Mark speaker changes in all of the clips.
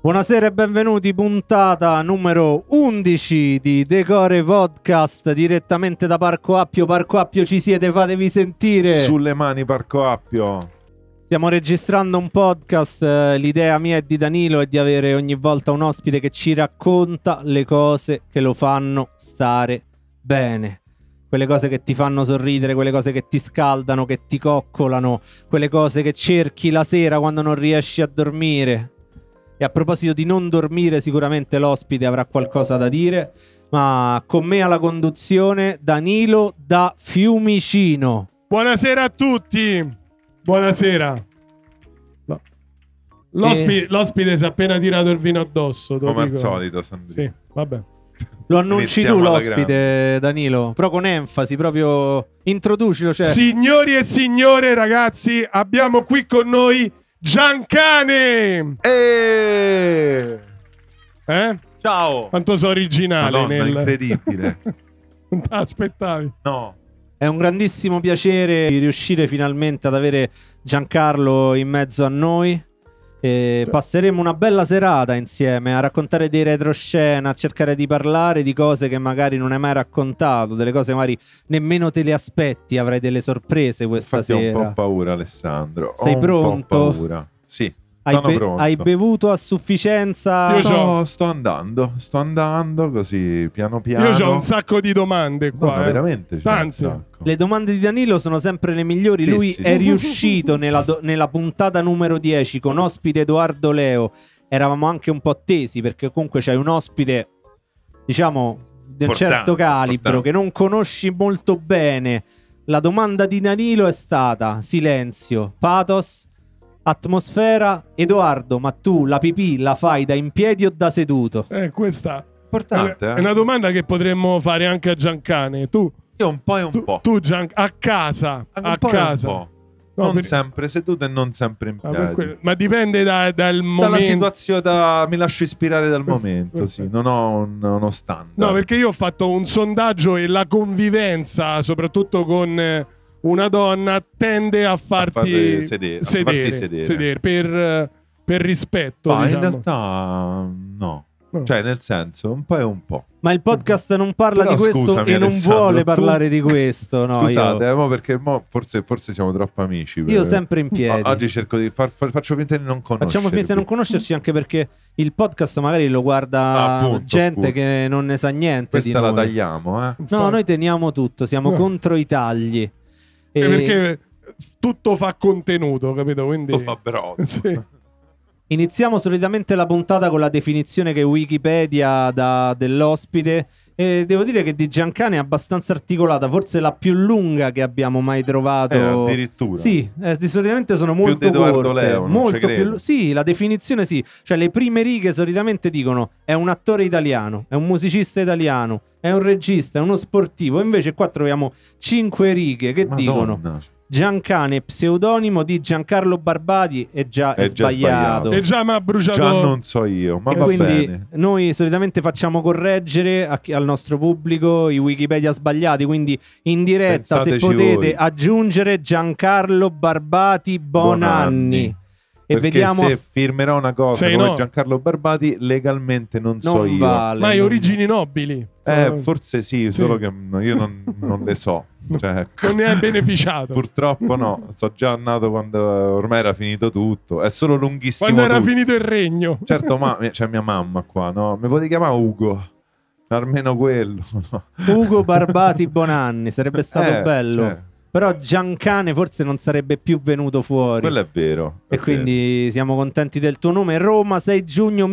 Speaker 1: Buonasera e benvenuti, puntata numero 11 di Decore Podcast direttamente da Parco Appio. Parco Appio ci siete, fatevi sentire.
Speaker 2: Sulle mani Parco Appio.
Speaker 1: Stiamo registrando un podcast, eh, l'idea mia e di Danilo è di avere ogni volta un ospite che ci racconta le cose che lo fanno stare bene. Quelle cose che ti fanno sorridere, quelle cose che ti scaldano, che ti coccolano, quelle cose che cerchi la sera quando non riesci a dormire. E a proposito di non dormire, sicuramente l'ospite avrà qualcosa da dire, ma con me alla conduzione Danilo da Fiumicino.
Speaker 3: Buonasera a tutti. Buonasera. No. L'ospi-
Speaker 1: Eh.
Speaker 3: L'ospite si è appena tirato il vino addosso. te lo
Speaker 2: Come al
Speaker 3: dico.
Speaker 2: solito, Sandrino.
Speaker 3: Sì, vabbè.
Speaker 1: Lo annunci
Speaker 2: Iniziamo
Speaker 1: tu
Speaker 2: alla
Speaker 1: l'ospite, Danilo, però con enfasi, proprio introducilo, cioè
Speaker 3: Signori e signore, ragazzi, abbiamo qui con noi Giancane.
Speaker 2: E...
Speaker 3: Eh?
Speaker 2: Ciao.
Speaker 3: Quanto sono originale.
Speaker 2: Madonna,
Speaker 3: nel...
Speaker 2: incredibile.
Speaker 3: non te aspettavi.
Speaker 2: No.
Speaker 1: è un grandissimo piacere di riuscire finalmente ad avere Giancarlo in mezzo a noi. E passeremo una bella serata insieme a raccontare dei retroscena, a cercare di parlare di cose che magari non hai mai raccontato, delle cose magari nemmeno te le aspetti, avrai delle sorprese questa
Speaker 2: Infatti ho un po'
Speaker 1: sera.
Speaker 2: paura, Alessandro. Ho
Speaker 1: Sei
Speaker 2: un po'
Speaker 1: pronto?
Speaker 2: paura. Sì.
Speaker 1: Hai,
Speaker 2: sono
Speaker 1: be-
Speaker 2: pronto.
Speaker 1: hai bevuto a sufficienza?
Speaker 3: Io c'ho-
Speaker 2: Sto, sto andando, sto andando così piano piano.
Speaker 3: Io ho un sacco di domande
Speaker 2: No,
Speaker 3: qua.
Speaker 2: ma
Speaker 3: eh.
Speaker 2: veramente c'è un
Speaker 3: Tanti.
Speaker 2: sacco.
Speaker 1: Le domande di Danilo sono sempre le migliori.
Speaker 2: Sì,
Speaker 1: Lui
Speaker 2: sì,
Speaker 1: è
Speaker 2: sì.
Speaker 1: riuscito nella, do- nella puntata numero 10 con ospite Edoardo Leo. Eravamo anche un po' tesi perché comunque c'hai un ospite, diciamo, di un
Speaker 2: Importante,
Speaker 1: certo calibro
Speaker 2: importante.
Speaker 1: che non conosci molto bene. La domanda di Danilo è stata silenzio, pathos, atmosfera. Edoardo, ma tu la pipì la fai da in piedi o da seduto?
Speaker 3: Eh, questa è
Speaker 2: Importante, eh?
Speaker 3: è una domanda che potremmo fare anche a Giancane. Tu,
Speaker 2: Io un po' e un
Speaker 3: tu,
Speaker 2: po'.
Speaker 3: tu Gian- a casa.
Speaker 2: Un
Speaker 3: a
Speaker 2: po' eh. e un
Speaker 3: casa.
Speaker 2: po'.
Speaker 3: No,
Speaker 2: non
Speaker 3: per-
Speaker 2: sempre seduto e non sempre in
Speaker 3: Ah,
Speaker 2: piedi.
Speaker 3: per quello- Ma dipende da- dal
Speaker 2: Dalla
Speaker 3: momento.
Speaker 2: situazione, da- mi lascio ispirare dal
Speaker 3: Perfetto,
Speaker 2: momento. Sì.
Speaker 3: perfetto.
Speaker 2: Non ho un- uno standard.
Speaker 3: No, perché io ho fatto un sondaggio e la convivenza, soprattutto con eh, una donna, tende a farti
Speaker 2: farle sedere, a farti
Speaker 3: sedere,
Speaker 2: sedere.
Speaker 3: sedere, per, eh, per rispetto.
Speaker 2: Ma in
Speaker 3: diciamo.
Speaker 2: realtà no.
Speaker 3: No.
Speaker 2: Cioè, nel senso, un po' e un po'.
Speaker 1: Ma il podcast non parla
Speaker 2: Però
Speaker 1: di questo
Speaker 2: scusami,
Speaker 1: e non
Speaker 2: Alessandro,
Speaker 1: vuole
Speaker 2: tu-
Speaker 1: parlare di questo. No,
Speaker 2: Scusate,
Speaker 1: io-
Speaker 2: eh, mo perché mo forse, forse siamo troppo amici. per-
Speaker 1: io, sempre in piedi.
Speaker 2: O- Oggi cerco di far, far- faccio finta di non conoscervi.
Speaker 1: Facciamo finta di non conoscerci anche perché il podcast magari lo guarda
Speaker 2: Ah, appunto,
Speaker 1: gente
Speaker 2: appunto.
Speaker 1: che non ne sa niente di
Speaker 2: Questa la
Speaker 1: noi.
Speaker 2: tagliamo, eh.
Speaker 1: No, noi teniamo tutto, siamo
Speaker 3: No.
Speaker 1: contro i tagli. E
Speaker 3: Eh, Perché tutto fa contenuto, capito? Quindi...
Speaker 2: Tutto fa brotto.
Speaker 3: Sì.
Speaker 1: Iniziamo solitamente la puntata con la definizione che Wikipedia dà dell'ospite e devo dire che di Giancane è abbastanza articolata, forse la più lunga che abbiamo mai trovato.
Speaker 2: Eh, addirittura.
Speaker 1: Sì, eh, di solitamente sono
Speaker 2: di
Speaker 1: molto
Speaker 2: Edoardo
Speaker 1: corte,
Speaker 2: Leo, non
Speaker 1: molto
Speaker 2: ci credo.
Speaker 1: più- Sì, la definizione sì, cioè le prime righe solitamente dicono è un attore italiano, è un musicista italiano, è un regista, è uno sportivo, invece qua troviamo cinque righe che
Speaker 2: Madonna.
Speaker 1: dicono Giancane, pseudonimo di Giancarlo Barbati è già,
Speaker 2: È già
Speaker 1: sbagliato.
Speaker 2: sbagliato.
Speaker 3: E già mi ha bruciato...
Speaker 2: Già non so io, ma
Speaker 1: E
Speaker 2: va
Speaker 1: quindi
Speaker 2: bene.
Speaker 1: noi solitamente facciamo correggere a chi- al nostro pubblico i Wikipedia sbagliati, quindi in diretta se
Speaker 2: Pensateci
Speaker 1: potete
Speaker 2: voi.
Speaker 1: aggiungere Giancarlo Barbati Bonanni.
Speaker 2: Bonanni.
Speaker 1: E
Speaker 2: Perché
Speaker 1: vediamo
Speaker 2: se firmerò una cosa
Speaker 3: Sei
Speaker 2: come
Speaker 3: no.
Speaker 2: Giancarlo Barbati, legalmente non,
Speaker 1: non
Speaker 2: so io.
Speaker 1: vale.
Speaker 3: Ma hai
Speaker 1: non-
Speaker 3: origini nobili. Cioè,
Speaker 2: Eh, forse sì,
Speaker 3: Sì.
Speaker 2: solo che no, io non, non le so. Cioè,
Speaker 3: Non ne hai beneficiato.
Speaker 2: Purtroppo no, sono già nato quando ormai era finito tutto, è solo lunghissimo.
Speaker 3: Quando era
Speaker 2: tutto.
Speaker 3: finito il regno.
Speaker 2: Certo, ma c'è mia mamma qua, no? Mi potevi chiamare Ugo, almeno quello. no?
Speaker 1: Ugo Barbati Bonanni sarebbe stato
Speaker 2: Eh,
Speaker 1: bello.
Speaker 2: cioè,
Speaker 1: Però Giancane forse non sarebbe più venuto fuori.
Speaker 2: quello è vero. è
Speaker 1: E quindi siamo contenti del tuo nome. Roma 6 giugno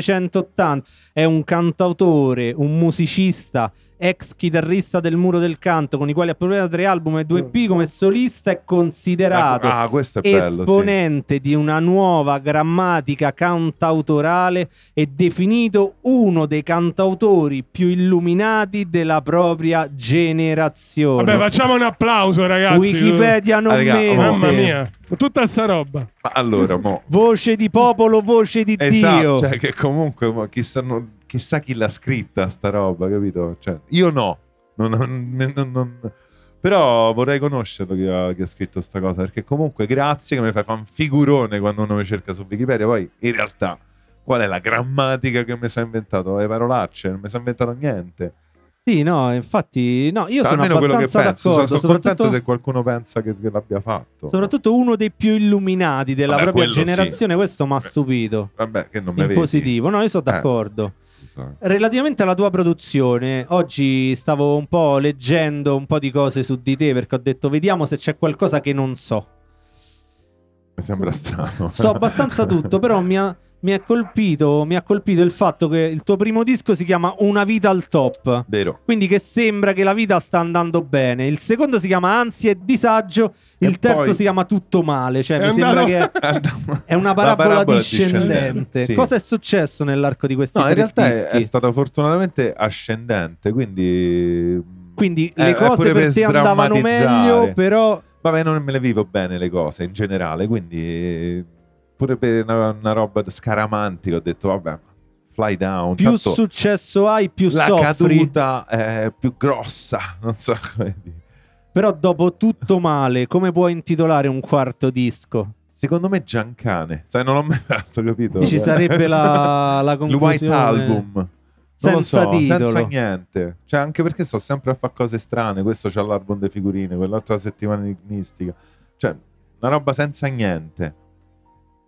Speaker 1: 1980. È un cantautore, un musicista, ex chitarrista del Muro del Canto, con i quali ha pubblicato tre album e due EP come solista. È
Speaker 2: vero.
Speaker 1: considerato
Speaker 2: Mm. Ah, questo è bello. sì.
Speaker 1: esponente di una nuova grammatica cantautorale e definito uno dei cantautori più illuminati della propria generazione.
Speaker 3: Vabbè, facciamo un applauso, ragazzi.
Speaker 1: Wikipedia non
Speaker 2: Ah, raga,
Speaker 1: mente.
Speaker 3: Mamma mia, tutta sta roba.
Speaker 2: Ma allora, mo.
Speaker 1: Voce di popolo, voce di Dio.
Speaker 2: Esatto, cioè che comunque ma chissà, non- chissà chi l'ha scritta sta roba, capito? Cioè, io no, Non- non- non- non- però vorrei conoscerlo chi ha, chi ha scritto sta cosa, perché comunque grazie che mi fai fa un figurone quando uno mi cerca su Wikipedia, poi in realtà qual è la grammatica che mi sono inventato? Le parolacce, non mi sono inventato niente.
Speaker 1: Sì, no, infatti, no, io sono
Speaker 2: Almeno quello che
Speaker 1: abbastanza
Speaker 2: penso. Sono,
Speaker 1: d'accordo.
Speaker 2: sono contento
Speaker 1: soprattutto,
Speaker 2: se qualcuno pensa che, che l'abbia fatto.
Speaker 1: soprattutto uno dei più illuminati della
Speaker 2: Vabbè,
Speaker 1: propria
Speaker 2: quello sì.
Speaker 1: generazione, questo mi ha
Speaker 2: Vabbè.
Speaker 1: stupito.
Speaker 2: Vabbè, che non mi
Speaker 1: In
Speaker 2: vedi.
Speaker 1: positivo, no, io sono
Speaker 2: Eh.
Speaker 1: d'accordo.
Speaker 2: Scusa. eh.
Speaker 1: Relativamente alla tua produzione, oggi stavo un po' leggendo un po' di cose su di te perché ho detto vediamo se c'è qualcosa che non so.
Speaker 2: Mi sembra strano.
Speaker 1: So abbastanza tutto, però mi ha, mi ha colpito, mi ha colpito il fatto che il tuo primo disco si chiama Una vita al top.
Speaker 2: Vero.
Speaker 1: Quindi che sembra che la vita sta andando bene. Il secondo si chiama ansia e disagio, il
Speaker 2: E
Speaker 1: terzo
Speaker 2: poi-
Speaker 1: si chiama tutto male, cioè
Speaker 3: È
Speaker 1: mi sembra
Speaker 3: andato-
Speaker 1: che è una
Speaker 2: La
Speaker 1: parabola, discendente.
Speaker 2: Sì.
Speaker 1: Cosa è successo nell'arco di questi
Speaker 2: No,
Speaker 1: tre
Speaker 2: in realtà è,
Speaker 1: dischi?
Speaker 2: è stata fortunatamente ascendente, quindi...
Speaker 1: Quindi
Speaker 2: Eh,
Speaker 1: le
Speaker 2: è
Speaker 1: cose
Speaker 2: pure
Speaker 1: per te andavano
Speaker 2: sdrammatizzare.
Speaker 1: meglio, però
Speaker 2: Vabbè, non me le vivo bene le cose in generale, quindi eh, pure per una, una roba scaramantica ho detto, vabbè, fly down.
Speaker 1: più
Speaker 2: tanto
Speaker 1: successo hai, più
Speaker 2: la
Speaker 1: soffri.
Speaker 2: caduta è più grossa, non so come dire.
Speaker 1: Però dopo tutto male, come puoi intitolare un quarto disco?
Speaker 2: Secondo me Giancane, sai, non l'ho mai fatto, capito?
Speaker 1: Ci sarebbe la, la
Speaker 2: Il White
Speaker 1: conclusione.
Speaker 2: Album. Non lo
Speaker 1: Senza
Speaker 2: so,
Speaker 1: titolo.
Speaker 2: senza niente. Cioè, anche perché sto sempre a fare cose strane. Questo c'ha l'album delle figurine, quell'altra settimana enigmistica. Cioè, una roba senza niente.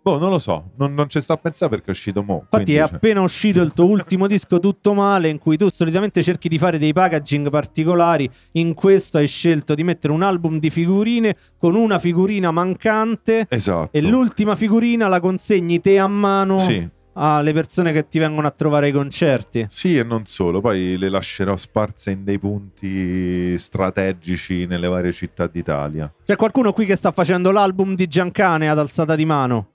Speaker 2: Boh, non lo so, non, non ci sto a pensare perché è uscito mo.
Speaker 1: Infatti
Speaker 2: quindi,
Speaker 1: è
Speaker 2: cioè,
Speaker 1: appena uscito il tuo ultimo disco Tutto Male in cui tu solitamente cerchi di fare dei packaging particolari, in questo hai scelto di mettere un album di figurine con una figurina mancante
Speaker 2: Esatto.
Speaker 1: e l'ultima figurina la consegni te a mano
Speaker 2: Sì,
Speaker 1: alle persone che ti vengono a trovare ai concerti.
Speaker 2: sì e non solo. Poi le lascerò sparse in dei punti strategici nelle varie città d'Italia.
Speaker 1: C'è qualcuno qui che sta facendo l'album di Giancane ad alzata di mano?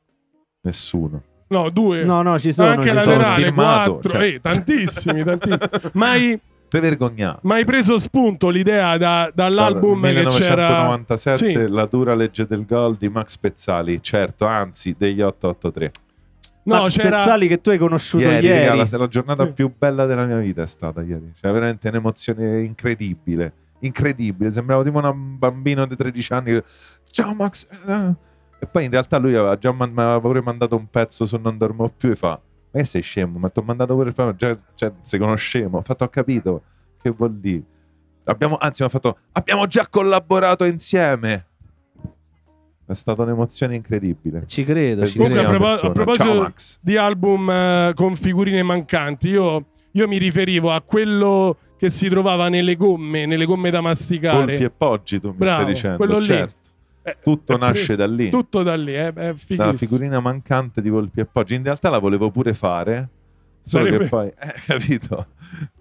Speaker 2: Nessuno.
Speaker 3: No, due.
Speaker 1: No, no, ci sono.
Speaker 3: Anche
Speaker 1: ci
Speaker 3: la
Speaker 1: sono.
Speaker 3: Verale,
Speaker 2: firmato,
Speaker 3: quattro.
Speaker 2: cioè.
Speaker 3: Eh, tantissimi, tantissimi. Ma hai,
Speaker 2: Te vergognare.
Speaker 3: ma hai preso spunto l'idea da- dall'album che c'era...
Speaker 2: 1997,
Speaker 3: Sì.
Speaker 2: La dura legge del gol di Max Pezzali, certo, anzi, degli 883.
Speaker 1: No,
Speaker 3: No, c'era...
Speaker 1: Spezzali che tu hai conosciuto ieri.
Speaker 2: Ieri, raga, la, la giornata
Speaker 3: Sì.
Speaker 2: più bella della mia vita è stata ieri. Cioè, veramente un'emozione incredibile. Incredibile, sembrava tipo una- un bambino di 13 anni. che, Ciao Max. eh". E poi in realtà lui aveva già man- mi aveva pure mandato un pezzo su Non dormo più e fa: Ma che sei scemo? Ma ti ho mandato pure il pezzo, Già, cioè, se conoscevo. Ho fatto, ho capito. Che vuol dire? Abbiamo, anzi, mi ha fatto: Abbiamo già collaborato insieme. È stata un'emozione incredibile.
Speaker 1: Ci credo, ci
Speaker 3: Comunque,
Speaker 1: credo.
Speaker 3: a propos- a
Speaker 2: Persona.
Speaker 3: proposito-
Speaker 2: Ciao Max.
Speaker 3: di album eh, con figurine mancanti. Io, io mi riferivo a quello che si trovava nelle gomme, nelle gomme da masticare.
Speaker 2: Polpi e Poggi, tu mi
Speaker 3: Bravo,
Speaker 2: stai dicendo.
Speaker 3: quello lì.
Speaker 2: certo.
Speaker 3: Eh,
Speaker 2: Tutto
Speaker 3: è
Speaker 2: nasce
Speaker 3: preso-
Speaker 2: da lì.
Speaker 3: Tutto da lì, eh, è fighissimo.
Speaker 2: la figurina mancante di Volpi e Poggi. In realtà la volevo pure fare. Solo
Speaker 3: Sarebbe-
Speaker 2: che poi, eh, capito?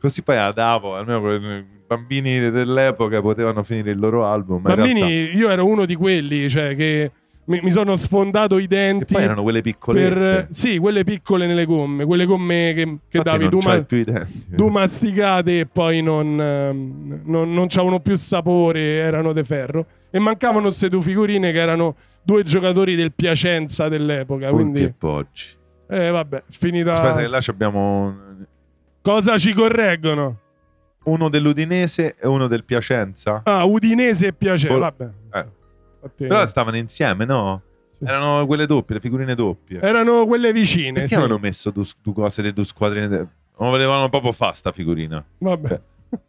Speaker 2: Così poi la davo, almeno per- i bambini dell'epoca potevano finire il loro album. ma in
Speaker 3: Bambini,
Speaker 2: realtà-
Speaker 3: io ero uno di quelli, cioè, che mi, mi sono sfondato i
Speaker 2: che
Speaker 3: denti
Speaker 2: poi erano quelle piccole.
Speaker 3: per... eh, Sì, quelle piccole nelle gomme, quelle gomme che, che davi
Speaker 2: non
Speaker 3: tu,
Speaker 2: c'hai
Speaker 3: ma-
Speaker 2: più i denti.
Speaker 3: tu masticate e poi non, ehm, non, non c'avevano più sapore, erano de ferro. E mancavano queste due figurine che erano due giocatori del Piacenza dell'epoca.
Speaker 2: Volpi
Speaker 3: Quindi, Ah.
Speaker 2: e Poggi.
Speaker 3: eh, vabbè,
Speaker 2: Aspetta, che
Speaker 3: finita.
Speaker 2: là abbiamo un-
Speaker 3: Cosa ci correggono?
Speaker 2: uno dell'Udinese e uno del Piacenza.
Speaker 3: Ah, Udinese e Piacenza.
Speaker 2: Vol-
Speaker 3: Vabbè.
Speaker 2: Eh.
Speaker 3: Infatti,
Speaker 2: Però stavano insieme, no?
Speaker 3: sì.
Speaker 2: Erano quelle doppie, le figurine doppie.
Speaker 3: erano quelle vicine.
Speaker 2: Perché
Speaker 3: Sì.
Speaker 2: avevano messo due, due cose delle due squadrine? de- Non volevano proprio fare sta figurina.
Speaker 3: Vabbè.
Speaker 2: Beh.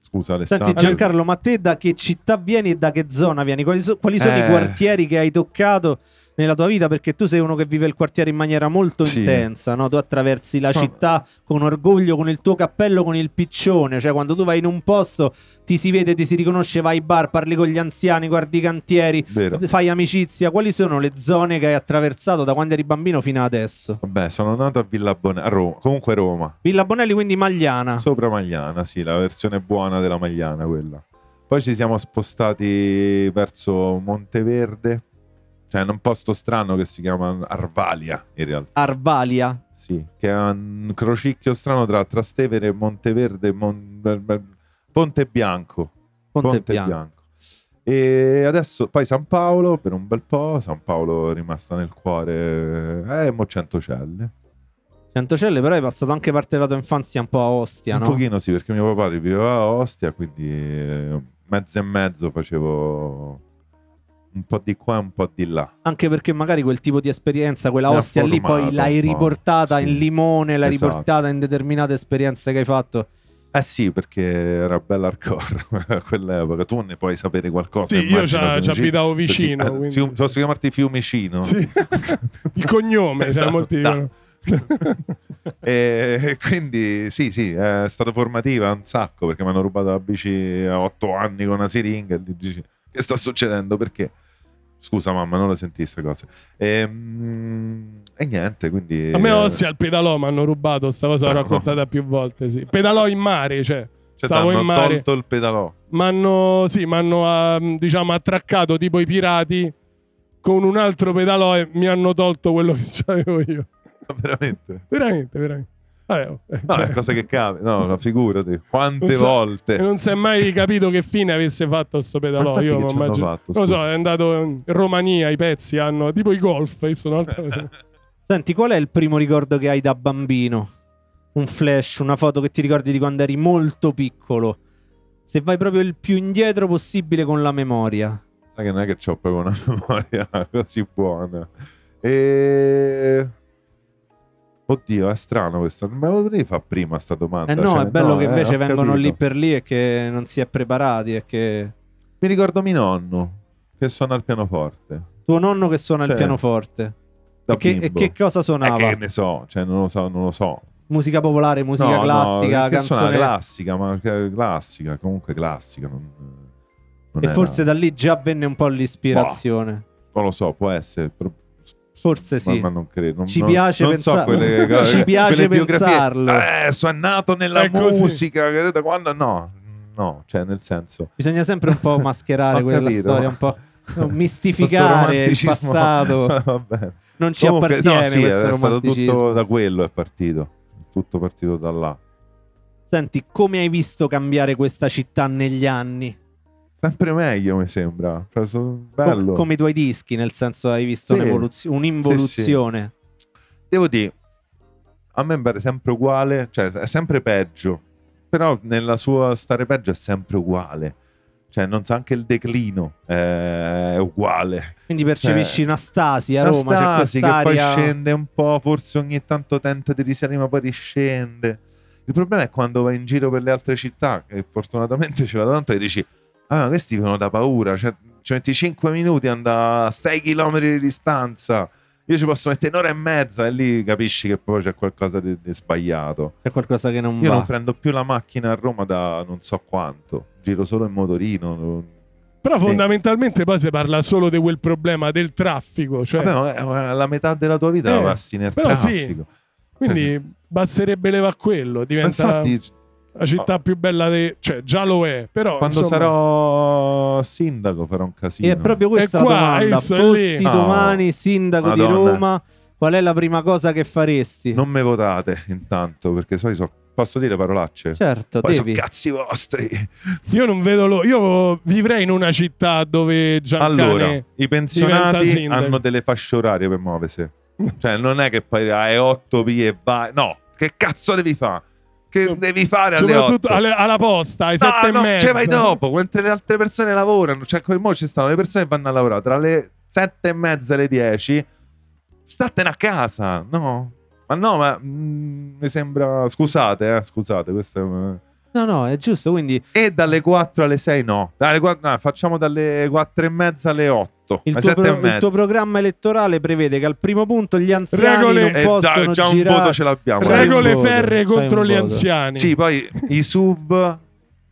Speaker 2: Scusa Alessandro.
Speaker 1: Senti Giancarlo, ma te da che città vieni e da che zona vieni? Quali, so- quali sono i
Speaker 2: Eh.
Speaker 1: quartieri che hai toccato nella tua vita? Perché tu sei uno che vive il quartiere in maniera molto
Speaker 2: Sì.
Speaker 1: intensa, no? Tu attraversi la
Speaker 2: Sono-
Speaker 1: città con orgoglio, con il tuo cappello, con il piccione. Cioè, quando tu vai in un posto ti si vede, ti si riconosce, vai ai bar, parli con gli anziani, guardi i cantieri,
Speaker 2: Vero.
Speaker 1: fai amicizia. Quali sono le zone che hai attraversato da quando eri bambino fino ad adesso?
Speaker 2: Vabbè, sono nato a Villa Bonelli, a Roma, comunque Roma,
Speaker 1: Villa Bonelli, quindi Magliana.
Speaker 2: sopra Magliana, sì, la versione buona della Magliana quella. Poi ci siamo spostati verso Monteverde, cioè in un posto strano che si chiama Arvalia in realtà.
Speaker 1: Arvalia.
Speaker 2: Sì, che è un crocicchio strano tra Trastevere, Monteverde, Mon- bel- bel- Ponte Bianco.
Speaker 1: Ponte Bianco.
Speaker 2: E adesso poi San Paolo per un bel po', San Paolo è rimasta nel cuore, eh, mo Centocelle.
Speaker 1: Centocelle, però hai passato anche parte della tua infanzia un po' a Ostia,
Speaker 2: un
Speaker 1: no?
Speaker 2: pochino sì, perché mio papà viveva a Ostia, quindi eh, mezzo e mezzo facevo un po' di qua, un po' di là.
Speaker 1: Anche perché magari quel tipo di esperienza, quella
Speaker 2: Ti ha
Speaker 1: ostia lì, poi
Speaker 2: formato
Speaker 1: l'hai
Speaker 2: un po',
Speaker 1: riportata
Speaker 2: sì.
Speaker 1: in limone, l'hai
Speaker 2: Esatto.
Speaker 1: riportata in determinate esperienze che hai fatto.
Speaker 2: Eh sì, perché era bella hardcore a quell'epoca. Tu ne puoi sapere qualcosa.
Speaker 3: Sì, io
Speaker 2: immagino,
Speaker 3: ci ci
Speaker 2: Fiumicino.
Speaker 3: abitavo
Speaker 2: Sì, eh,
Speaker 3: vicino.
Speaker 2: Fium-
Speaker 3: quindi-
Speaker 2: posso chiamarti Fiumicino?
Speaker 3: Sì. Il cognome, sai,
Speaker 2: Esatto,
Speaker 3: molti
Speaker 2: da.
Speaker 3: dicono.
Speaker 2: e e quindi sì, sì, è stata formativa un sacco perché mi hanno rubato la bici a otto anni con una siringa. E tu dici, che sta succedendo? Perché? Scusa mamma, non le sentì queste cose. Ehm, E, niente, quindi... eh,
Speaker 3: A me Ossia al pedalò mi hanno rubato, sta cosa l'ho
Speaker 2: Bravo.
Speaker 3: raccontata più volte, sì. Pedalò in mare, cioè.
Speaker 2: Ah, Cioè,
Speaker 3: stavo
Speaker 2: t'hanno
Speaker 3: in mare.
Speaker 2: tolto il pedalò.
Speaker 3: M'hanno, sì, m'hanno ah, diciamo attraccato tipo i pirati con un altro pedalò e mi hanno tolto quello che avevo io.
Speaker 2: Veramente.
Speaker 3: Veramente, veramente. Vabbè, oh, eh,
Speaker 2: No,
Speaker 3: cioè,
Speaker 2: è cosa che cambia. No, no, figurati. Quante
Speaker 3: Non so-
Speaker 2: volte.
Speaker 3: e non si è mai capito che fine avesse fatto sto
Speaker 2: Ma
Speaker 3: pedalò.
Speaker 2: infatti
Speaker 3: Io
Speaker 2: che
Speaker 3: mi
Speaker 2: ci hanno
Speaker 3: immagino.
Speaker 2: fatto,
Speaker 3: Non lo
Speaker 2: scusa?
Speaker 3: so, è andato in Romania, i pezzi hanno tipo i golf, io sono un'altra cosa.
Speaker 1: Senti, qual è il primo ricordo che hai da bambino? Un flash, una foto che ti ricordi di quando eri molto piccolo. Se vai proprio il più indietro possibile con la memoria.
Speaker 2: Sai che non è che ho proprio una memoria così buona. E... Oddio, è strano questo. Non me lo potrei fare prima sta domanda.
Speaker 1: Eh no,
Speaker 2: Cioè,
Speaker 1: è bello che
Speaker 2: eh,
Speaker 1: invece
Speaker 2: ho
Speaker 1: vengono
Speaker 2: capito.
Speaker 1: lì per lì e che non si è preparati e che...
Speaker 2: Mi ricordo mio nonno che suona il pianoforte.
Speaker 1: Tuo nonno che suona il
Speaker 2: Cioè,
Speaker 1: pianoforte.
Speaker 2: Da
Speaker 1: E che, e
Speaker 2: bimbo.
Speaker 1: che cosa
Speaker 2: Eh,
Speaker 1: suonava?
Speaker 2: che ne so, cioè non lo so, non lo so.
Speaker 1: Musica popolare, musica
Speaker 2: No,
Speaker 1: classica,
Speaker 2: no, che suona
Speaker 1: canzone...
Speaker 2: classica, ma che- classica, comunque classica. Non, non
Speaker 1: E
Speaker 2: era-
Speaker 1: forse da lì già venne un po' l'ispirazione.
Speaker 2: non lo so, può essere. però-
Speaker 1: Forse
Speaker 2: Ma,
Speaker 1: sì.
Speaker 2: ma non credo. non-
Speaker 1: Ci
Speaker 2: non-
Speaker 1: piace
Speaker 2: non
Speaker 1: pensa-
Speaker 2: So quelle, cose-
Speaker 1: Ci piace
Speaker 2: quelle biografie.
Speaker 1: pensarlo.
Speaker 2: Eh, sono nato nella
Speaker 3: È così.
Speaker 2: musica. che- Da quando? No, no, cioè nel senso.
Speaker 1: Bisogna sempre un po' mascherare
Speaker 2: Ho
Speaker 1: quella
Speaker 2: capito.
Speaker 1: storia, un po'
Speaker 2: Questo
Speaker 1: mistificare il
Speaker 2: romanticismo-
Speaker 1: passato.
Speaker 2: Vabbè.
Speaker 1: Non ci
Speaker 2: Comunque,
Speaker 1: appartiene
Speaker 2: no, sì,
Speaker 1: questo
Speaker 2: è stato
Speaker 1: romanticismo.
Speaker 2: tutto da quello è partito. Tutto partito da là.
Speaker 1: Senti, come hai visto cambiare questa città negli anni?
Speaker 2: Sempre meglio, mi sembra. Cioè, so-
Speaker 1: Com-
Speaker 2: bello.
Speaker 1: come i tuoi dischi, nel senso hai visto
Speaker 2: Sì.
Speaker 1: un'evoluzio- un'involuzione.
Speaker 2: Devo dire, a me pare sempre uguale, cioè è sempre peggio, però nella sua stare peggio è sempre uguale. Cioè, non so, anche il declino eh, è uguale.
Speaker 1: Quindi percepisci
Speaker 2: Cioè,
Speaker 1: una stasi a Roma, c'è
Speaker 2: Anastasi che poi
Speaker 1: quest'aria...
Speaker 2: scende un po', forse ogni tanto tenta di risalire, ma poi riscende. Il problema è quando vai in giro per le altre città, e fortunatamente ci vado tanto, e dici, ah, questi sono da paura, cioè, ci metti 5 minuti, anda a 6 km di distanza. Io ci posso mettere un'ora e mezza e lì capisci che poi c'è qualcosa di, di sbagliato.
Speaker 1: C'è qualcosa che non
Speaker 2: Io
Speaker 1: va.
Speaker 2: non prendo più la macchina a Roma da non so quanto, giro solo in motorino. non-
Speaker 3: Però
Speaker 2: Sì.
Speaker 3: fondamentalmente poi si parla solo di quel problema del traffico, cioè,
Speaker 2: Vabbè, ma- eh, ma la metà della tua vita
Speaker 3: Eh,
Speaker 2: la passi nel
Speaker 3: però sì.
Speaker 2: traffico.
Speaker 3: quindi basterebbe leva quello,
Speaker 2: Ma
Speaker 3: diventa
Speaker 2: infatti,
Speaker 3: la città più bella, de- cioè già lo è, però
Speaker 2: quando
Speaker 3: insomma,
Speaker 2: sarò sindaco farò un casino.
Speaker 1: E è proprio questa
Speaker 3: E qua,
Speaker 1: la domanda.
Speaker 3: isso, è lì.
Speaker 1: Fossi
Speaker 2: No.
Speaker 1: domani sindaco di
Speaker 2: Madonna.
Speaker 1: Roma, qual è la prima cosa che faresti?
Speaker 2: Non me votate intanto, perché so, so- posso dire parolacce?
Speaker 1: Certo,
Speaker 2: Poi sono
Speaker 1: devi.
Speaker 2: cazzi vostri.
Speaker 3: io non vedo l'ora, io vivrei in una città dove Giancane
Speaker 2: Allora, i
Speaker 3: diventa
Speaker 2: pensionati
Speaker 3: sindaco.
Speaker 2: hanno delle fasce orarie per muoversi. Cioè, non è che poi hai 8 vie e vai. No, che cazzo devi fare? Che devi fare alle 8?
Speaker 3: Cioè, soprattutto alle- alla posta, ai sette
Speaker 2: No,
Speaker 3: e
Speaker 2: no,
Speaker 3: mezza.
Speaker 2: ce vai dopo, mentre le altre persone lavorano. Cioè, come mo ci stanno le persone che vanno a lavorare tra le sette e mezza e le 10. Statene a casa, no? Ma no, ma mm, mi sembra... Scusate, eh, scusate, questo è... un- eh.
Speaker 1: No, no, è giusto, quindi
Speaker 2: E dalle 4 alle 6 no. Dalle 4, no, facciamo dalle 4 e mezza alle 8.
Speaker 1: Il
Speaker 2: alle
Speaker 1: tuo,
Speaker 2: 7
Speaker 1: pro-
Speaker 2: e mezza.
Speaker 1: il tuo programma elettorale prevede che al primo punto gli anziani
Speaker 3: Regole-
Speaker 1: non
Speaker 2: Eh,
Speaker 1: possono
Speaker 2: già, già un
Speaker 1: girare.
Speaker 2: voto ce l'abbiamo.
Speaker 1: Sai
Speaker 3: Regole
Speaker 1: un voto,
Speaker 3: ferre
Speaker 1: sai
Speaker 3: contro
Speaker 1: un
Speaker 3: gli
Speaker 1: voto.
Speaker 3: anziani.
Speaker 2: Sì, poi i sub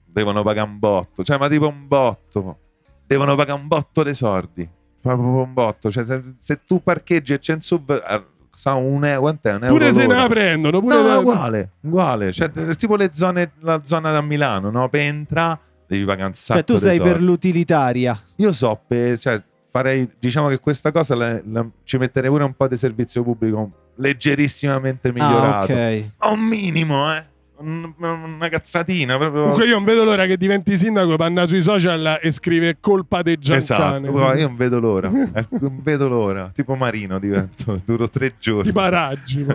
Speaker 2: devono pagare un botto, cioè ma tipo un botto, devono pagare un botto dei sordi, proprio un botto, cioè se, se tu parcheggi e c'è un sub, eh, sa un euro, quant'è? Un euro
Speaker 3: pure se ne
Speaker 2: l'ora.
Speaker 3: la prendono, pure
Speaker 2: No,
Speaker 3: la-
Speaker 2: no, uguale, uguale, cioè è tipo le zone, la zona da Milano, no? Per entra devi pagare un sacco
Speaker 1: Cioè, tu
Speaker 2: di
Speaker 1: sei
Speaker 2: soldi.
Speaker 1: per l'utilitaria. Ah,
Speaker 2: Io so, per- cioè, farei, diciamo che questa cosa la- la- ci metterei pure un po' di servizio pubblico leggerissimamente migliorato.
Speaker 1: Ah, ok.
Speaker 2: Ma un minimo, eh. Un- Una cazzatina proprio.
Speaker 3: Comunque io non vedo l'ora che diventi sindaco, panna sui social e scrive colpa dei Giancane.
Speaker 2: Esatto, guarda, io non vedo l'ora, eh, non vedo l'ora, tipo Marino divento, duro tre giorni.
Speaker 3: I paraggi, ma.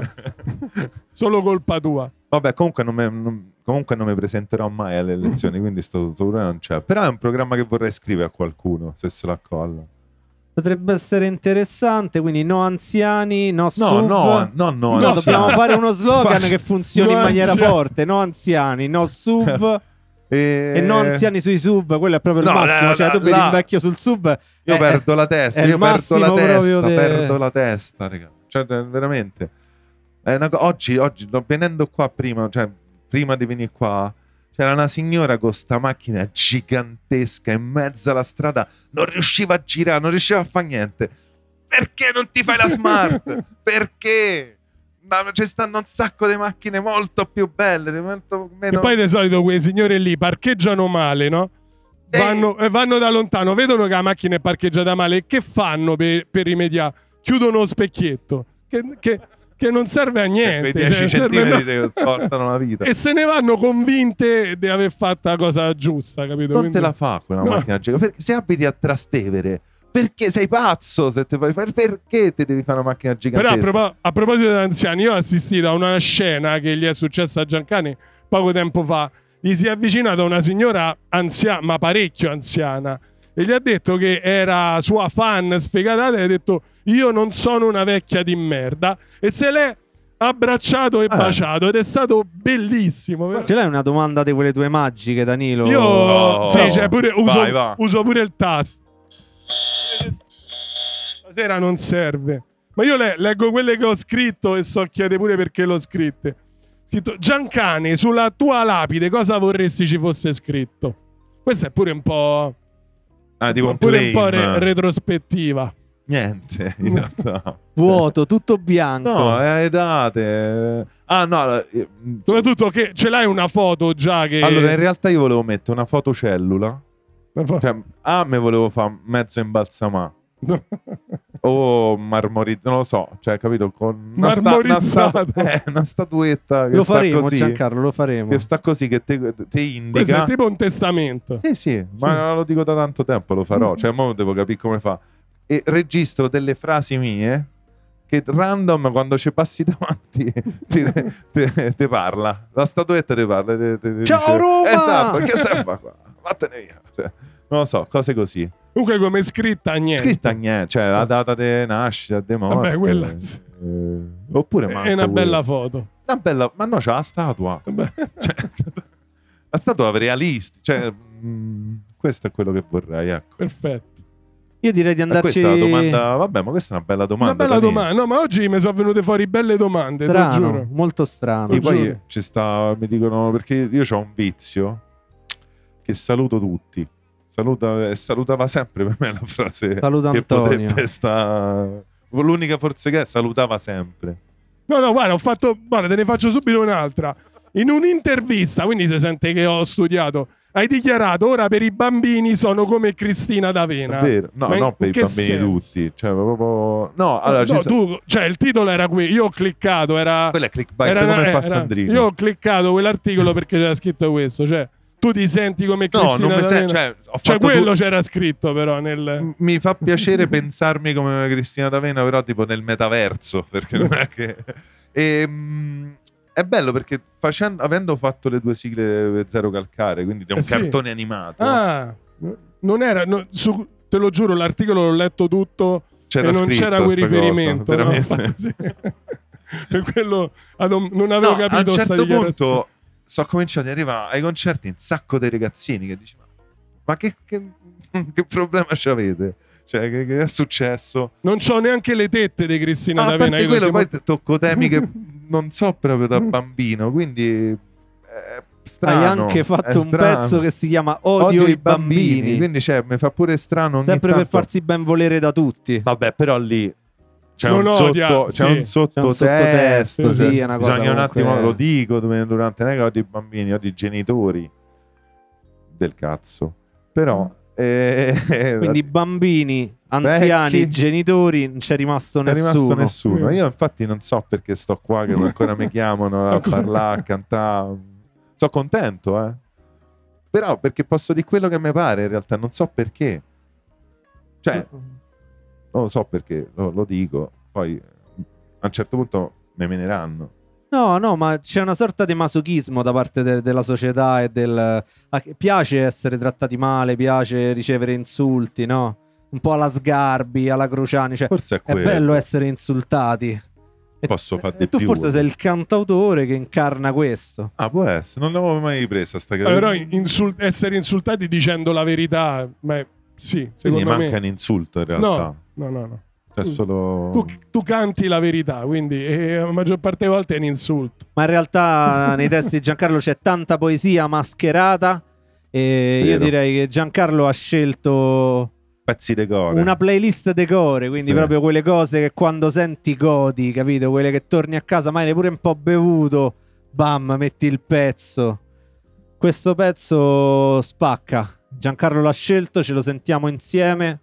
Speaker 3: Solo colpa tua.
Speaker 2: Vabbè, comunque non, me- non- comunque non mi presenterò mai alle elezioni, quindi sto tutto non c'è. Però è un programma che vorrei scrivere a qualcuno, se se la colla.
Speaker 1: Potrebbe essere interessante, quindi no anziani, no
Speaker 2: No,
Speaker 1: sub.
Speaker 2: no, no, no,
Speaker 1: No,
Speaker 2: anzi-
Speaker 1: dobbiamo fare uno slogan
Speaker 2: Faccio-
Speaker 1: che funzioni
Speaker 3: No
Speaker 1: in maniera
Speaker 3: anziani.
Speaker 1: forte. No anziani, no sub
Speaker 2: Eh,
Speaker 1: e no anziani sui sub. Quello è proprio il
Speaker 2: No,
Speaker 1: massimo.
Speaker 2: no,
Speaker 1: cioè,
Speaker 2: no,
Speaker 1: tu vedi
Speaker 2: no.
Speaker 1: un vecchio sul sub.
Speaker 2: Io
Speaker 1: eh,
Speaker 2: perdo la testa,
Speaker 1: è il
Speaker 2: io perdo la
Speaker 1: massimo proprio
Speaker 2: testa,
Speaker 1: de-
Speaker 2: perdo la testa, raga. Cioè, eh, veramente. È una co- oggi, oggi, no, venendo qua prima, cioè, prima di venire qua, c'era una signora con sta macchina gigantesca in mezzo alla strada, non riusciva a girare, non riusciva a fare niente. Perché non ti fai la smart? Perché? Ma ci stanno un sacco di macchine molto più belle, molto meno...
Speaker 3: E poi di solito quei signori lì parcheggiano male, no?
Speaker 2: Ehi!
Speaker 3: Vanno, eh, vanno da lontano, vedono che la macchina è parcheggiata male. Che fanno per, per rimediare? Chiudono lo specchietto, che, che- che non serve a niente.
Speaker 2: quei 10
Speaker 3: cioè, non serve
Speaker 2: centimetri
Speaker 3: a-
Speaker 2: che portano la vita.
Speaker 3: e se ne vanno convinte di aver fatto la cosa giusta, capito?
Speaker 2: Non
Speaker 3: Quindi-
Speaker 2: te la fa quella
Speaker 3: No.
Speaker 2: macchina gigante. Perché se abiti a Trastevere, perché sei pazzo? Se te fai fare- perché ti devi fare una macchina
Speaker 3: Però a,
Speaker 2: gigantesca?
Speaker 3: propo- a proposito di anziani, io ho assistito a una scena che gli è successa a Giancani poco tempo fa. Gli si è avvicinata una signora anziana, ma parecchio anziana, e gli ha detto che era sua fan sfegatata e ha detto io non sono una vecchia di merda e se l'è abbracciato e
Speaker 2: Ah.
Speaker 3: baciato ed è stato bellissimo.
Speaker 1: Ce l'hai una domanda di quelle tue magiche, Danilo?
Speaker 3: Io
Speaker 2: Oh.
Speaker 3: sì, cioè, pure-
Speaker 2: Vai,
Speaker 3: uso,
Speaker 2: va.
Speaker 3: uso pure il tasto. Stasera non serve. Ma io le- leggo quelle che ho scritto e so chiede pure perché l'ho scritte. Scritto, Giancane, sulla tua lapide cosa vorresti ci fosse scritto? Questa è pure un po',
Speaker 2: Ah, tipo un
Speaker 3: pure un po' re- Mm.
Speaker 2: claim.
Speaker 3: retrospettiva.
Speaker 2: Niente, in realtà.
Speaker 1: Vuoto, tutto bianco.
Speaker 2: No, è date. Ah, no. eh, cioè,
Speaker 3: Soprattutto che ce l'hai una foto già che...
Speaker 2: Allora, in realtà io volevo mettere una fotocellula.
Speaker 3: realtà...
Speaker 2: Cioè, A me volevo fare mezzo imbalsamà. O marmorizzato, non lo so, cioè, capito? Con una sta- una sta-
Speaker 3: Marmorizzato.
Speaker 2: eh, una statuetta che
Speaker 1: Lo
Speaker 2: sta
Speaker 1: faremo,
Speaker 2: così.
Speaker 1: Giancarlo, lo faremo.
Speaker 2: Che sta così, che te, te indica.
Speaker 3: Questo è tipo un testamento.
Speaker 2: Sì, sì, ma lo dico da tanto tempo, lo
Speaker 3: Mm.
Speaker 2: farò. Cioè, mo devo capire come fa. E registro delle frasi mie che random quando ci passi davanti ti, ti- ti parla. La statuetta ti parla. ti- ti- ti
Speaker 1: Ciao,
Speaker 2: dice,
Speaker 1: Roma!
Speaker 2: Esatto, che stai a fa qua? Vattene via. Cioè, non lo so, cose così.
Speaker 3: Comunque come scritta niente.
Speaker 2: Scritta niente, cioè la data di nascita, di morte.
Speaker 3: Vabbè, quella-
Speaker 2: eh, oppure manco
Speaker 3: è una bella
Speaker 2: quella.
Speaker 3: foto.
Speaker 2: Una bella- Ma no, c'è la statua.
Speaker 3: Vabbè.
Speaker 2: Cioè, la statua realista. Cioè, mh, questo è quello che vorrei, ecco.
Speaker 3: Perfetto.
Speaker 1: Io direi di
Speaker 2: Ma
Speaker 1: andarci.
Speaker 2: Eh, Questa è la domanda, vabbè, ma questa è una bella domanda.
Speaker 3: Una bella
Speaker 2: Tony.
Speaker 3: domanda. No, ma oggi mi sono venute fuori belle domande, te lo
Speaker 1: Strano,
Speaker 3: giuro.
Speaker 1: molto strano.
Speaker 2: E
Speaker 3: Lo
Speaker 2: poi
Speaker 3: giuro.
Speaker 2: ci sta, mi dicono perché io ho un vizio che saluto tutti. Saluta, e salutava sempre per me la frase
Speaker 1: Saluta
Speaker 2: che
Speaker 1: Antonio.
Speaker 2: potrebbe sta l'unica forse che è salutava sempre.
Speaker 3: No, no, guarda, ho fatto. Guarda, te ne faccio subito un'altra. In un'intervista, quindi si sente che ho studiato, hai dichiarato ora per i bambini sono come Cristina D'Avena.
Speaker 2: Vero? No,
Speaker 3: Ma in
Speaker 2: no, per i
Speaker 3: che
Speaker 2: bambini
Speaker 3: senso?
Speaker 2: tutti, cioè proprio no, allora ci
Speaker 3: No,
Speaker 2: sta-
Speaker 3: tu, cioè, il titolo era qui. Io ho cliccato, era.
Speaker 2: quella è clickbait
Speaker 3: era-
Speaker 2: come fa
Speaker 3: era-
Speaker 2: Sandrino.
Speaker 3: Io ho cliccato quell'articolo perché c'era scritto questo. Cioè, tu ti senti come
Speaker 2: no,
Speaker 3: Cristina
Speaker 2: non mi sei,
Speaker 3: D'Avena.
Speaker 2: cioè, ho
Speaker 3: Cioè,
Speaker 2: fatto tu- Mm,
Speaker 3: quello c'era scritto, però, nel.
Speaker 2: mi fa piacere pensarmi come una Cristina D'Avena, però tipo nel metaverso, perché non è che... Ehm, è bello perché facendo- avendo fatto le due sigle per Zero Calcare, quindi di un
Speaker 3: Eh sì.
Speaker 2: cartone animato,
Speaker 3: Ah, non era. no, su- te lo giuro, l'articolo l'ho letto tutto
Speaker 2: c'era
Speaker 3: e non
Speaker 2: scritto
Speaker 3: c'era quel
Speaker 2: sta cosa,
Speaker 3: riferimento. no?
Speaker 2: veramente.
Speaker 3: Sì. per quello ad- non avevo
Speaker 2: No, a
Speaker 3: capito
Speaker 2: un
Speaker 3: sta
Speaker 2: certo
Speaker 3: dichiarazione.
Speaker 2: punto sono cominciati ad arrivare ai concerti un sacco dei ragazzini che dici ma, ma che, che- che problema ci avete? Cioè, che, che è successo?
Speaker 3: Non c'ho neanche le tette di Cristina
Speaker 2: Ma a
Speaker 3: D'Avena.
Speaker 2: parte
Speaker 3: io
Speaker 2: Ah, quello, poi
Speaker 3: continuo-
Speaker 2: tocco temi che non so proprio da bambino, quindi è strano.
Speaker 1: Hai anche fatto
Speaker 2: è
Speaker 1: un
Speaker 2: strano.
Speaker 1: pezzo che si chiama Odio, i bambini.
Speaker 2: Quindi cioè, mi fa pure strano ogni
Speaker 1: Sempre per
Speaker 2: tanto.
Speaker 1: farsi ben volere da tutti.
Speaker 2: Vabbè, però lì c'è
Speaker 3: Non
Speaker 2: un
Speaker 3: odia,
Speaker 2: sotto, c'è
Speaker 3: sì.
Speaker 2: un
Speaker 1: C'è un
Speaker 2: sottotesto, cioè,
Speaker 1: sottotesto,
Speaker 3: sì,
Speaker 1: è una cosa
Speaker 2: Bisogna un
Speaker 1: comunque-
Speaker 2: attimo, lo dico durante non è che odio i bambini, odio i genitori del cazzo. Però eh,
Speaker 1: Quindi bambini, anziani,
Speaker 2: Vecchi.
Speaker 1: genitori, non c'è rimasto
Speaker 2: Non è
Speaker 1: nessuno.
Speaker 2: rimasto nessuno.
Speaker 3: Mm.
Speaker 2: Io infatti non so perché sto qua, che ancora mi chiamano a
Speaker 3: Ancora.
Speaker 2: parlare, a cantare. Sono contento, eh. Però perché posso dire quello che mi pare in realtà, non so perché. Cioè, non lo so perché, lo, lo dico. Poi a un certo punto me meneranno.
Speaker 1: No, no, ma c'è una sorta di masochismo da parte de- della società e del... a- piace essere trattati male, piace ricevere insulti, no? un po' alla Sgarbi, alla Cruciani, cioè
Speaker 2: Forse è
Speaker 1: è
Speaker 2: quello.
Speaker 1: bello essere insultati. E-
Speaker 2: Posso fare
Speaker 1: E
Speaker 2: di
Speaker 1: tu
Speaker 2: più.
Speaker 1: forse sei il cantautore che incarna questo.
Speaker 2: Ah, può essere. Non l'avevo mai presa sta
Speaker 3: Eh, Però
Speaker 2: categoria.
Speaker 3: insul- essere insultati dicendo la verità, ma è- sì,
Speaker 2: Quindi
Speaker 3: secondo
Speaker 2: manca
Speaker 3: me.
Speaker 2: un insulto in realtà.
Speaker 3: No, no, no, no.
Speaker 2: C'è
Speaker 3: Tu-
Speaker 2: solo...
Speaker 3: Tu, tu canti la verità, quindi eh, la maggior parte delle volte è un insulto.
Speaker 1: Ma in realtà nei testi di Giancarlo c'è tanta poesia mascherata. E io
Speaker 2: Vero.
Speaker 1: direi che Giancarlo ha scelto
Speaker 2: Pezzi de core.
Speaker 1: una playlist decore, quindi
Speaker 2: Sì.
Speaker 1: proprio quelle cose che quando senti godi, capito? Quelle che torni a casa, magari pure un po' bevuto, bam, metti il pezzo. Questo pezzo spacca. Giancarlo l'ha scelto, ce lo sentiamo insieme.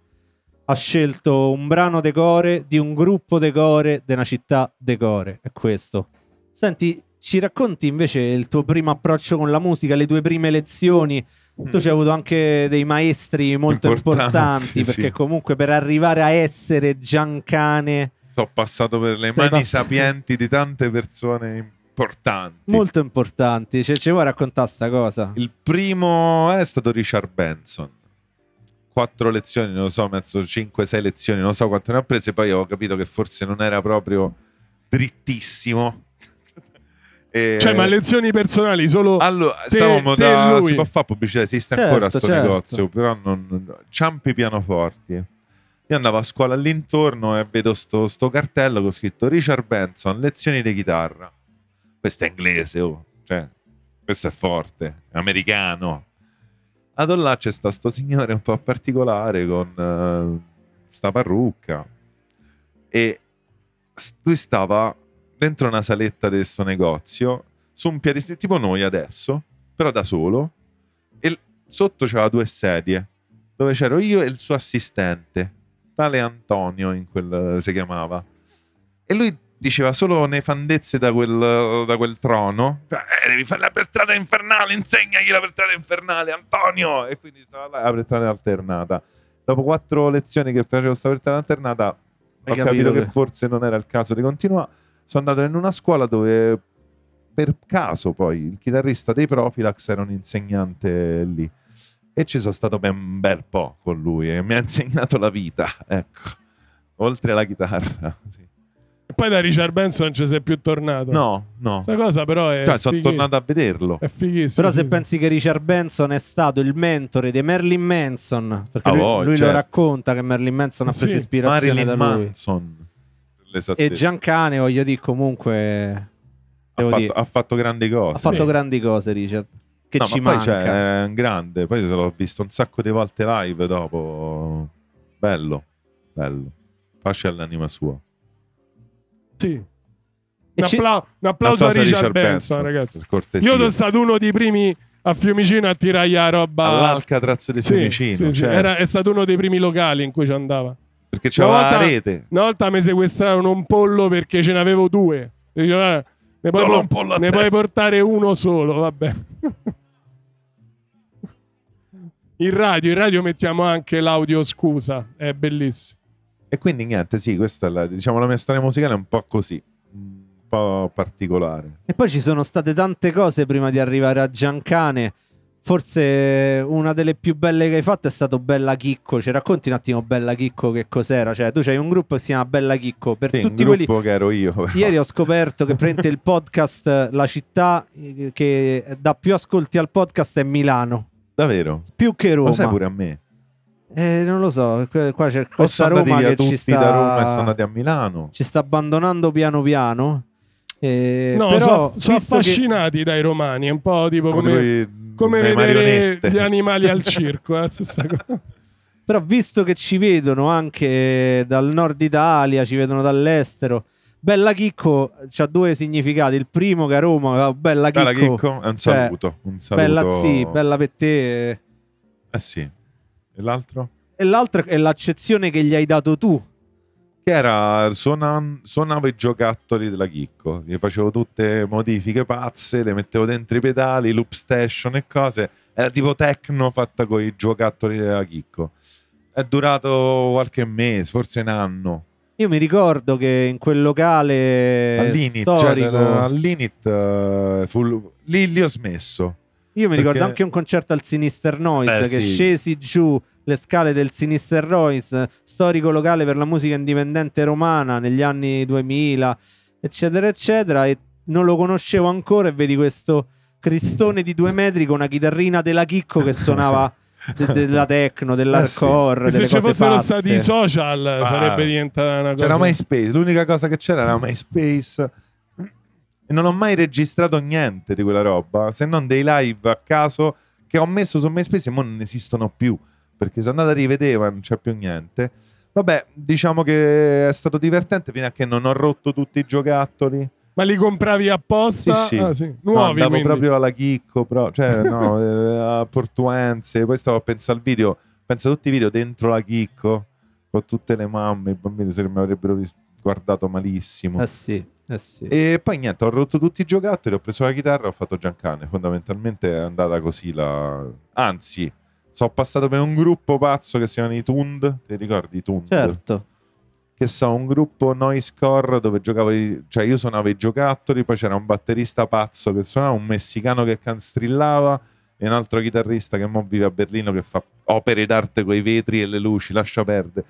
Speaker 1: Ha scelto un brano decore di un gruppo decore di una città decore. È questo. Senti, ci racconti invece il tuo primo approccio con la musica, le tue prime lezioni? Tu ci hai avuto anche dei maestri molto
Speaker 2: Mm. Importanti,
Speaker 1: importanti,
Speaker 2: sì.
Speaker 1: perché comunque per arrivare a essere Giancane
Speaker 2: Sono passato per le
Speaker 1: Sei
Speaker 2: mani
Speaker 1: passato-
Speaker 2: sapienti di tante persone importanti.
Speaker 1: molto importanti, cioè, ci vuoi raccontare sta cosa?
Speaker 2: Il primo è stato Richard Benson. Quattro lezioni, non lo so, mezzo 5-6 lezioni, non so quante ne ha prese. Poi ho capito che forse non era proprio drittissimo. E-
Speaker 3: Cioè, ma lezioni personali solo...
Speaker 2: Allora,
Speaker 3: te-
Speaker 2: stavamo
Speaker 3: te e
Speaker 2: da.
Speaker 3: lui.
Speaker 2: Si può fare pubblicità, esiste
Speaker 1: Certo,
Speaker 2: ancora sto
Speaker 1: certo.
Speaker 2: negozio, però non- non. Ciampi pianoforti. Io andavo a scuola all'intorno e vedo sto, sto cartello con scritto Richard Benson, lezioni di chitarra. Questo è inglese, oh. Cioè, questo è forte, è americano. Ad là c'è sta sto signore un po' particolare con eh, sta parrucca e s- lui stava dentro una saletta di questo negozio su un piedistallo tipo noi adesso, però da solo e l- sotto c'era due sedie dove c'ero io e il suo assistente, tale Antonio in quel eh, si chiamava. E lui diceva solo nefandezze da quel, da quel trono. Cioè, "Eh, devi fare la pertrata infernale, insegnagli la pertrata infernale, Antonio! E quindi stava là la pertrata alternata. Dopo quattro lezioni che facevo sta pertrata alternata, ho
Speaker 1: Hai
Speaker 2: capito,
Speaker 1: capito
Speaker 2: che
Speaker 1: che-
Speaker 2: forse non era il caso di continuare. Sono andato in una scuola dove per caso poi il chitarrista dei Profilax era un insegnante lì e ci sono stato ben un bel po' con lui e mi ha insegnato la vita, ecco, oltre alla chitarra. sì.
Speaker 3: Poi da Richard Benson ci sei più tornato.
Speaker 2: No, no,
Speaker 3: Questa cosa però è...
Speaker 2: cioè sono
Speaker 3: fighi-
Speaker 2: tornato a vederlo.
Speaker 3: È fighissimo.
Speaker 1: Però se
Speaker 3: sì,
Speaker 1: pensi che Richard Benson è stato il mentore di Merlin Manson, perché
Speaker 2: Ah,
Speaker 1: lui,
Speaker 2: voi,
Speaker 1: lui lo
Speaker 2: certo.
Speaker 1: racconta che Merlin Manson ha preso
Speaker 3: Sì,
Speaker 1: ispirazione
Speaker 2: Marilyn
Speaker 1: da lui.
Speaker 2: Manson. per
Speaker 1: E
Speaker 2: l'esattezza.
Speaker 1: Giancane, voglio dire, comunque
Speaker 2: ha,
Speaker 1: devo
Speaker 2: fatto,
Speaker 1: dire,
Speaker 2: ha fatto grandi cose.
Speaker 1: ha fatto
Speaker 3: sì.
Speaker 1: grandi cose Richard, che
Speaker 2: No,
Speaker 1: ci
Speaker 2: ma poi,
Speaker 1: manca.
Speaker 2: cioè, è un grande, poi se l'ho visto un sacco di volte live dopo. Bello, bello. Pace all'anima sua.
Speaker 3: sì.
Speaker 1: E
Speaker 3: Un,
Speaker 1: ci-
Speaker 3: appla- un applauso a Richard, Benson, ragazzi.
Speaker 2: Per cortesia.
Speaker 3: Io sono stato uno dei primi a Fiumicino a tirare la roba.
Speaker 2: All'Alcatraz di
Speaker 3: Sì,
Speaker 2: Fiumicino,
Speaker 3: sì, sì.
Speaker 2: certo,
Speaker 3: Era- è stato uno dei primi locali in cui ci andava.
Speaker 2: perché c'era
Speaker 3: Una
Speaker 2: la
Speaker 3: volta-
Speaker 2: rete.
Speaker 3: Una volta mi sequestrarono un pollo perché ce n'avevo due. E io, "Ah, ne puoi,
Speaker 2: Solo
Speaker 3: por-
Speaker 2: un pollo a
Speaker 3: ne
Speaker 2: testa."
Speaker 3: puoi portare uno solo, vabbè. In radio, in radio mettiamo anche l'audio scusa, è bellissimo.
Speaker 2: E quindi niente, sì, questa è la, diciamo, la mia storia musicale è un po' così, un po' particolare.
Speaker 1: E poi ci sono state tante cose prima di arrivare a Giancane. Forse una delle più belle che hai fatto è stato Bella Chicco. Ci racconti un attimo Bella Chicco che cos'era? Cioè, tu c'hai un gruppo che si chiama Bella Chicco. Per
Speaker 2: Sì,
Speaker 1: tutti
Speaker 2: un
Speaker 1: quelli.
Speaker 2: gruppo che ero io. però.
Speaker 1: Ieri ho scoperto che prende il podcast eh, La città eh, che dà più ascolti al podcast è Milano.
Speaker 2: Davvero?
Speaker 1: Più che Roma.
Speaker 2: Lo sai pure a me.
Speaker 1: Eh, non lo so, que- qua c'è
Speaker 2: O
Speaker 1: questa
Speaker 2: sono andati
Speaker 1: Roma
Speaker 2: via
Speaker 1: che
Speaker 2: tutti
Speaker 1: ci sta,
Speaker 2: da Roma e sono andati a Milano.
Speaker 1: ci sta abbandonando piano piano. Eh,
Speaker 3: no,
Speaker 1: però,
Speaker 3: sono
Speaker 1: visto che-
Speaker 3: affascinati dai romani, è un po' tipo
Speaker 2: Come,
Speaker 3: come,
Speaker 2: due-
Speaker 3: come
Speaker 2: due
Speaker 3: vedere
Speaker 2: marionette.
Speaker 3: gli animali al circo, è la stessa cosa.
Speaker 1: Però visto che ci vedono anche dal nord Italia, ci vedono dall'estero, Bella Chicco ha due significati. Il primo che a Roma, Bella Chicco,
Speaker 2: Dalla Chicco, è un
Speaker 1: Cioè,
Speaker 2: saluto. un saluto.
Speaker 1: Bella Zì, Bella per te.
Speaker 2: Eh sì. E l'altro?
Speaker 1: E l'altro è l'accezione che gli hai dato tu.
Speaker 2: Che era, suonan- suonavo i giocattoli della Chicco, gli facevo tutte modifiche pazze, le mettevo dentro i pedali, loop station e cose, era tipo techno fatta con i giocattoli della Chicco. È durato qualche mese, forse un anno.
Speaker 1: Io mi ricordo che in quel locale
Speaker 2: All'init,
Speaker 1: storico,
Speaker 2: cioè, all'init eh, fu l- lì, lì ho smesso.
Speaker 1: io mi ricordo
Speaker 2: perché-
Speaker 1: anche un concerto al Sinister Noise
Speaker 2: Beh,
Speaker 1: che
Speaker 2: sì.
Speaker 1: scesi giù le scale del Sinister Royce, storico locale per la musica indipendente romana negli anni 2000, eccetera, eccetera. E non lo conoscevo ancora e vedi questo cristone di due metri con una chitarrina della Chicco che suonava de- della
Speaker 2: Eh
Speaker 1: techno, dell'hardcore,
Speaker 3: E se
Speaker 1: delle
Speaker 3: ci
Speaker 1: cose
Speaker 3: fossero
Speaker 1: pazze.
Speaker 3: stati i social
Speaker 2: Ah.
Speaker 3: sarebbe diventata una cosa.
Speaker 2: C'era MySpace, l'unica cosa che c'era era MySpace. E non ho mai registrato niente di quella roba, se non dei live a caso che ho messo su MySpace e mo non esistono più, perché sono andato a rivedere ma non c'è più niente. Vabbè, diciamo che è stato divertente fino a che non ho rotto tutti i giocattoli.
Speaker 3: Ma li compravi apposta?
Speaker 2: Sì, sì.
Speaker 3: Ah, sì.
Speaker 2: No,
Speaker 3: Nuovi
Speaker 2: andavo
Speaker 3: quindi.
Speaker 2: proprio alla Chicco, però- cioè no, eh, a Portuense, poi stavo a pensare al video, penso a tutti i video dentro la Chicco, con tutte le mamme, i bambini se mi avrebbero vis- guardato malissimo.
Speaker 1: Eh sì, eh sì.
Speaker 2: E poi niente, ho rotto tutti i giocattoli, ho preso la chitarra, ho fatto Giancane, fondamentalmente è andata così la... Anzi, sono passato per un gruppo pazzo che si chiamano i Tund, ti ricordi i Tund?
Speaker 1: Certo.
Speaker 2: che so, un gruppo noisecore dove giocavo, i- cioè io suonavo i giocattoli, poi c'era un batterista pazzo che suonava, un messicano che canstrillava e un altro chitarrista che mo vive a Berlino che fa opere d'arte con i vetri e le luci, lascia perdere.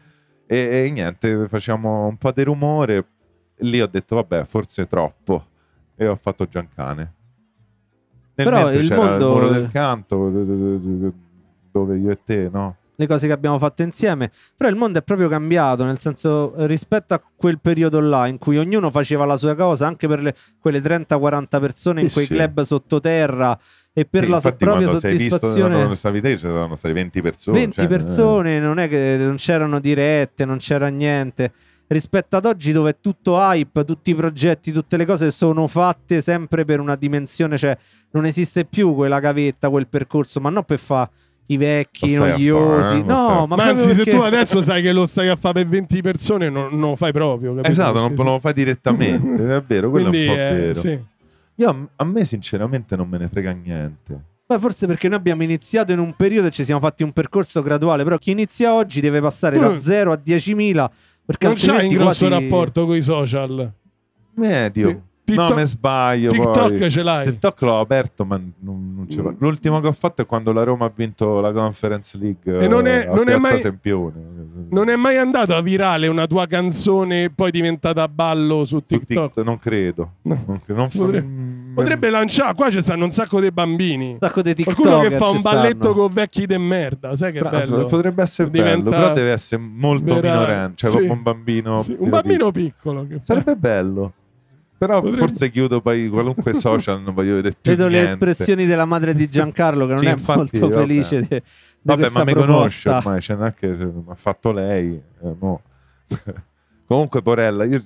Speaker 2: E, e niente, facciamo un po' di rumore. Lì ho detto, vabbè, forse è troppo. E ho fatto Giancane. Nel
Speaker 1: Però
Speaker 2: mentre
Speaker 1: il
Speaker 2: c'era
Speaker 1: mondo-
Speaker 2: il muro del canto, dove io e te, no?
Speaker 1: Le cose che abbiamo fatto insieme. Però il mondo è proprio cambiato, nel senso eh, rispetto a quel periodo là in cui ognuno faceva la sua cosa, anche per le- quelle 30-40 persone in
Speaker 2: Sì,
Speaker 1: quei
Speaker 2: sì.
Speaker 1: club sottoterra e per
Speaker 2: Sì,
Speaker 1: la so-
Speaker 2: infatti,
Speaker 1: propria
Speaker 2: quando sei visto
Speaker 1: soddisfazione.
Speaker 2: quando stavi te, c'erano state 20 persone.
Speaker 1: 20
Speaker 2: cioè,
Speaker 3: eh.
Speaker 1: persone, non è che eh, non c'erano dirette, non c'era niente. Rispetto ad oggi dove è tutto hype, tutti i progetti, tutte le cose sono fatte sempre per una dimensione, cioè non esiste più quella gavetta, quel percorso, ma non per fare i vecchi,
Speaker 2: Lo stai a
Speaker 1: noiosi.
Speaker 2: fa', eh? Lo stai
Speaker 1: no,
Speaker 2: a
Speaker 1: ma,
Speaker 3: Ma
Speaker 1: proprio
Speaker 3: anzi,
Speaker 1: perché-
Speaker 3: se tu adesso sai che lo stai a fare per 20 persone, non, non lo fai proprio.
Speaker 2: eh.
Speaker 3: Capito?
Speaker 2: Esatto, non, non lo fai direttamente, è vero, quello
Speaker 3: Quindi,
Speaker 2: è un po'
Speaker 3: eh,
Speaker 2: vero.
Speaker 3: sì.
Speaker 2: Io a, a me sinceramente non me ne frega niente.
Speaker 1: Ma forse perché noi abbiamo iniziato in un periodo e ci siamo fatti un percorso graduale, però chi inizia oggi deve passare da
Speaker 3: Mm.
Speaker 1: 0 a 10.000 perché
Speaker 3: Non c'hai un
Speaker 1: altrimenti
Speaker 3: grosso
Speaker 1: quasi-
Speaker 3: rapporto con i social.
Speaker 2: Medio.
Speaker 3: TikTok-
Speaker 2: Eh, no, me sbaglio.
Speaker 3: TikTok
Speaker 2: poi.
Speaker 3: ce l'hai. Mm.
Speaker 2: TikTok l'ho aperto, ma non, non ce l'ho. L'ultimo che ho fatto è quando la Roma ha vinto la Conference League.
Speaker 3: E non è-
Speaker 2: eh, a
Speaker 3: non è
Speaker 2: Piazza
Speaker 3: mai-
Speaker 2: Sempione.
Speaker 3: Non è mai andata virale una tua canzone poi diventata ballo su
Speaker 2: Su TikTok,
Speaker 3: TikTok?
Speaker 2: Non credo.
Speaker 3: No.
Speaker 2: Non cre- non fa-
Speaker 3: Potrebbe-
Speaker 2: mm,
Speaker 3: Potrebbe lanciare, qua ci stanno un sacco di bambini.
Speaker 1: Un sacco di TikTok.
Speaker 3: Qualcuno che fa un balletto con vecchi de merda, sai che
Speaker 2: Strano,
Speaker 3: bello?
Speaker 2: potrebbe essere bello,
Speaker 3: Diventa-
Speaker 2: però deve essere molto
Speaker 3: vera-
Speaker 2: minorenne, cioè
Speaker 3: sì.
Speaker 2: proprio un bambino.
Speaker 3: Sì, un bambino piccolo. Che fa-
Speaker 2: Sarebbe bello. Però
Speaker 3: Potrebbe-
Speaker 2: forse chiudo poi qualunque social, non voglio vedere più
Speaker 1: Vedo le
Speaker 2: niente.
Speaker 1: espressioni della madre di Giancarlo che non
Speaker 2: Sì,
Speaker 1: è
Speaker 2: infatti,
Speaker 1: molto
Speaker 2: vabbè.
Speaker 1: felice di, di
Speaker 2: Vabbè,
Speaker 1: questa
Speaker 2: ma mi conosce
Speaker 1: proposta.
Speaker 2: ormai, cioè, non è che mi ha fatto lei. eh, mo. Comunque, Porella, io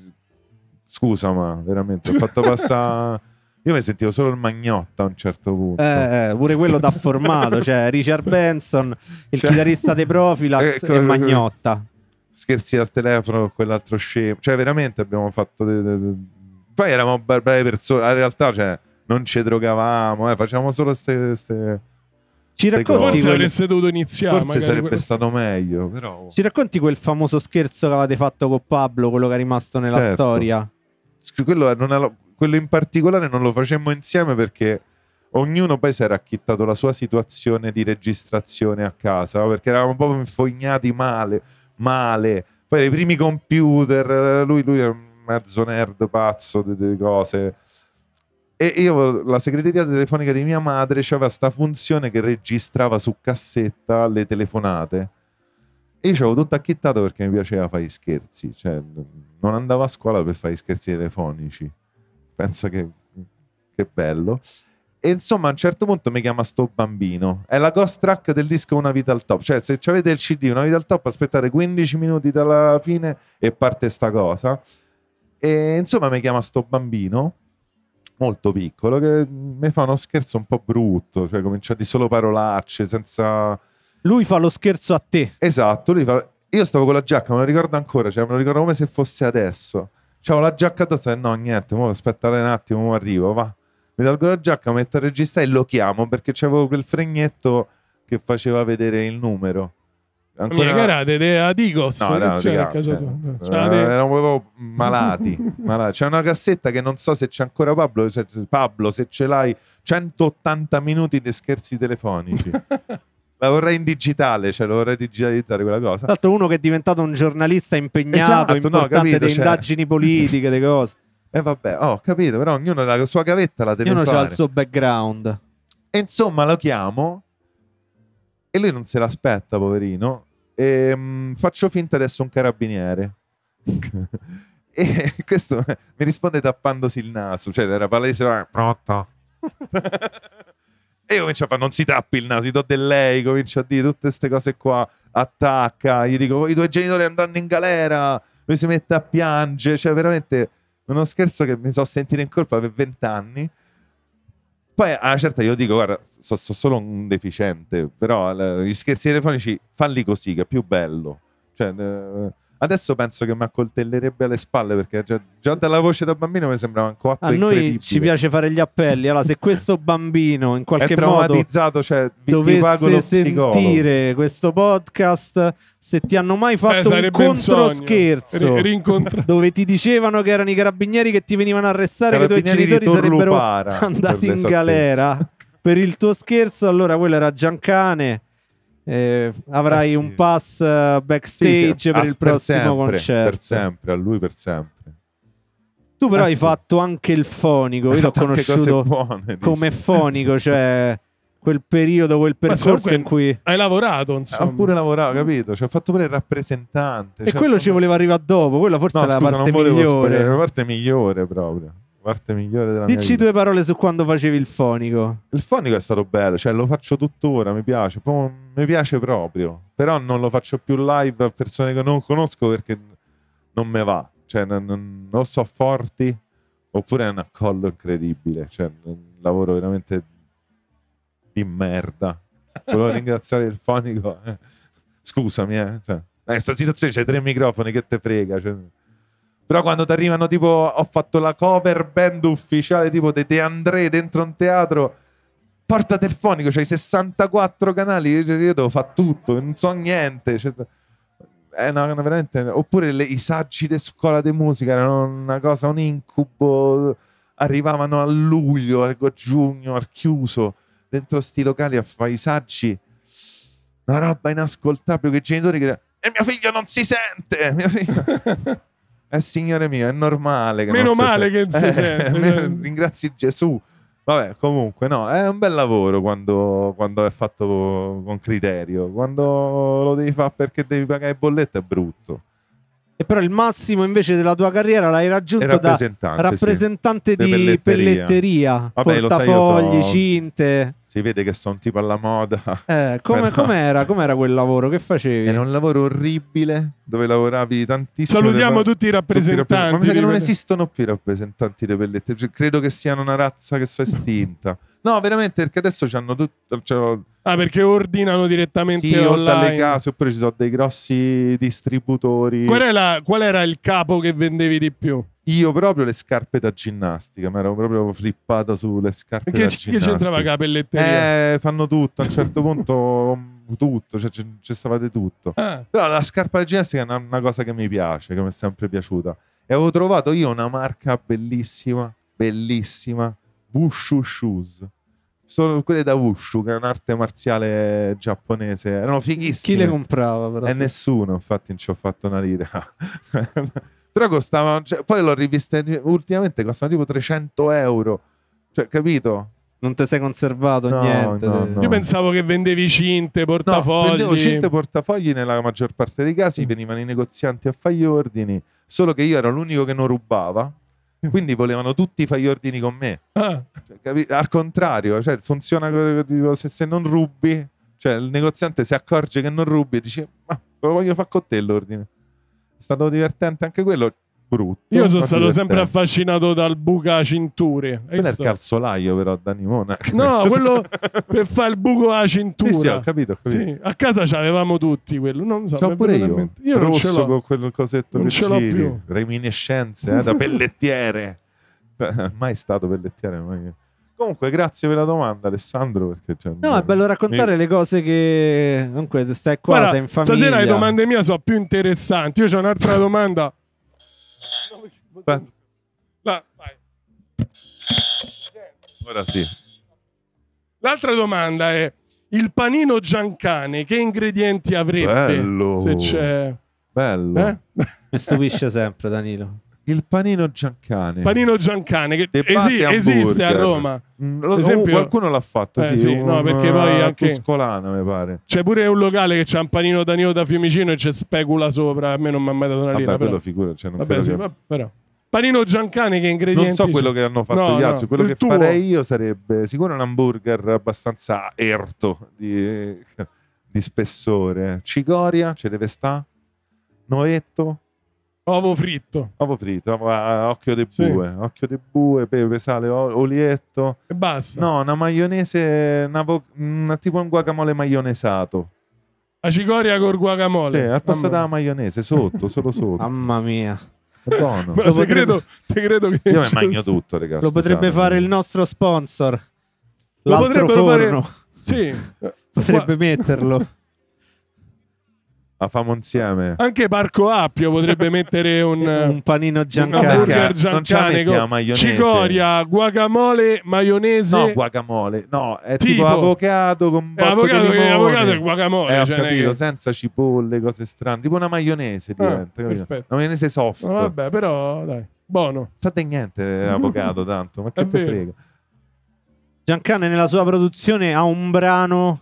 Speaker 2: scusa, ma veramente ho fatto passare. Io mi sentivo solo il magnotta a un certo punto.
Speaker 1: Eh, eh, pure quello da formato, cioè Richard Benson, il
Speaker 2: Cioè-
Speaker 1: chitarrista dei Profilax
Speaker 2: Ecco,
Speaker 1: e Magnotta.
Speaker 2: scherzi al telefono con quell'altro scemo. Cioè, veramente abbiamo fatto. de- de- de- Poi eravamo bra- brave persone. In realtà, cioè, non ci drogavamo, eh, facciamo solo queste.
Speaker 1: Ci
Speaker 2: Ste
Speaker 1: racconti,
Speaker 2: cose.
Speaker 3: Forse
Speaker 1: quel,
Speaker 3: avreste dovuto iniziare.
Speaker 2: Forse
Speaker 3: magari
Speaker 2: sarebbe
Speaker 3: quello-
Speaker 2: stato meglio, però.
Speaker 1: ci racconti quel famoso scherzo che avevate fatto con Pablo, quello che è rimasto nella
Speaker 2: Certo.
Speaker 1: storia?
Speaker 2: Quello, non era- quello in particolare non lo facemmo insieme perché ognuno poi si era acchittato la sua situazione di registrazione a casa perché eravamo proprio infognati male, male. Poi i primi computer, lui, lui è un mezzo nerd pazzo di- di cose. E io, la segreteria telefonica di mia madre, c'aveva sta funzione che registrava su cassetta le telefonate. E io ci avevo tutto acchittato perché mi piaceva fare gli scherzi. Cioè, n- non andavo a scuola per fare gli scherzi telefonici. Pensa che, che bello. E insomma, a un certo punto mi chiama sto bambino. È la ghost track del disco Una vita al top. Cioè, se avete il CD Una vita al top, aspettate 15 minuti dalla fine e parte sta cosa. E insomma, mi chiama sto bambino molto piccolo che mi fa uno scherzo un po' brutto, cioè comincia di solo parolacce, senza
Speaker 1: Lui fa lo scherzo a te.
Speaker 2: Esatto, lui fa- io stavo con la giacca, me lo ricordo ancora, cioè me lo ricordo come se fosse adesso. C'avevo la giacca addosso e no, niente, mo aspettate un attimo, mo arrivo, va. Mi tolgo la giacca, metto a registrare e lo chiamo perché c'avevo quel fregnetto che faceva vedere il numero.
Speaker 3: Mica eravate dei Adigos.
Speaker 2: No,
Speaker 3: che
Speaker 2: no,
Speaker 3: c'era
Speaker 2: raga,
Speaker 3: a casa
Speaker 2: cioè,
Speaker 3: tua?
Speaker 2: eh,
Speaker 3: C'era dei-
Speaker 2: eravamo proprio malati, malati. C'è una cassetta che non so se c'è ancora Pablo, se,
Speaker 3: Eh,
Speaker 2: se- Pablo, se ce l'hai, 180 minuti di scherzi telefonici. La vorrei in digitale, cioè la vorrei digitalizzare quella cosa.
Speaker 1: Tra l'altro uno che è diventato un giornalista impegnato,
Speaker 2: Esatto, no,
Speaker 1: importante,
Speaker 2: capito,
Speaker 1: delle
Speaker 2: cioè-
Speaker 1: indagini politiche, delle cose.
Speaker 2: E vabbè, oh, ho capito, però ognuno la sua gavetta la deve
Speaker 1: Ognuno
Speaker 2: fare.
Speaker 1: ha il suo background.
Speaker 2: E insomma lo chiamo e lui non se l'aspetta, poverino. E, mm, faccio finta di essere un carabiniere. e questo mi risponde tappandosi il naso, cioè era palese, "Ah, pronto. e io comincio a fare, non si tappi il naso, gli do del lei, comincio a dire tutte queste cose qua, attacca, gli dico, i tuoi genitori andranno in galera, lui si mette a piangere, cioè veramente, uno scherzo che mi so sentire in colpa per vent'anni. Poi a una certa io dico, guarda, sono solo un deficiente, però l- gli scherzi telefonici falli così, che è più bello. Cioè, eh, adesso penso che mi accoltellerebbe alle spalle, perché già, già dalla voce da bambino mi sembrava un coatto
Speaker 1: A noi
Speaker 2: incredibile.
Speaker 1: ci piace fare gli appelli. Allora, se questo bambino in
Speaker 2: È
Speaker 1: qualche modo
Speaker 2: traumatizzato, cioè, vi- vi pago lo
Speaker 1: dovesse
Speaker 2: psicologo.
Speaker 1: sentire questo podcast, se ti hanno mai
Speaker 3: Beh,
Speaker 1: fatto un
Speaker 3: Eh, sarebbe un sogno.
Speaker 1: controscherzo
Speaker 3: Ri- rincontra-
Speaker 1: dove ti dicevano che erano i carabinieri che ti venivano a arrestare, che i tuoi
Speaker 2: Carabinieri di
Speaker 1: genitori sarebbero
Speaker 2: Torlupara, per
Speaker 1: andati in
Speaker 2: l'esattezza.
Speaker 1: galera per il tuo scherzo, allora quello era Giancane. Eh, avrai
Speaker 2: Eh sì.
Speaker 1: un pass eh,
Speaker 2: Sì, sì,
Speaker 1: backstage per
Speaker 2: as-
Speaker 1: il prossimo
Speaker 2: sempre,
Speaker 1: concerto.
Speaker 2: Per sempre, a lui per sempre.
Speaker 1: Tu però
Speaker 2: Ah,
Speaker 1: hai
Speaker 2: sì.
Speaker 1: fatto anche il fonico, io l'ho
Speaker 2: Tanto anche cose
Speaker 1: conosciuto
Speaker 2: buone, dici.
Speaker 1: come fonico, cioè quel periodo, quel percorso
Speaker 3: comunque-
Speaker 1: in cui...
Speaker 3: Hai lavorato,
Speaker 2: Ha
Speaker 3: insomma.
Speaker 2: pure lavorato, capito? Cioè, ha fatto pure il rappresentante.
Speaker 1: E
Speaker 2: cioè,
Speaker 1: quello ci
Speaker 2: proprio-
Speaker 1: voleva arrivare dopo, quella forse
Speaker 2: No,
Speaker 1: era
Speaker 2: scusa,
Speaker 1: la
Speaker 2: non
Speaker 1: parte
Speaker 2: volevo sperare,
Speaker 1: migliore.
Speaker 2: La parte migliore proprio. La parte migliore della
Speaker 1: Dici
Speaker 2: mia vita.
Speaker 1: due parole su quando facevi il fonico.
Speaker 2: Il fonico è stato bello, cioè lo faccio tuttora, mi piace, proprio- mi piace proprio. Però non lo faccio più live a persone che non conosco perché non me va. Cioè, non, non- non so forti, oppure è un accollo incredibile. Cioè, un lavoro veramente di merda. Volevo ringraziare il fonico. eh. Scusami, eh. Cioè, questa situazione c'è tre microfoni, che te frega. cioè. Però quando ti arrivano, tipo, ho fatto la cover band ufficiale tipo di De André dentro un teatro. Porta del fonico, c'hai 64 canali, io, io devo fare tutto, non so niente. cioè, è una, una veramente. Oppure le- i saggi di scuola di musica erano una cosa, un incubo. Arrivavano a luglio, a giugno, al chiuso dentro sti locali a fare i saggi. Una roba inascoltabile che i genitori che e mio figlio non si sente. Mio figlio... eh, signore mio, è normale. Che
Speaker 3: Meno
Speaker 2: non si
Speaker 3: male che non si
Speaker 2: Eh,
Speaker 3: sente,
Speaker 2: me-
Speaker 3: cioè.
Speaker 2: Ringrazi Gesù. Vabbè, comunque, no, è un bel lavoro quando, quando è fatto con criterio. Quando lo devi fare perché devi pagare bollette è brutto.
Speaker 1: E però il massimo invece della tua carriera l'hai
Speaker 2: È
Speaker 1: raggiunto da
Speaker 2: rappresentante. sì.
Speaker 1: rappresentante
Speaker 2: De
Speaker 1: di pelletteria,
Speaker 2: pelletteria. Vabbè, lo sai, io
Speaker 1: portafogli,
Speaker 2: so-
Speaker 1: cinte.
Speaker 2: Si vede che sono tipo alla moda.
Speaker 1: Eh, come,
Speaker 2: Però-
Speaker 1: Com'era? Com'era quel lavoro? Che facevi?
Speaker 2: Era un lavoro orribile dove lavoravi tantissimo.
Speaker 3: Salutiamo
Speaker 2: Dove-
Speaker 3: tutti i
Speaker 2: Tutti i rappresentanti. Ma mi
Speaker 3: rappresentanti.
Speaker 2: sa che non
Speaker 3: di-
Speaker 2: esistono più i rappresentanti dei pelletti. Cioè, credo che siano una razza che sia estinta. No, veramente, perché adesso c'hanno tutto. Cioè,
Speaker 3: Ah, perché ordinano direttamente
Speaker 2: sì, o dalle
Speaker 3: online.
Speaker 2: case, oppure ci sono dei grossi distributori.
Speaker 3: Qual, è la- qual era il capo che vendevi di più?
Speaker 2: Io proprio le scarpe da ginnastica, mi ero proprio flippato sulle scarpe
Speaker 3: Che,
Speaker 2: da
Speaker 3: che c'entrava la
Speaker 2: ginnastica.
Speaker 3: capelletteria?
Speaker 2: Eh, fanno tutto, a un certo punto mm, tutto, cioè c'è, c'è stava di tutto.
Speaker 3: Ah,
Speaker 2: Però la scarpa da ginnastica è una, una cosa che mi piace, che mi è sempre piaciuta. E avevo trovato io una marca bellissima, bellissima, Wushu Shoes. Sono quelle da Wushu, che è un'arte marziale giapponese. Erano
Speaker 1: Chi le
Speaker 2: fighissime.
Speaker 1: comprava? Però,
Speaker 2: E
Speaker 1: Sì.
Speaker 2: nessuno, infatti, non ci ho fatto una lira. Però costava, cioè, poi l'ho rivista ultimamente, costano tipo 300 euro. Cioè, capito?
Speaker 1: Non ti sei conservato
Speaker 2: No,
Speaker 1: niente.
Speaker 2: no,
Speaker 1: Te-
Speaker 2: no.
Speaker 3: Io pensavo che vendevi cinte,
Speaker 2: No,
Speaker 3: portafogli. Mm.
Speaker 2: prendevo cinte e portafogli nella maggior parte dei casi, venivano i negozianti a fare gli ordini, solo che io ero l'unico che non rubava,
Speaker 3: Mm.
Speaker 2: quindi volevano tutti fare gli ordini con me.
Speaker 3: Ah,
Speaker 2: Cioè, capi- Al contrario, cioè, funziona co- tipo, se, se non rubi, cioè il negoziante si accorge che non rubi e dice ma lo voglio fare con te l'ordine. È stato divertente anche quello, brutto.
Speaker 3: io sono
Speaker 2: ma
Speaker 3: stato sempre
Speaker 2: divertente.
Speaker 3: affascinato dal buca cinture.
Speaker 2: Quello è il
Speaker 3: Questo-
Speaker 2: calzolaio però, Dani Mona.
Speaker 3: No, quello per fare il buco alla cintura.
Speaker 2: Sì, sì, ho capito, ho capito.
Speaker 3: Sì, a casa ce l'avevamo tutti quello. Non so,
Speaker 2: Ce l'ho
Speaker 3: mi è
Speaker 2: pure
Speaker 3: venuto in
Speaker 2: io.
Speaker 3: mente. Io non
Speaker 2: rosso
Speaker 3: ce l'ho.
Speaker 2: con quel cosetto
Speaker 3: Non
Speaker 2: che
Speaker 3: ce l'ho
Speaker 2: giri.
Speaker 3: più.
Speaker 2: Reminiscenze eh, da pellettiere. Beh, mai stato pellettiere. mai- Comunque, grazie per la domanda, Alessandro. Perché, cioè,
Speaker 1: No, è bello raccontare
Speaker 2: Mi-
Speaker 1: le cose che. Comunque, stai qua,
Speaker 3: Guarda,
Speaker 1: sei in famiglia.
Speaker 3: Stasera le domande mie sono più interessanti. Io ho un'altra domanda.
Speaker 2: Aspetta,
Speaker 3: La- vai.
Speaker 2: Ora sì.
Speaker 3: L'altra domanda è: il panino Giancane, che ingredienti avrebbe?
Speaker 2: Bello.
Speaker 3: Se c'è...
Speaker 2: Bello.
Speaker 3: eh?
Speaker 1: Mi stupisce sempre Danilo.
Speaker 2: Il panino Giancane.
Speaker 3: Panino Giancane, che
Speaker 2: De base
Speaker 3: esi-
Speaker 2: hamburger.
Speaker 3: esiste a Roma.
Speaker 2: Mm, lo-
Speaker 3: Per esempio-
Speaker 2: oh, qualcuno l'ha fatto,
Speaker 3: Eh,
Speaker 2: sì.
Speaker 3: sì, no,
Speaker 2: un-
Speaker 3: perché poi
Speaker 2: a
Speaker 3: anche-
Speaker 2: Tuscolano, mi pare.
Speaker 3: C'è pure un locale che c'ha un panino Danilo da Fiumicino e c'è specula sopra. A me non mi ha mai dato una
Speaker 2: Vabbè,
Speaker 3: lira. però.
Speaker 2: quello figura, cioè, non,
Speaker 3: Vabbè,
Speaker 2: credo
Speaker 3: sì,
Speaker 2: che-
Speaker 3: va- però. Panino Giancane, che ingredienti?
Speaker 2: non so
Speaker 3: c'è?
Speaker 2: quello che hanno fatto
Speaker 3: No,
Speaker 2: gli
Speaker 3: no,
Speaker 2: altri. Quello
Speaker 3: il
Speaker 2: che
Speaker 3: tuo.
Speaker 2: farei io sarebbe sicuro un hamburger abbastanza erto di, di spessore. Cicoria, ce deve sta. Noetto,
Speaker 3: Ovo fritto
Speaker 2: ovo frito, ah, occhio di
Speaker 3: Sì.
Speaker 2: bue, occhio di bue, pepe, sale, o- olietto.
Speaker 3: e basta.
Speaker 2: No, una maionese, una vo- mm, tipo un guacamole maionesato.
Speaker 3: La cicoria col
Speaker 2: Sì,
Speaker 3: guacamole.
Speaker 2: al posto
Speaker 3: Mamma
Speaker 2: della maionese, sotto, solo sotto.
Speaker 1: Mamma mia.
Speaker 2: È buono.
Speaker 3: Ma
Speaker 1: Lo
Speaker 3: te,
Speaker 1: potrebbe-
Speaker 3: credo, te credo che.
Speaker 2: Io mi mangio tutto, ragazzi.
Speaker 1: Lo potrebbe fare il nostro sponsor.
Speaker 3: Lo
Speaker 1: L'altro
Speaker 3: potrebbero fare-
Speaker 1: forno.
Speaker 3: Sì.
Speaker 1: Potrebbe metterlo.
Speaker 2: La famo insieme.
Speaker 3: Anche Parco Appio potrebbe mettere un.
Speaker 1: Un panino
Speaker 2: Vabbè,
Speaker 1: Giancane.
Speaker 3: hamburger
Speaker 2: non ce la
Speaker 3: Giancane
Speaker 2: metti la
Speaker 3: con
Speaker 2: maionese.
Speaker 3: cicoria, guacamole, maionese.
Speaker 2: No, guacamole, no, è
Speaker 3: Tipo-
Speaker 2: tipo, avocado con
Speaker 3: Eh,
Speaker 2: botto
Speaker 3: avocado,
Speaker 2: di
Speaker 3: che-
Speaker 2: limone.
Speaker 3: avocado e
Speaker 2: Eh,
Speaker 3: guacamole.
Speaker 2: ho
Speaker 3: cioè, non è
Speaker 2: capito,
Speaker 3: che-
Speaker 2: senza cipolle, cose strane, tipo una maionese diventa, capito?
Speaker 3: perfetto.
Speaker 2: Una maionese soft.
Speaker 3: No, Vabbè, però dai, buono.
Speaker 2: State niente eh, avocado tanto, ma
Speaker 3: È
Speaker 2: che te
Speaker 3: vero.
Speaker 2: frega?
Speaker 1: Giancane nella sua produzione ha un brano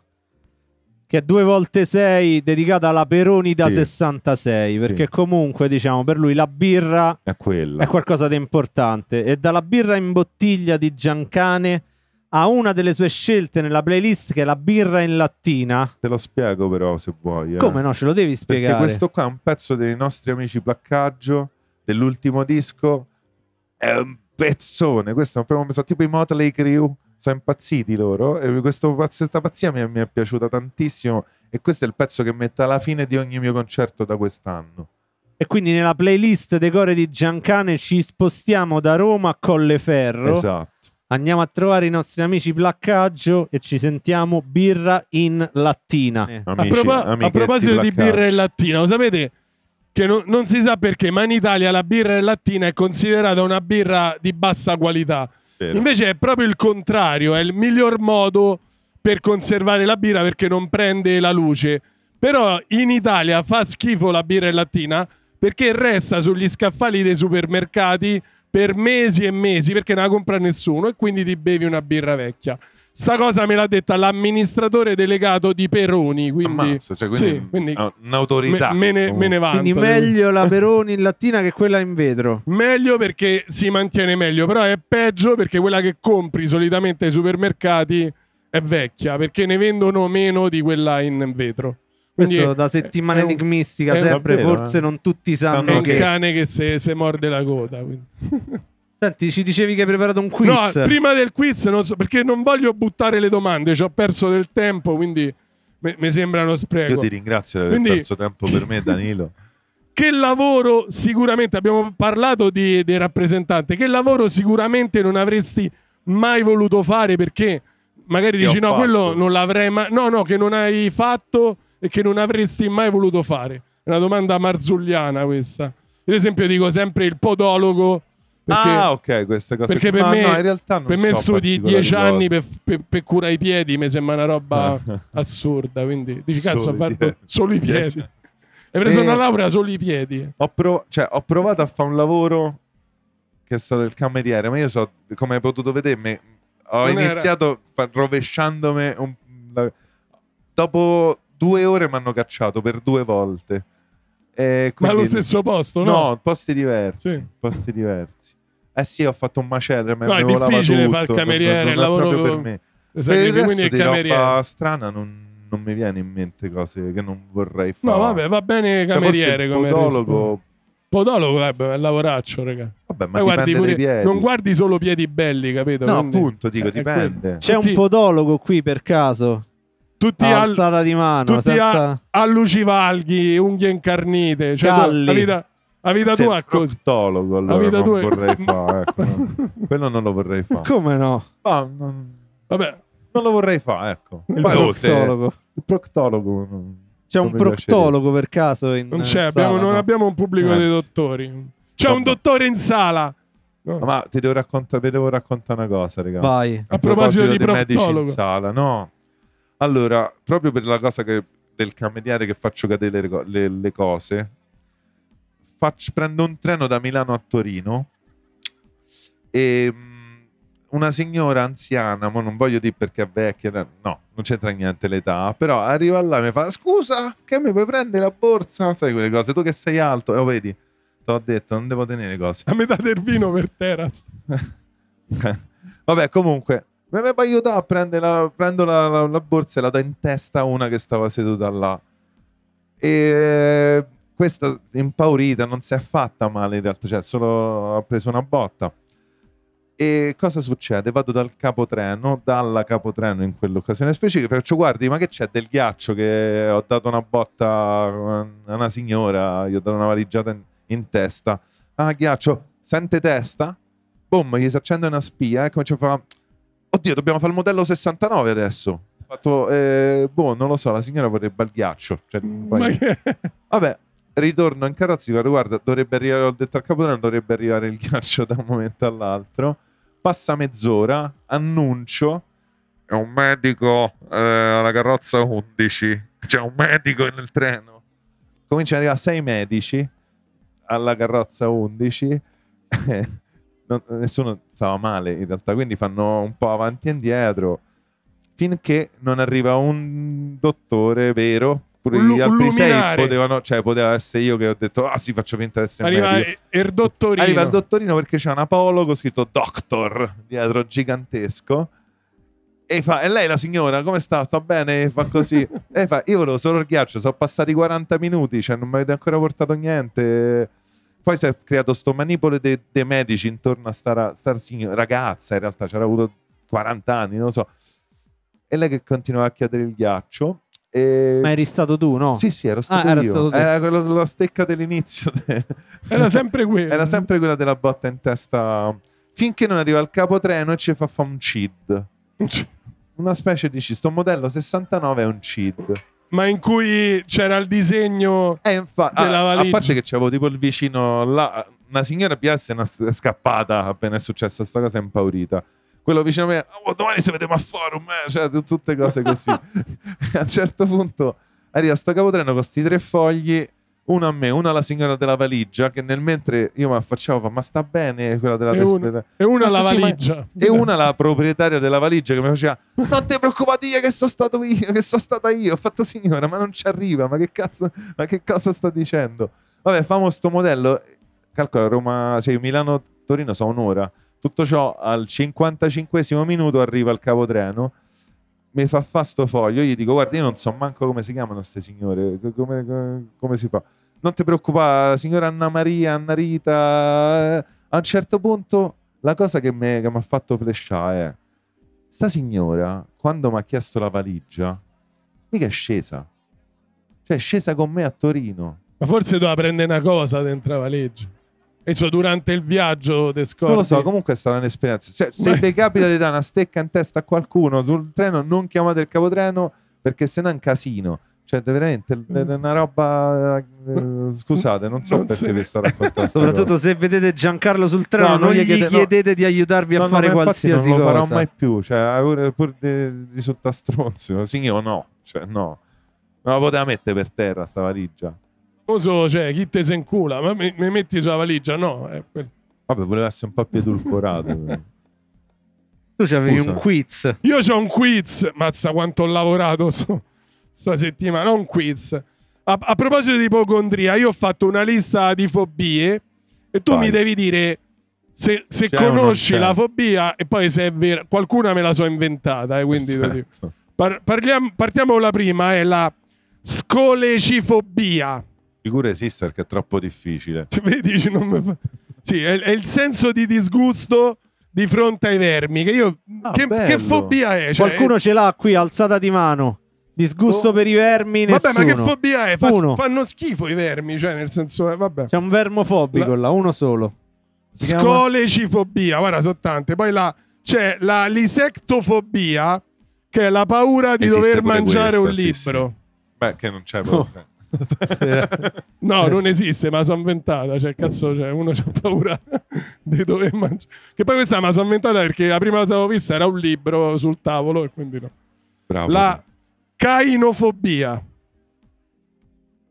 Speaker 1: che è due volte sei dedicata alla Peroni da
Speaker 2: Sì.
Speaker 1: 66 perché comunque diciamo per lui la birra
Speaker 2: È quella.
Speaker 1: è qualcosa di importante e dalla birra in bottiglia di Giancane a una delle sue scelte nella playlist che è la birra in lattina
Speaker 2: Te lo spiego però se vuoi. eh.
Speaker 1: come no ce lo devi
Speaker 2: Perché
Speaker 1: spiegare
Speaker 2: questo qua è un pezzo dei nostri amici Placcaggio, dell'ultimo disco, è un pezzone, questo è un primo pezzo, tipo i Motley Crew, sono impazziti loro, e questo, pazz- questa pazzia mi è, mi è piaciuta tantissimo e questo è il pezzo che metto alla fine di ogni mio concerto da quest'anno.
Speaker 1: e quindi nella playlist dei core di Giancane ci spostiamo da Roma a Colleferro
Speaker 2: Esatto.
Speaker 1: Andiamo a trovare i nostri amici Placcaggio e ci sentiamo birra in lattina. Ah,
Speaker 3: A,
Speaker 2: Eh, Amici,
Speaker 3: propo- a
Speaker 2: amichetti
Speaker 3: proposito di
Speaker 2: Placcaggio.
Speaker 3: birra e lattina, lo sapete che no- non si sa perché, ma in Italia la birra e lattina è considerata una birra di bassa qualità.
Speaker 2: Vero.
Speaker 3: Invece è proprio il contrario, è il miglior modo per conservare la birra perché non prende la luce. Però in Italia fa schifo la birra e lattina perché resta sugli scaffali dei supermercati per mesi e mesi perché non la compra nessuno e quindi ti bevi una birra vecchia. Sta cosa me l'ha detta l'amministratore delegato di Peroni, quindi
Speaker 2: Ammazza, cioè, quindi,
Speaker 3: sì, quindi
Speaker 2: è
Speaker 3: me,
Speaker 2: un'autorità.
Speaker 3: me ne, me ne vanto.
Speaker 1: Quindi
Speaker 3: eh.
Speaker 1: meglio la Peroni in lattina che quella in vetro.
Speaker 3: Meglio perché si mantiene meglio, però è peggio perché quella che compri solitamente ai supermercati è vecchia, perché ne vendono meno di quella in vetro. Quindi
Speaker 1: Questo da
Speaker 3: è-
Speaker 1: settimana
Speaker 3: è un-
Speaker 1: enigmistica
Speaker 3: è un-
Speaker 1: sempre,
Speaker 2: davvero,
Speaker 1: forse
Speaker 2: eh.
Speaker 1: non tutti
Speaker 3: È
Speaker 1: sanno
Speaker 3: un
Speaker 1: che...
Speaker 3: cane che se, se morde la coda. quindi.
Speaker 1: Senti, ci dicevi che hai preparato un quiz.
Speaker 3: No, prima del quiz, non so, perché non voglio buttare le domande, ci ho perso del tempo, quindi me- mi sembra uno spreco.
Speaker 2: Io ti ringrazio per aver
Speaker 3: Quindi-
Speaker 2: perso tempo per me, Danilo.
Speaker 3: che lavoro sicuramente abbiamo parlato di, del rappresentante che lavoro sicuramente non avresti mai voluto fare perché magari
Speaker 2: Che
Speaker 3: dici
Speaker 2: ho
Speaker 3: no
Speaker 2: fatto."
Speaker 3: quello non l'avrei mai no no che non hai fatto e che non avresti mai voluto fare è una domanda marzulliana questa per esempio dico sempre il podologo perché,
Speaker 2: ah, ok, queste cose.
Speaker 3: perché per
Speaker 2: Ma
Speaker 3: me,
Speaker 2: no, in realtà non
Speaker 3: per me
Speaker 2: so
Speaker 3: studi
Speaker 2: particolari
Speaker 3: dieci
Speaker 2: cose.
Speaker 3: anni per, per, per curare i piedi mi sembra una roba
Speaker 2: Ah.
Speaker 3: assurda quindi dici cazzo ho
Speaker 2: Solo i
Speaker 3: fatto
Speaker 2: piedi.
Speaker 3: solo i piedi hai preso
Speaker 2: Eh.
Speaker 3: una laurea solo i piedi
Speaker 2: Ho, prov- cioè, ho provato a fare un lavoro che è stato il cameriere, ma io so, come hai potuto vedere, me- ho
Speaker 3: Non era-
Speaker 2: iniziato fa- rovesciandomi. un- la- Dopo due ore mi hanno cacciato per due volte. E
Speaker 3: Ma
Speaker 2: quindi-
Speaker 3: allo stesso posto, no?
Speaker 2: No, posti diversi.
Speaker 3: Sì.
Speaker 2: Posti diversi. Eh sì, ho fatto un macello.
Speaker 3: No, è difficile fare il cameriere,
Speaker 2: non, non è
Speaker 3: il lavoro-
Speaker 2: proprio per me. Per
Speaker 3: Sai che
Speaker 2: il resto
Speaker 3: quindi il
Speaker 2: di
Speaker 3: cameriere.
Speaker 2: roba strana non, non mi viene in mente cose che non vorrei fare.
Speaker 3: No, vabbè, va bene
Speaker 2: Cioè, forse il
Speaker 3: cameriere come
Speaker 2: podologo-
Speaker 3: risposta. Podologo eh, beh, è lavoraccio, raga.
Speaker 2: Vabbè, ma
Speaker 3: Ma Eh, guardi
Speaker 2: dipende dai
Speaker 3: pure-
Speaker 2: piedi.
Speaker 3: non guardi solo piedi belli, capito?
Speaker 2: No,
Speaker 3: Quindi Eh,
Speaker 2: appunto, dico,
Speaker 3: è- è
Speaker 2: dipende.
Speaker 1: C'è un
Speaker 3: Tutti-
Speaker 1: podologo qui per caso.
Speaker 3: tutti
Speaker 1: a
Speaker 3: al,
Speaker 1: alzata di mano,
Speaker 3: tutti
Speaker 1: senza...
Speaker 3: a, allucivalghi, unghie incarnite, cioè tu-
Speaker 1: Galli.
Speaker 3: la vita, la vita
Speaker 2: Sei
Speaker 3: tua
Speaker 2: un
Speaker 3: è così.
Speaker 2: Cioè, proctologo, allora
Speaker 3: La vita
Speaker 2: non
Speaker 3: tua è-
Speaker 2: vorrei fare. ecco, no. Quello non lo vorrei fare.
Speaker 1: Come no?
Speaker 2: Ma non,
Speaker 3: Vabbè,
Speaker 2: non lo vorrei fare, ecco.
Speaker 1: Il
Speaker 2: Poi lo se-
Speaker 1: proctologo.
Speaker 2: Il proctologo. non-
Speaker 1: C'è un
Speaker 2: non mi piacerebbe.
Speaker 1: proctologo per caso in
Speaker 3: non
Speaker 1: in
Speaker 3: c'è,
Speaker 1: sala,
Speaker 3: abbiamo- non
Speaker 1: no?
Speaker 3: abbiamo un pubblico
Speaker 2: Grazie.
Speaker 3: di dottori. C'è un
Speaker 2: Vabbè.
Speaker 3: dottore in sala. No.
Speaker 2: Ma ti devo raccontare, vi devo raccontare una cosa, raga.
Speaker 1: Vai.
Speaker 3: A proposito di
Speaker 2: medici in
Speaker 3: proctologo.
Speaker 2: sala, no. Allora, proprio per la cosa che- del cameriere che faccio cadere le, co- le- le cose, faccio- prendo un treno da Milano a Torino e mh, una signora anziana, ma non voglio dire perché è vecchia, no, non c'entra niente l'età, però arriva là e mi fa scusa, che mi puoi prendere la borsa? Sai quelle cose, tu che sei alto, e lo vedi, te l'ho detto, non devo tenere cose.
Speaker 3: A metà del vino per terra.
Speaker 2: Vabbè, comunque, mi aveva aiutato a prendere la, prendo la, la- la borsa e la do in testa a una che stava seduta là. E questa impaurita non si è fatta male in realtà, cioè solo ha preso una botta. E cosa succede? Vado dal capotreno, dalla capotreno in quell'occasione specifica, faccio guardi, ma che c'è del ghiaccio che ho dato una botta a una signora, gli ho dato una valigiata in- in testa. Ah, ghiaccio, sente testa? boom, gli si accende una spia e comincia a fare oddio dobbiamo fare il modello 69 adesso Ho fatto, eh, boh non lo so la signora vorrebbe il ghiaccio Cioè, poi-
Speaker 3: Ma che...
Speaker 2: vabbè ritorno in carrozza dico, guarda dovrebbe arrivare ho detto al capodanno dovrebbe arrivare il ghiaccio da un momento all'altro passa mezz'ora annuncio è un medico eh, alla carrozza 11 c'è un medico nel treno cominciano ad arrivare sei medici alla carrozza 11 Non- nessuno stava male in realtà quindi fanno un po' avanti e indietro finché non arriva un dottore vero pure
Speaker 3: Un lu-
Speaker 2: gli
Speaker 3: un
Speaker 2: altri sei
Speaker 3: luminare.
Speaker 2: potevano cioè poteva essere io che ho detto ah sì faccio finta di essere un
Speaker 3: Arriva
Speaker 2: medico
Speaker 3: il er-, dottorino.
Speaker 2: Arriva il dottorino perché c'è un apologo scritto Doctor dietro, gigantesco. E fa, e lei la signora, come sta? Sta bene? E fa così. e fa, io volevo solo il ghiaccio, sono passati 40 minuti, cioè non mi avete ancora portato niente. Poi si è creato sto manipolo dei dei medici intorno a sta, ra- sta signora, ragazza, in realtà c'era avuto 40 anni, non lo so. E lei che continuava a chiedere il ghiaccio. E...
Speaker 1: Ma eri stato tu, no?
Speaker 2: Sì, sì, ero stato
Speaker 1: Ah, era
Speaker 2: io.
Speaker 1: stato te.
Speaker 2: era quello, la stecca dell'inizio.
Speaker 3: Era sempre quello.
Speaker 2: Era sempre quella della botta in testa. Finché non arriva il capotreno e ci fa fa un CID. Una specie di CID. Sto modello 69 è un CID.
Speaker 3: Ma in cui c'era il disegno...
Speaker 2: E infatti,
Speaker 3: Della
Speaker 2: Eh, a,
Speaker 3: valigia.
Speaker 2: parte che c'avevo tipo il vicino là, una signora PS è una- è scappata appena è successa sta cosa, è impaurita. Quello vicino a me, "Oh, domani se vediamo a forum, eh", cioè t- tutte cose così. a un certo punto arriva sto capotreno con sti tre fogli, uno a me, uno alla signora della valigia, che nel mentre io mi affacciavo, fa, ma sta bene quella della
Speaker 3: E
Speaker 2: testa?
Speaker 3: uno- E una la
Speaker 2: Sì, ma-
Speaker 3: valigia.
Speaker 2: E una la proprietaria della valigia che mi faceva Non ti preoccupate io che sono stato io Che sono stata io Ho fatto signora ma non ci arriva Ma che cazzo Ma che cosa sta dicendo Vabbè famo sto modello Calcola Roma Cioè Milano-Torino sono un'ora Tutto ciò al 55 minuto arriva il capotreno mi fa fa sto foglio, io gli dico guarda io non so manco come si chiamano queste signore, co- come, co- come si fa? Non ti preoccupare, signora Anna Maria, Anna Rita, eh, a un certo punto la cosa che mi che mi ha fatto flashare è sta signora quando mi ha chiesto la valigia mica è scesa cioè è scesa con me a Torino
Speaker 3: Ma forse doveva prendere una cosa dentro la valigia. E so, durante il viaggio te scordi.
Speaker 2: non lo so comunque è stata un'esperienza Cioè, se vi capita di dare una stecca in testa a qualcuno sul treno non chiamate il capotreno perché sennò è un casino cioè veramente è una roba eh, scusate non so
Speaker 3: Non
Speaker 2: perché
Speaker 3: se-
Speaker 2: vi sto raccontando sta cosa.
Speaker 1: Soprattutto se vedete Giancarlo sul treno,
Speaker 2: No,
Speaker 1: non gli
Speaker 2: chiede- no.
Speaker 1: chiedete di aiutarvi a
Speaker 2: No, no,
Speaker 1: fare
Speaker 2: ma infatti
Speaker 1: qualsiasi
Speaker 2: non lo farò
Speaker 1: cosa.
Speaker 2: mai più cioè pure, pure di, di sottastronzo sì o no cioè no non la poteva mettere per terra sta valigia
Speaker 3: Famoso, cioè, chi te se incula? Ma mi, mi metti sulla valigia? No, è quello.
Speaker 2: vabbè voleva essere un po' più edulcorato
Speaker 1: Tu c'avevi
Speaker 2: Scusa.
Speaker 1: un quiz.
Speaker 3: Io ho un quiz, mazza quanto ho lavorato so- sta settimana, ho un quiz. A, a proposito di ipocondria, io ho fatto una lista di fobie e tu
Speaker 2: Vai.
Speaker 3: mi devi dire se, se
Speaker 2: C'è o non
Speaker 3: conosci
Speaker 2: c'è?
Speaker 3: la fobia e poi se è vera. Qualcuna me la so inventata, eh, quindi te lo dico.
Speaker 2: Certo.
Speaker 3: Par- parliamo- partiamo con la prima, è la scolecifobia.
Speaker 2: Figura esiste perché è troppo difficile.
Speaker 3: Se mi dici non mi fa- Sì, è, è il senso di disgusto di fronte ai vermi. Che io.
Speaker 2: Ah,
Speaker 3: che,
Speaker 2: bello.
Speaker 3: che fobia è? Cioè,
Speaker 1: Qualcuno ce l'ha qui, alzata di mano. Disgusto
Speaker 2: Oh.
Speaker 1: per i vermi,
Speaker 3: Vabbè,
Speaker 1: nessuno.
Speaker 3: ma che fobia è? Fa-
Speaker 1: Uno.
Speaker 3: fanno schifo i vermi, cioè, nel senso, eh, vabbè.
Speaker 1: C'è un vermo fobico là, uno solo.
Speaker 2: si chiama?
Speaker 3: Scolecifobia, guarda, sono tante. Poi la, c'è la lisectofobia, che è la paura di
Speaker 2: Esiste
Speaker 3: dover
Speaker 2: pure
Speaker 3: mangiare un
Speaker 2: questa, sì,
Speaker 3: libro.
Speaker 2: Beh, che non c'è proprio.
Speaker 3: No,
Speaker 1: Eh,
Speaker 3: non
Speaker 1: sì.
Speaker 3: esiste, ma sono inventata. Cioè, cazzo, cioè, uno c'ha paura di dover mangiare. Che poi questa
Speaker 2: Ah,
Speaker 3: me la sono inventata perché la prima cosa che ho vista era un libro sul tavolo e quindi no.
Speaker 2: Bravo.
Speaker 3: La Cainofobia.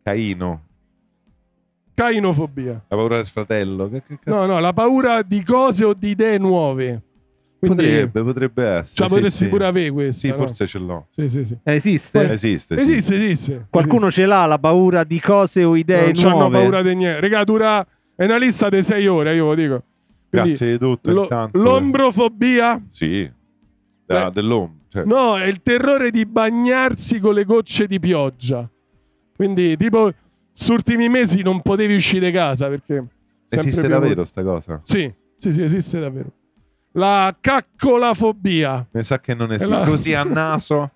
Speaker 2: Caino,
Speaker 3: Cainofobia.
Speaker 2: la paura del fratello. Che, che cazzo
Speaker 3: No, no, la paura di cose o di idee nuove. Quindi,
Speaker 2: potrebbe, potrebbe essere.
Speaker 3: cioè,
Speaker 2: sì,
Speaker 3: potresti
Speaker 2: sì.
Speaker 3: pure avere questa.
Speaker 2: Sì,
Speaker 3: no?
Speaker 2: forse ce l'ho.
Speaker 3: Sì, sì, sì.
Speaker 1: Esiste?
Speaker 2: Esiste. sì.
Speaker 3: Esiste, esiste.
Speaker 1: Eh, Qualcuno
Speaker 3: esiste.
Speaker 1: ce l'ha la paura di cose o idee
Speaker 3: Non hanno
Speaker 1: nuove?
Speaker 3: paura di niente. Regà, dura... È una lista di sei ore, io lo dico. Quindi,
Speaker 2: Grazie di tutto.
Speaker 3: lo-
Speaker 2: intanto. eh.
Speaker 3: l'ombrofobia?
Speaker 2: Sì. Da-
Speaker 3: Beh.
Speaker 2: dell'ombra. Cioè,
Speaker 3: No, è il terrore di bagnarsi con le gocce di pioggia. Quindi, tipo, su ultimi mesi non potevi uscire di casa perché... sempre
Speaker 2: esiste
Speaker 3: più-
Speaker 2: davvero sta cosa?
Speaker 3: Sì, sì, sì, esiste davvero. La caccolafobia.
Speaker 2: Mi sa che non esiste.
Speaker 3: la-
Speaker 2: Così a naso.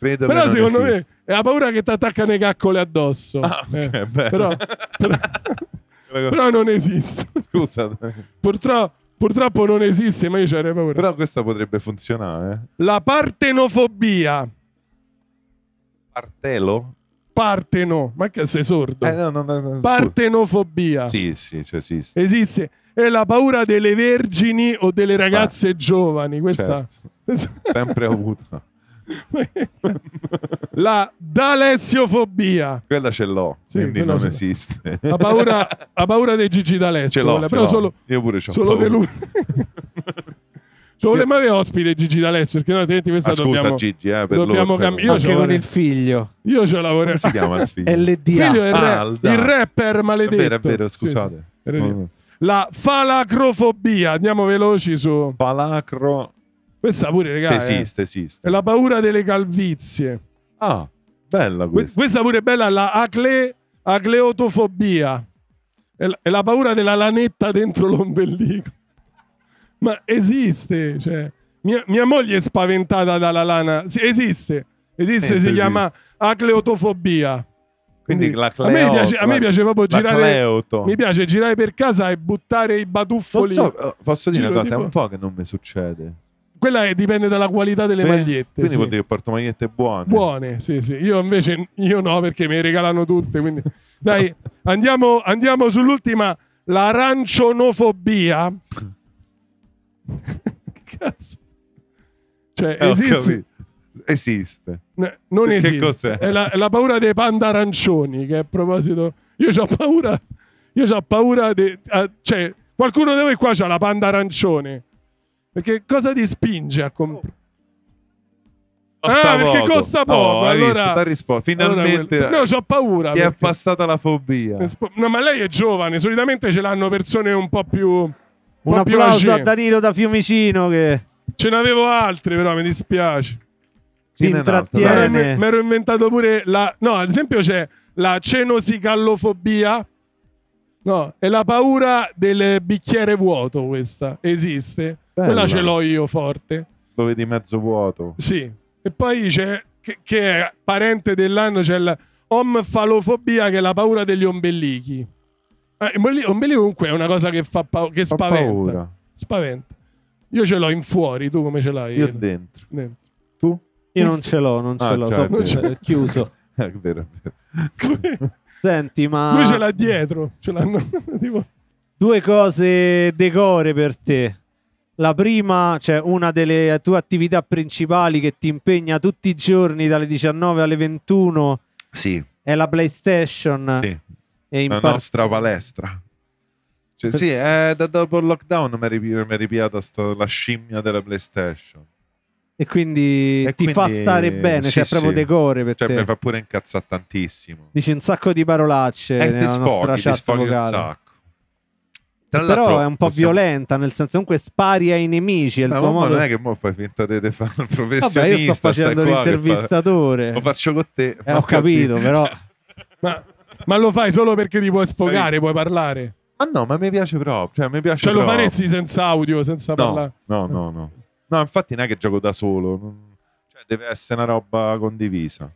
Speaker 2: Credo
Speaker 3: Eh, Però
Speaker 2: che non
Speaker 3: secondo
Speaker 2: esiste.
Speaker 3: me è la paura che ti attaccano le caccole addosso.
Speaker 2: Ah, ok,
Speaker 3: Eh,
Speaker 2: beh.
Speaker 3: però, però- però non esiste.
Speaker 2: Scusa,
Speaker 3: Purtro- purtroppo non esiste, ma io c'avrei paura.
Speaker 2: però questa potrebbe funzionare.
Speaker 3: La partenofobia.
Speaker 2: Partelo?
Speaker 3: Parteno. Ma che sei sordo?
Speaker 2: Eh, no, no, no, no, scusa.
Speaker 3: Partenofobia.
Speaker 2: Sì, sì, cioè, esiste.
Speaker 3: Esiste. È la paura delle vergini o delle ragazze giovani. Questa.
Speaker 2: Certo. Sempre avuto.
Speaker 3: la dalessiofobia.
Speaker 2: Quella ce l'ho,
Speaker 3: Sì,
Speaker 2: quindi
Speaker 3: quella
Speaker 2: non
Speaker 3: ce l'ho.
Speaker 2: esiste.
Speaker 3: La paura, la paura dei Gigi D'Alessio.
Speaker 2: ce l'ho,
Speaker 3: quella,
Speaker 2: ce
Speaker 3: però
Speaker 2: l'ho.
Speaker 3: solo,
Speaker 2: Io pure c'ho
Speaker 3: solo
Speaker 2: paura.
Speaker 3: di lui. Ci volevamo avere ospite Gigi D'Alessio, perché no, altrimenti questa
Speaker 2: Ah, scusa
Speaker 3: dobbiamo...
Speaker 2: Gigi, eh, per
Speaker 3: dobbiamo
Speaker 2: loro, per-
Speaker 3: cambiare. Io
Speaker 1: Anche
Speaker 3: ce
Speaker 1: con
Speaker 3: l'avrei.
Speaker 1: il figlio.
Speaker 3: Io ce la vorrei.
Speaker 2: Come si chiama il eh. figlio?
Speaker 1: LDA.
Speaker 3: Figlio del re-
Speaker 2: Ah, il
Speaker 3: il
Speaker 2: Dan.
Speaker 3: rapper
Speaker 2: È
Speaker 3: maledetto.
Speaker 2: vero, è vero,
Speaker 3: Sì, sì.
Speaker 2: scusate.
Speaker 3: Era lì.
Speaker 2: Mm.
Speaker 3: La falacrofobia, andiamo veloci su.
Speaker 2: Palacro
Speaker 3: Questa pure,
Speaker 2: che
Speaker 3: raga, eh.
Speaker 2: esiste, esiste.
Speaker 3: è la paura delle calvizie.
Speaker 2: Ah, bella
Speaker 3: Que-
Speaker 2: questa.
Speaker 3: Questa pure è bella, la acle- acleotofobia. È la, è la paura della lanetta dentro l'ombelico. Ma esiste, cioè, mia, mia moglie è spaventata dalla lana. Sì, esiste, esiste,
Speaker 2: Esiste,
Speaker 3: si
Speaker 2: Eh, sì.
Speaker 3: chiama acleotofobia.
Speaker 2: Quindi la
Speaker 3: a me
Speaker 2: Cleo-
Speaker 3: piace, a me
Speaker 2: la-
Speaker 3: piace proprio
Speaker 2: La
Speaker 3: girare.
Speaker 2: Cleoto.
Speaker 3: Mi piace girare per casa e buttare i
Speaker 2: Oh. Non
Speaker 3: batuffoli.
Speaker 2: so, eh, posso dire una
Speaker 3: Giro
Speaker 2: cosa, è
Speaker 3: tipo-
Speaker 2: un po' che non mi succede.
Speaker 3: Quella è- dipende dalla qualità delle
Speaker 2: Beh,
Speaker 3: magliette.
Speaker 2: Quindi
Speaker 3: sì.
Speaker 2: vuol dire che porto magliette buone.
Speaker 3: Buone, sì, sì. Io invece io no, perché me le regalano tutte. Quindi dai, andiamo, andiamo sull'ultima, l'arancionofobia. che cazzo? Cioè,
Speaker 2: Eh, ho
Speaker 3: esiste?
Speaker 2: capito. Esiste.
Speaker 3: No, non
Speaker 2: Che
Speaker 3: esiste.
Speaker 2: cos'è?
Speaker 3: È la, è la paura dei panda arancioni, che a proposito... Io ho paura... Io ho paura... De, ah, cioè, qualcuno di voi qua ha la panda arancione. Perché cosa ti spinge a comprare?
Speaker 2: Costa
Speaker 3: ah, perché
Speaker 2: poco.
Speaker 3: costa poco.
Speaker 2: Oh, hai
Speaker 3: allora,
Speaker 2: visto, t'ha risposto. Finalmente
Speaker 3: allora quello- no, ho paura.
Speaker 2: ti è
Speaker 3: perché-
Speaker 2: passata la fobia.
Speaker 3: No, ma lei è giovane. Solitamente ce l'hanno persone un po' più. Un,
Speaker 1: Un
Speaker 3: po' più
Speaker 1: applauso a
Speaker 3: âgée.
Speaker 1: Danilo da Fiumicino che
Speaker 3: Ce n'avevo altri, però mi dispiace.
Speaker 1: si
Speaker 2: Dine un'altra,
Speaker 3: Mi ero,
Speaker 2: Bene.
Speaker 1: intrattiene.
Speaker 3: mi ero inventato pure la. No, ad esempio c'è la cenosicallofobia. No, è la paura del bicchiere vuoto. Questa esiste.
Speaker 2: Bella.
Speaker 3: Quella ce l'ho io forte.
Speaker 2: Lo vedi mezzo vuoto.
Speaker 3: Sì. E poi c'è, che, che è parente dell'anno, c'è l'omfalofobia, che è la paura degli ombelichi. Eh, ombeli- ombelico comunque è una cosa che, fa pau- che
Speaker 2: Ho
Speaker 3: spaventa.
Speaker 2: paura.
Speaker 3: Spaventa. Io ce l'ho in fuori, tu come ce l'hai?
Speaker 2: Io dentro.
Speaker 3: Dentro.
Speaker 2: Tu?
Speaker 1: Io non ce l'ho, non ce
Speaker 2: Ah,
Speaker 1: l'ho,
Speaker 2: già,
Speaker 1: so-
Speaker 2: è vero.
Speaker 1: eh, chiuso.
Speaker 2: Eh, È vero, è vero.
Speaker 1: Senti,
Speaker 2: Ah.
Speaker 1: ma
Speaker 3: Lui ce l'ha dietro. Ce l'hanno, tipo,
Speaker 1: due cose decore per te. La prima, cioè una delle tue attività principali che ti impegna tutti i giorni dalle 19 alle 21
Speaker 2: Sì,
Speaker 1: è la PlayStation
Speaker 2: sì.
Speaker 1: e Ah, in
Speaker 2: la
Speaker 1: par-
Speaker 2: nostra palestra. Cioè, sì, eh, da dopo il lockdown mi è ripi- mi è ripiata sto- la scimmia della PlayStation.
Speaker 1: e quindi
Speaker 2: E
Speaker 1: ti fa
Speaker 2: quindi-
Speaker 1: stare bene,
Speaker 2: sì,
Speaker 1: cioè è proprio
Speaker 2: sì.
Speaker 1: decore per
Speaker 2: Cioè,
Speaker 1: te.
Speaker 2: mi fa pure incazzare tantissimo.
Speaker 1: Dici un sacco di parolacce
Speaker 2: E Eh, ti
Speaker 1: nella nostra
Speaker 2: sfoghi, ti
Speaker 1: chat
Speaker 2: sfoghi un
Speaker 1: vocale.
Speaker 2: sacco. Tra
Speaker 1: Però
Speaker 2: l'altro
Speaker 1: è un po'
Speaker 2: possiamo-
Speaker 1: violenta, nel senso comunque spari ai nemici, è il
Speaker 2: No,
Speaker 1: tuo
Speaker 2: ma
Speaker 1: modo.
Speaker 2: non è che mo fai finta di di fare il professionista.
Speaker 1: Vabbè, io sto
Speaker 2: stai
Speaker 1: facendo
Speaker 2: qua che
Speaker 1: l'intervistatore.
Speaker 2: fa- Lo faccio con te.
Speaker 1: Eh, ho capito, però
Speaker 3: ma, ma lo fai solo perché ti puoi sfogare, puoi parlare.
Speaker 2: Ma Ah, no, ma mi piace proprio. Cioè, mi piace
Speaker 3: Cioè, lo
Speaker 2: proprio.
Speaker 3: faresti senza audio, senza parlare.
Speaker 2: No, no, no, no. No, infatti non è che gioco da solo. non- Cioè, deve essere una roba condivisa.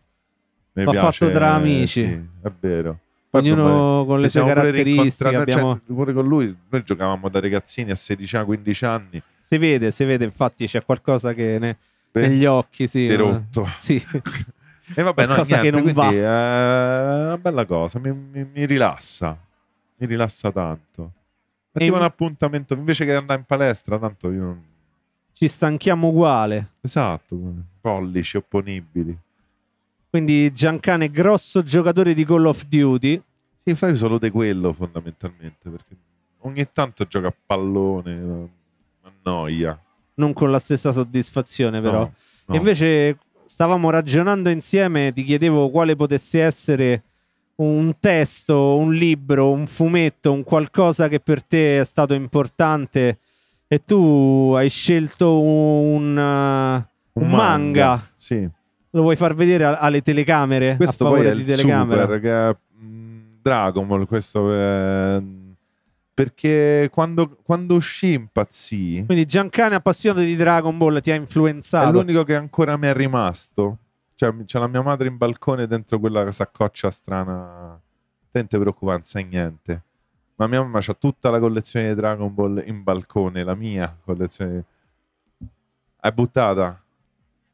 Speaker 2: Mi
Speaker 1: Va fatto tra amici.
Speaker 2: sì, è vero. Poi abbiamo-
Speaker 1: ognuno con
Speaker 2: ci
Speaker 1: le sue
Speaker 2: siamo pure
Speaker 1: caratteristiche.
Speaker 2: rincontrati,
Speaker 1: abbiamo-
Speaker 2: cioè, pure con lui, noi giocavamo da ragazzini a 16-15 anni.
Speaker 1: Si vede, si vede, infatti c'è qualcosa che ne-
Speaker 2: Beh,
Speaker 1: negli occhi, sì. ma-
Speaker 2: Ti rotto.
Speaker 1: Sì.
Speaker 2: E vabbè, no,
Speaker 1: Qualcosa
Speaker 2: niente,
Speaker 1: che non
Speaker 2: quindi eh, è una bella cosa, mi, mi- mi rilassa, mi rilassa tanto. È
Speaker 1: E
Speaker 2: tipo
Speaker 1: in-
Speaker 2: un appuntamento, invece che andare in palestra, tanto io non...
Speaker 1: Ci stanchiamo uguale.
Speaker 2: Esatto, pollici opponibili.
Speaker 1: Quindi Giancane, grosso giocatore di Call of Duty.
Speaker 2: Sì, fai solo di quello fondamentalmente, perché ogni tanto gioca a pallone, ma noia.
Speaker 1: non con la stessa soddisfazione, però.
Speaker 2: No, no.
Speaker 1: E invece stavamo ragionando insieme, ti chiedevo quale potesse essere un testo, un libro, un fumetto, un qualcosa che per te è stato importante e tu hai scelto un, uh, un manga.
Speaker 2: Sì.
Speaker 1: Lo vuoi far vedere a- alle telecamere?
Speaker 2: Questo
Speaker 1: a
Speaker 2: poi
Speaker 1: favore
Speaker 2: è
Speaker 1: di
Speaker 2: il
Speaker 1: telecamera.
Speaker 2: super, che è, mh, Dragon Ball, questo è- perché quando, quando uscì impazzì,
Speaker 1: Quindi Giancane, appassionato di Dragon Ball, ti ha
Speaker 2: è
Speaker 1: influenzato.
Speaker 2: l'unico che ancora mi è rimasto. Cioè, mi- c'è la mia madre in balcone dentro quella saccoccia strana. Non ti preoccupare, non sai niente. Ma mia mamma c'ha tutta la collezione di Dragon Ball in balcone, la mia collezione. È buttata.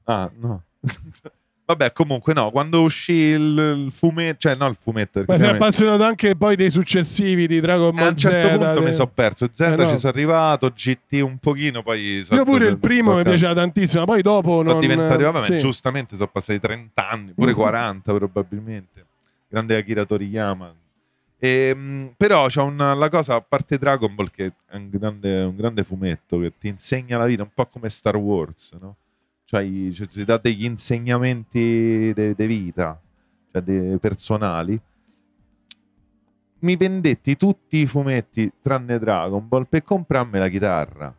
Speaker 2: Ah, no. Vabbè, comunque no, quando uscì il, fumetto, cioè no il fumetto, perché
Speaker 3: Ma sei
Speaker 2: chiaramente-
Speaker 3: appassionato anche poi dei successivi di Dragon
Speaker 2: a
Speaker 3: Ball
Speaker 2: un certo
Speaker 3: Z,
Speaker 2: punto
Speaker 3: de-
Speaker 2: mi sono perso, Z
Speaker 3: Eh, no.
Speaker 2: ci sono arrivato, GT un pochino, poi... sono-
Speaker 3: Io pure il primo mi piaceva tantissimo, poi dopo
Speaker 2: Sono
Speaker 3: non...
Speaker 2: diventato, vabbè,
Speaker 3: sì.
Speaker 2: giustamente sono passati 30 anni, pure
Speaker 3: Mhm.
Speaker 2: 40 probabilmente. Grande Akira Toriyama. Ehm, però c'è una, la cosa, a parte Dragon Ball, che è un grande, un grande fumetto che ti insegna la vita, un po' come Star Wars, no? Cioè, i- cioè, ti dà degli insegnamenti di vita, cioè de- personali. Mi vendetti tutti i fumetti tranne Dragon Ball per comprarmi la chitarra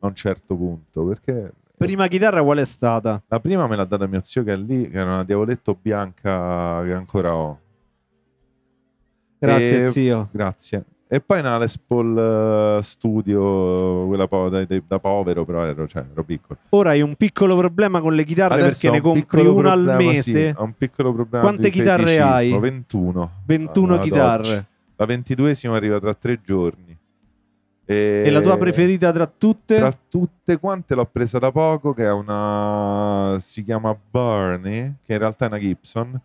Speaker 2: a un certo punto perché
Speaker 1: Prima chitarra qual è stata?
Speaker 2: la prima me l'ha data mio zio che è lì, che era una diavoletto bianca che ancora ho.
Speaker 1: Grazie
Speaker 2: E-
Speaker 1: zio.
Speaker 2: Grazie. E poi una Les Paul eh, Studio, quella po- da, da- da povero, però ero, cioè, ero piccolo.
Speaker 1: Ora hai un piccolo problema con le chitarre
Speaker 2: Adesso
Speaker 1: perché
Speaker 2: ho
Speaker 1: ne
Speaker 2: un
Speaker 1: compri
Speaker 2: piccolo
Speaker 1: una al
Speaker 2: problema, sì,
Speaker 1: mese.
Speaker 2: ho un piccolo problema
Speaker 1: Quante
Speaker 2: di
Speaker 1: chitarre
Speaker 2: feticismo,
Speaker 1: hai?
Speaker 2: 21.
Speaker 1: 21
Speaker 2: Ad oggi.
Speaker 1: chitarre.
Speaker 2: La 22esima arriva tra tre giorni. E,
Speaker 1: E la tua preferita tra tutte?
Speaker 2: Eh, Tra tutte quante l'ho presa da poco, che è una... si chiama Barney, che in realtà è una Gibson,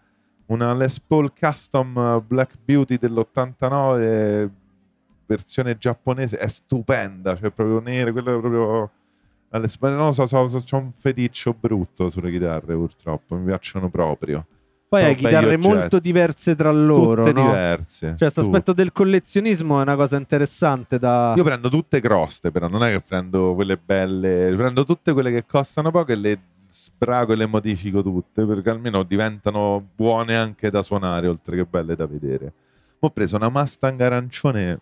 Speaker 2: una Les Paul Custom Black Beauty dell'89, versione giapponese, è stupenda, cioè proprio nera, quella è proprio... la Les Paul- Non lo so, so, so c'ho un feticcio brutto sulle chitarre purtroppo, mi piacciono proprio.
Speaker 1: Poi hai
Speaker 2: sono bei
Speaker 1: chitarre
Speaker 2: oggetti.
Speaker 1: molto diverse tra loro.
Speaker 2: tutte
Speaker 1: no?
Speaker 2: diverse.
Speaker 1: Cioè, questo
Speaker 2: tutte.
Speaker 1: aspetto del collezionismo è una cosa interessante da...
Speaker 2: Io prendo tutte croste, però non è che prendo quelle belle, prendo tutte quelle che costano poco e le sbrago e le modifico tutte, perché almeno diventano buone anche da suonare, oltre che belle da vedere. Ho preso una Mustang arancione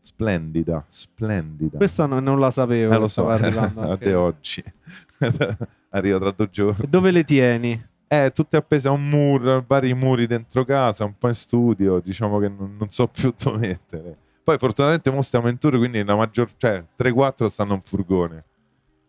Speaker 2: splendida, splendida.
Speaker 1: Questa no- non la sapevo.
Speaker 2: Eh, lo
Speaker 1: che
Speaker 2: so,
Speaker 1: stava arrivando
Speaker 2: a
Speaker 1: anche.
Speaker 2: te oggi. Arriva tra due giorni.
Speaker 1: E Dove le tieni?
Speaker 2: Eh, tutte appese a un muro, a vari muri dentro casa, un po' in studio, diciamo che non, non so più dove mettere. Poi fortunatamente mo stiamo in tour, quindi la maggior, cioè 3-4 stanno in furgone.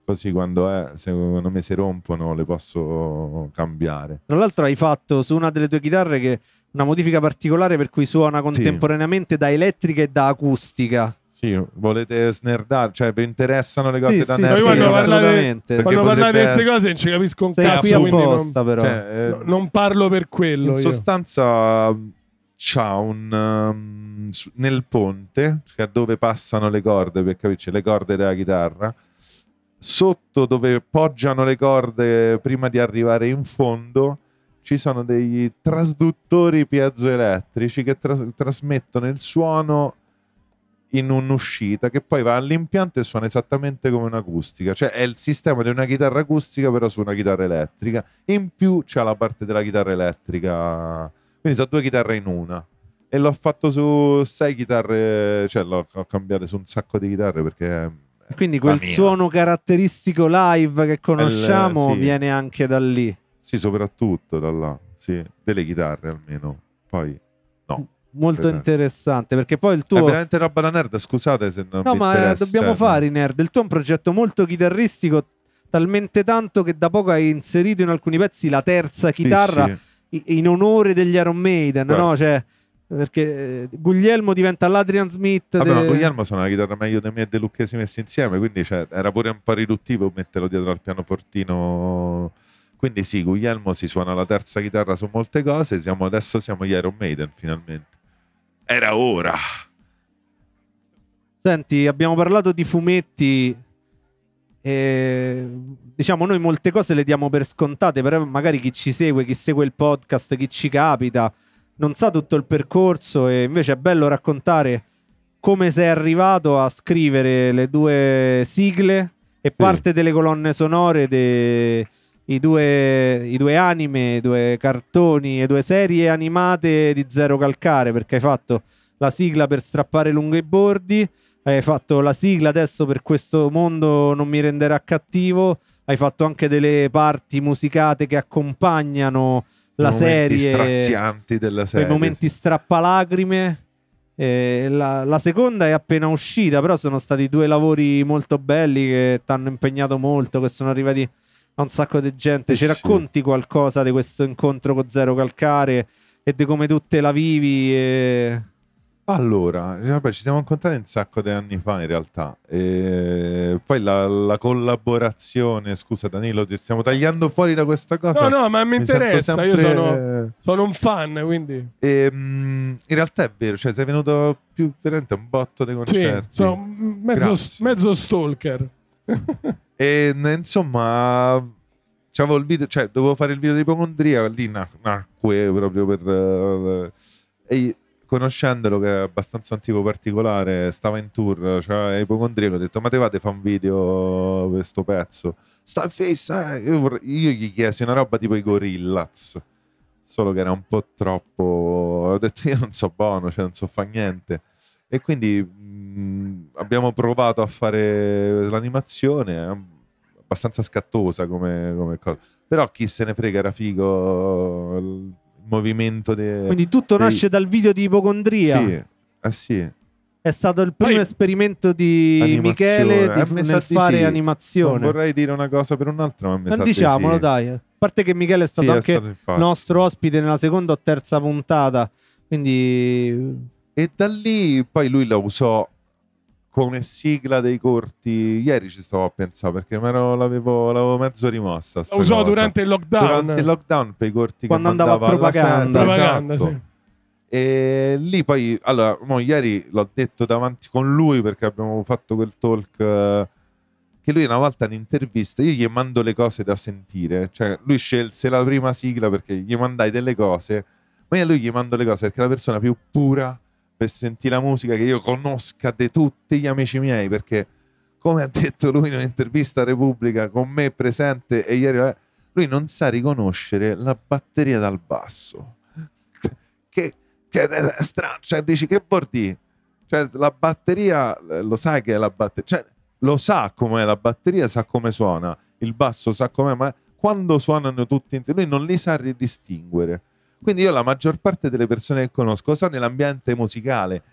Speaker 2: Così quando è, se non mi si rompono le posso cambiare.
Speaker 1: Tra l'altro hai fatto su una delle tue chitarre che una modifica particolare per cui suona contemporaneamente da elettrica e da acustica.
Speaker 2: Sì, volete snerdare, cioè vi interessano le cose
Speaker 1: Sì,
Speaker 2: da
Speaker 1: sì,
Speaker 3: Poi
Speaker 1: sì,
Speaker 2: nerd?
Speaker 3: quando parlate-
Speaker 1: assolutamente.
Speaker 2: Perché
Speaker 3: Quando parlate di
Speaker 2: potrebbe-
Speaker 3: queste cose non ci capisco un
Speaker 1: Sei qui
Speaker 3: cazzo, quindi non,
Speaker 1: apposta però.
Speaker 2: Cioè, eh,
Speaker 3: no- non parlo per quello
Speaker 2: In
Speaker 3: io.
Speaker 2: sostanza c'ha un um, su- nel ponte, cioè dove passano le corde, per capirci, le corde della chitarra, sotto dove poggiano le corde prima di arrivare in fondo ci sono dei trasduttori piezoelettrici che tras- trasmettono il suono in un'uscita che poi va all'impianto e suona esattamente come un'acustica, cioè è il sistema di una chitarra acustica però su una chitarra elettrica. In più c'è la parte della chitarra elettrica, quindi sono due chitarre in una. E l'ho fatto su sei chitarre, cioè l'ho ho cambiato su un sacco di chitarre perché
Speaker 1: Quindi
Speaker 2: la
Speaker 1: quel
Speaker 2: mia.
Speaker 1: suono caratteristico live che conosciamo
Speaker 2: sì.
Speaker 1: viene anche da lì.
Speaker 2: sì, soprattutto da là, sì, delle chitarre almeno. Poi
Speaker 1: Molto
Speaker 2: Presente.
Speaker 1: interessante perché poi il
Speaker 2: è
Speaker 1: tuo
Speaker 2: veramente roba da nerd, scusate se non
Speaker 1: No,
Speaker 2: vi
Speaker 1: ma eh,
Speaker 2: interessa,
Speaker 1: dobbiamo
Speaker 2: cioè,
Speaker 1: fare i nerd. Il tuo è un progetto molto chitarristico, talmente tanto che da poco hai inserito in alcuni pezzi la terza
Speaker 2: sì,
Speaker 1: chitarra
Speaker 2: sì.
Speaker 1: i- in onore degli Iron Maiden,
Speaker 2: Guarda.
Speaker 1: no? Cioè, perché eh, Guglielmo diventa l'Adrian Smith.
Speaker 2: Vabbè,
Speaker 1: de-
Speaker 2: Ah, ma Guglielmo suona la chitarra meglio di me e De Lucchesi messi insieme, quindi cioè, era pure un po' riduttivo metterlo dietro al pianofortino. Quindi sì, Guglielmo si suona la terza chitarra su molte cose, siamo- adesso siamo gli Iron Maiden finalmente. Era ora!
Speaker 1: Senti, abbiamo parlato di fumetti. e diciamo, noi molte cose le diamo per scontate, però magari chi ci segue, chi segue il podcast, chi ci capita, non sa tutto il percorso e invece è bello raccontare come sei arrivato a scrivere le due sigle e parte delle colonne sonore dei i due, i due anime, i due cartoni e due serie animate di Zero Calcare perché hai fatto la sigla per strappare lungo i bordi, hai fatto la sigla adesso per questo mondo non mi renderà cattivo, hai fatto anche delle parti musicate che accompagnano la
Speaker 2: I momenti
Speaker 1: serie,
Speaker 2: strazianti della serie.
Speaker 1: quei momenti
Speaker 2: Cioè, sì.
Speaker 1: strappalacrime. Eh, la, la seconda è appena uscita, però sono stati due lavori molto belli che ti hanno impegnato molto, che sono arrivati a un sacco di gente.
Speaker 2: Eh
Speaker 1: Ci
Speaker 2: sì.
Speaker 1: racconti qualcosa di questo incontro con Zero Calcare e di come tu te la vivi? E...
Speaker 2: Allora, cioè, vabbè, ci siamo incontrati un sacco di anni fa in realtà. E poi la, la collaborazione, scusa Danilo, ti stiamo tagliando fuori da questa cosa.
Speaker 3: No, no, ma mi,
Speaker 2: Mi sento
Speaker 3: interessa. Io
Speaker 2: sempre-
Speaker 3: sono, sono un fan, quindi.
Speaker 2: Ehm, in realtà è vero, cioè sei venuto più veramente un botto dei
Speaker 3: Sì,
Speaker 2: concerti.
Speaker 3: sono mezzo,
Speaker 2: Grazie.
Speaker 3: mezzo stalker.
Speaker 2: E n- insomma, c'avevo il video, cioè dovevo fare il video di ipocondria, lì na- nacque proprio per... eh, e conoscendolo che è abbastanza antico particolare, stava in tour, cioè è ipocondriaco, ho detto ma te vate fa un video per sto pezzo. Sta in fissa, eh. io, vorrei- io gli chiesi una roba tipo i Gorillaz. Solo che era un po' troppo. Ho detto io non so buono, cioè non so fa niente. E quindi mh, abbiamo provato a fare l'animazione, eh, abbastanza scattosa come, come cosa. Però chi se ne frega era figo il movimento dei...
Speaker 1: Quindi tutto
Speaker 2: dei-
Speaker 1: nasce dal video di Ipocondria.
Speaker 2: Eh, Sì, ah sì.
Speaker 1: È stato il primo
Speaker 3: Poi-
Speaker 1: esperimento di
Speaker 2: Animazione.
Speaker 1: Michele di-
Speaker 2: Eh, mi sa
Speaker 1: nel
Speaker 2: di
Speaker 1: fare
Speaker 2: sì.
Speaker 1: animazione.
Speaker 2: Non vorrei dire una cosa per un'altra, ma mi sa
Speaker 1: Non
Speaker 2: di
Speaker 1: diciamolo,
Speaker 2: sì.
Speaker 1: dai. A parte che Michele è
Speaker 2: Sì,
Speaker 1: stato
Speaker 2: è
Speaker 1: anche
Speaker 2: stato il fatto.
Speaker 1: nostro ospite nella seconda o terza puntata. Quindi
Speaker 2: E da lì poi lui la usò come sigla dei corti. Ieri ci stavo a pensare perché m'ero- l'avevo, l'avevo mezzo rimossa. sta
Speaker 3: Lo usavo
Speaker 2: cosa.
Speaker 3: durante il lockdown.
Speaker 2: Durante il lockdown per i corti
Speaker 1: Quando
Speaker 2: che
Speaker 1: andava a
Speaker 2: mandava alla
Speaker 1: propaganda.
Speaker 2: sera,
Speaker 3: Propaganda,
Speaker 2: esatto.
Speaker 3: sì.
Speaker 2: E lì poi, allora, mo ieri l'ho detto davanti con lui perché abbiamo fatto quel talk. eh, Che lui una volta in intervista io gli mando le cose da sentire, cioè lui scelse la prima sigla perché gli mandai delle cose, ma io a lui gli mando le cose perché è la persona più pura per sentire la musica che io conosca di tutti gli amici miei perché come ha detto lui in un'intervista a Repubblica con me presente e ieri eh, lui non sa riconoscere la batteria dal basso che, che è strano cioè dici che vuol dire? cioè la batteria eh, lo sai che è la batteria cioè lo sa com'è la batteria sa come suona il basso sa com'è ma quando suonano tutti insieme, lui non li sa ridistinguere quindi io la maggior parte delle persone che conosco so nell'ambiente musicale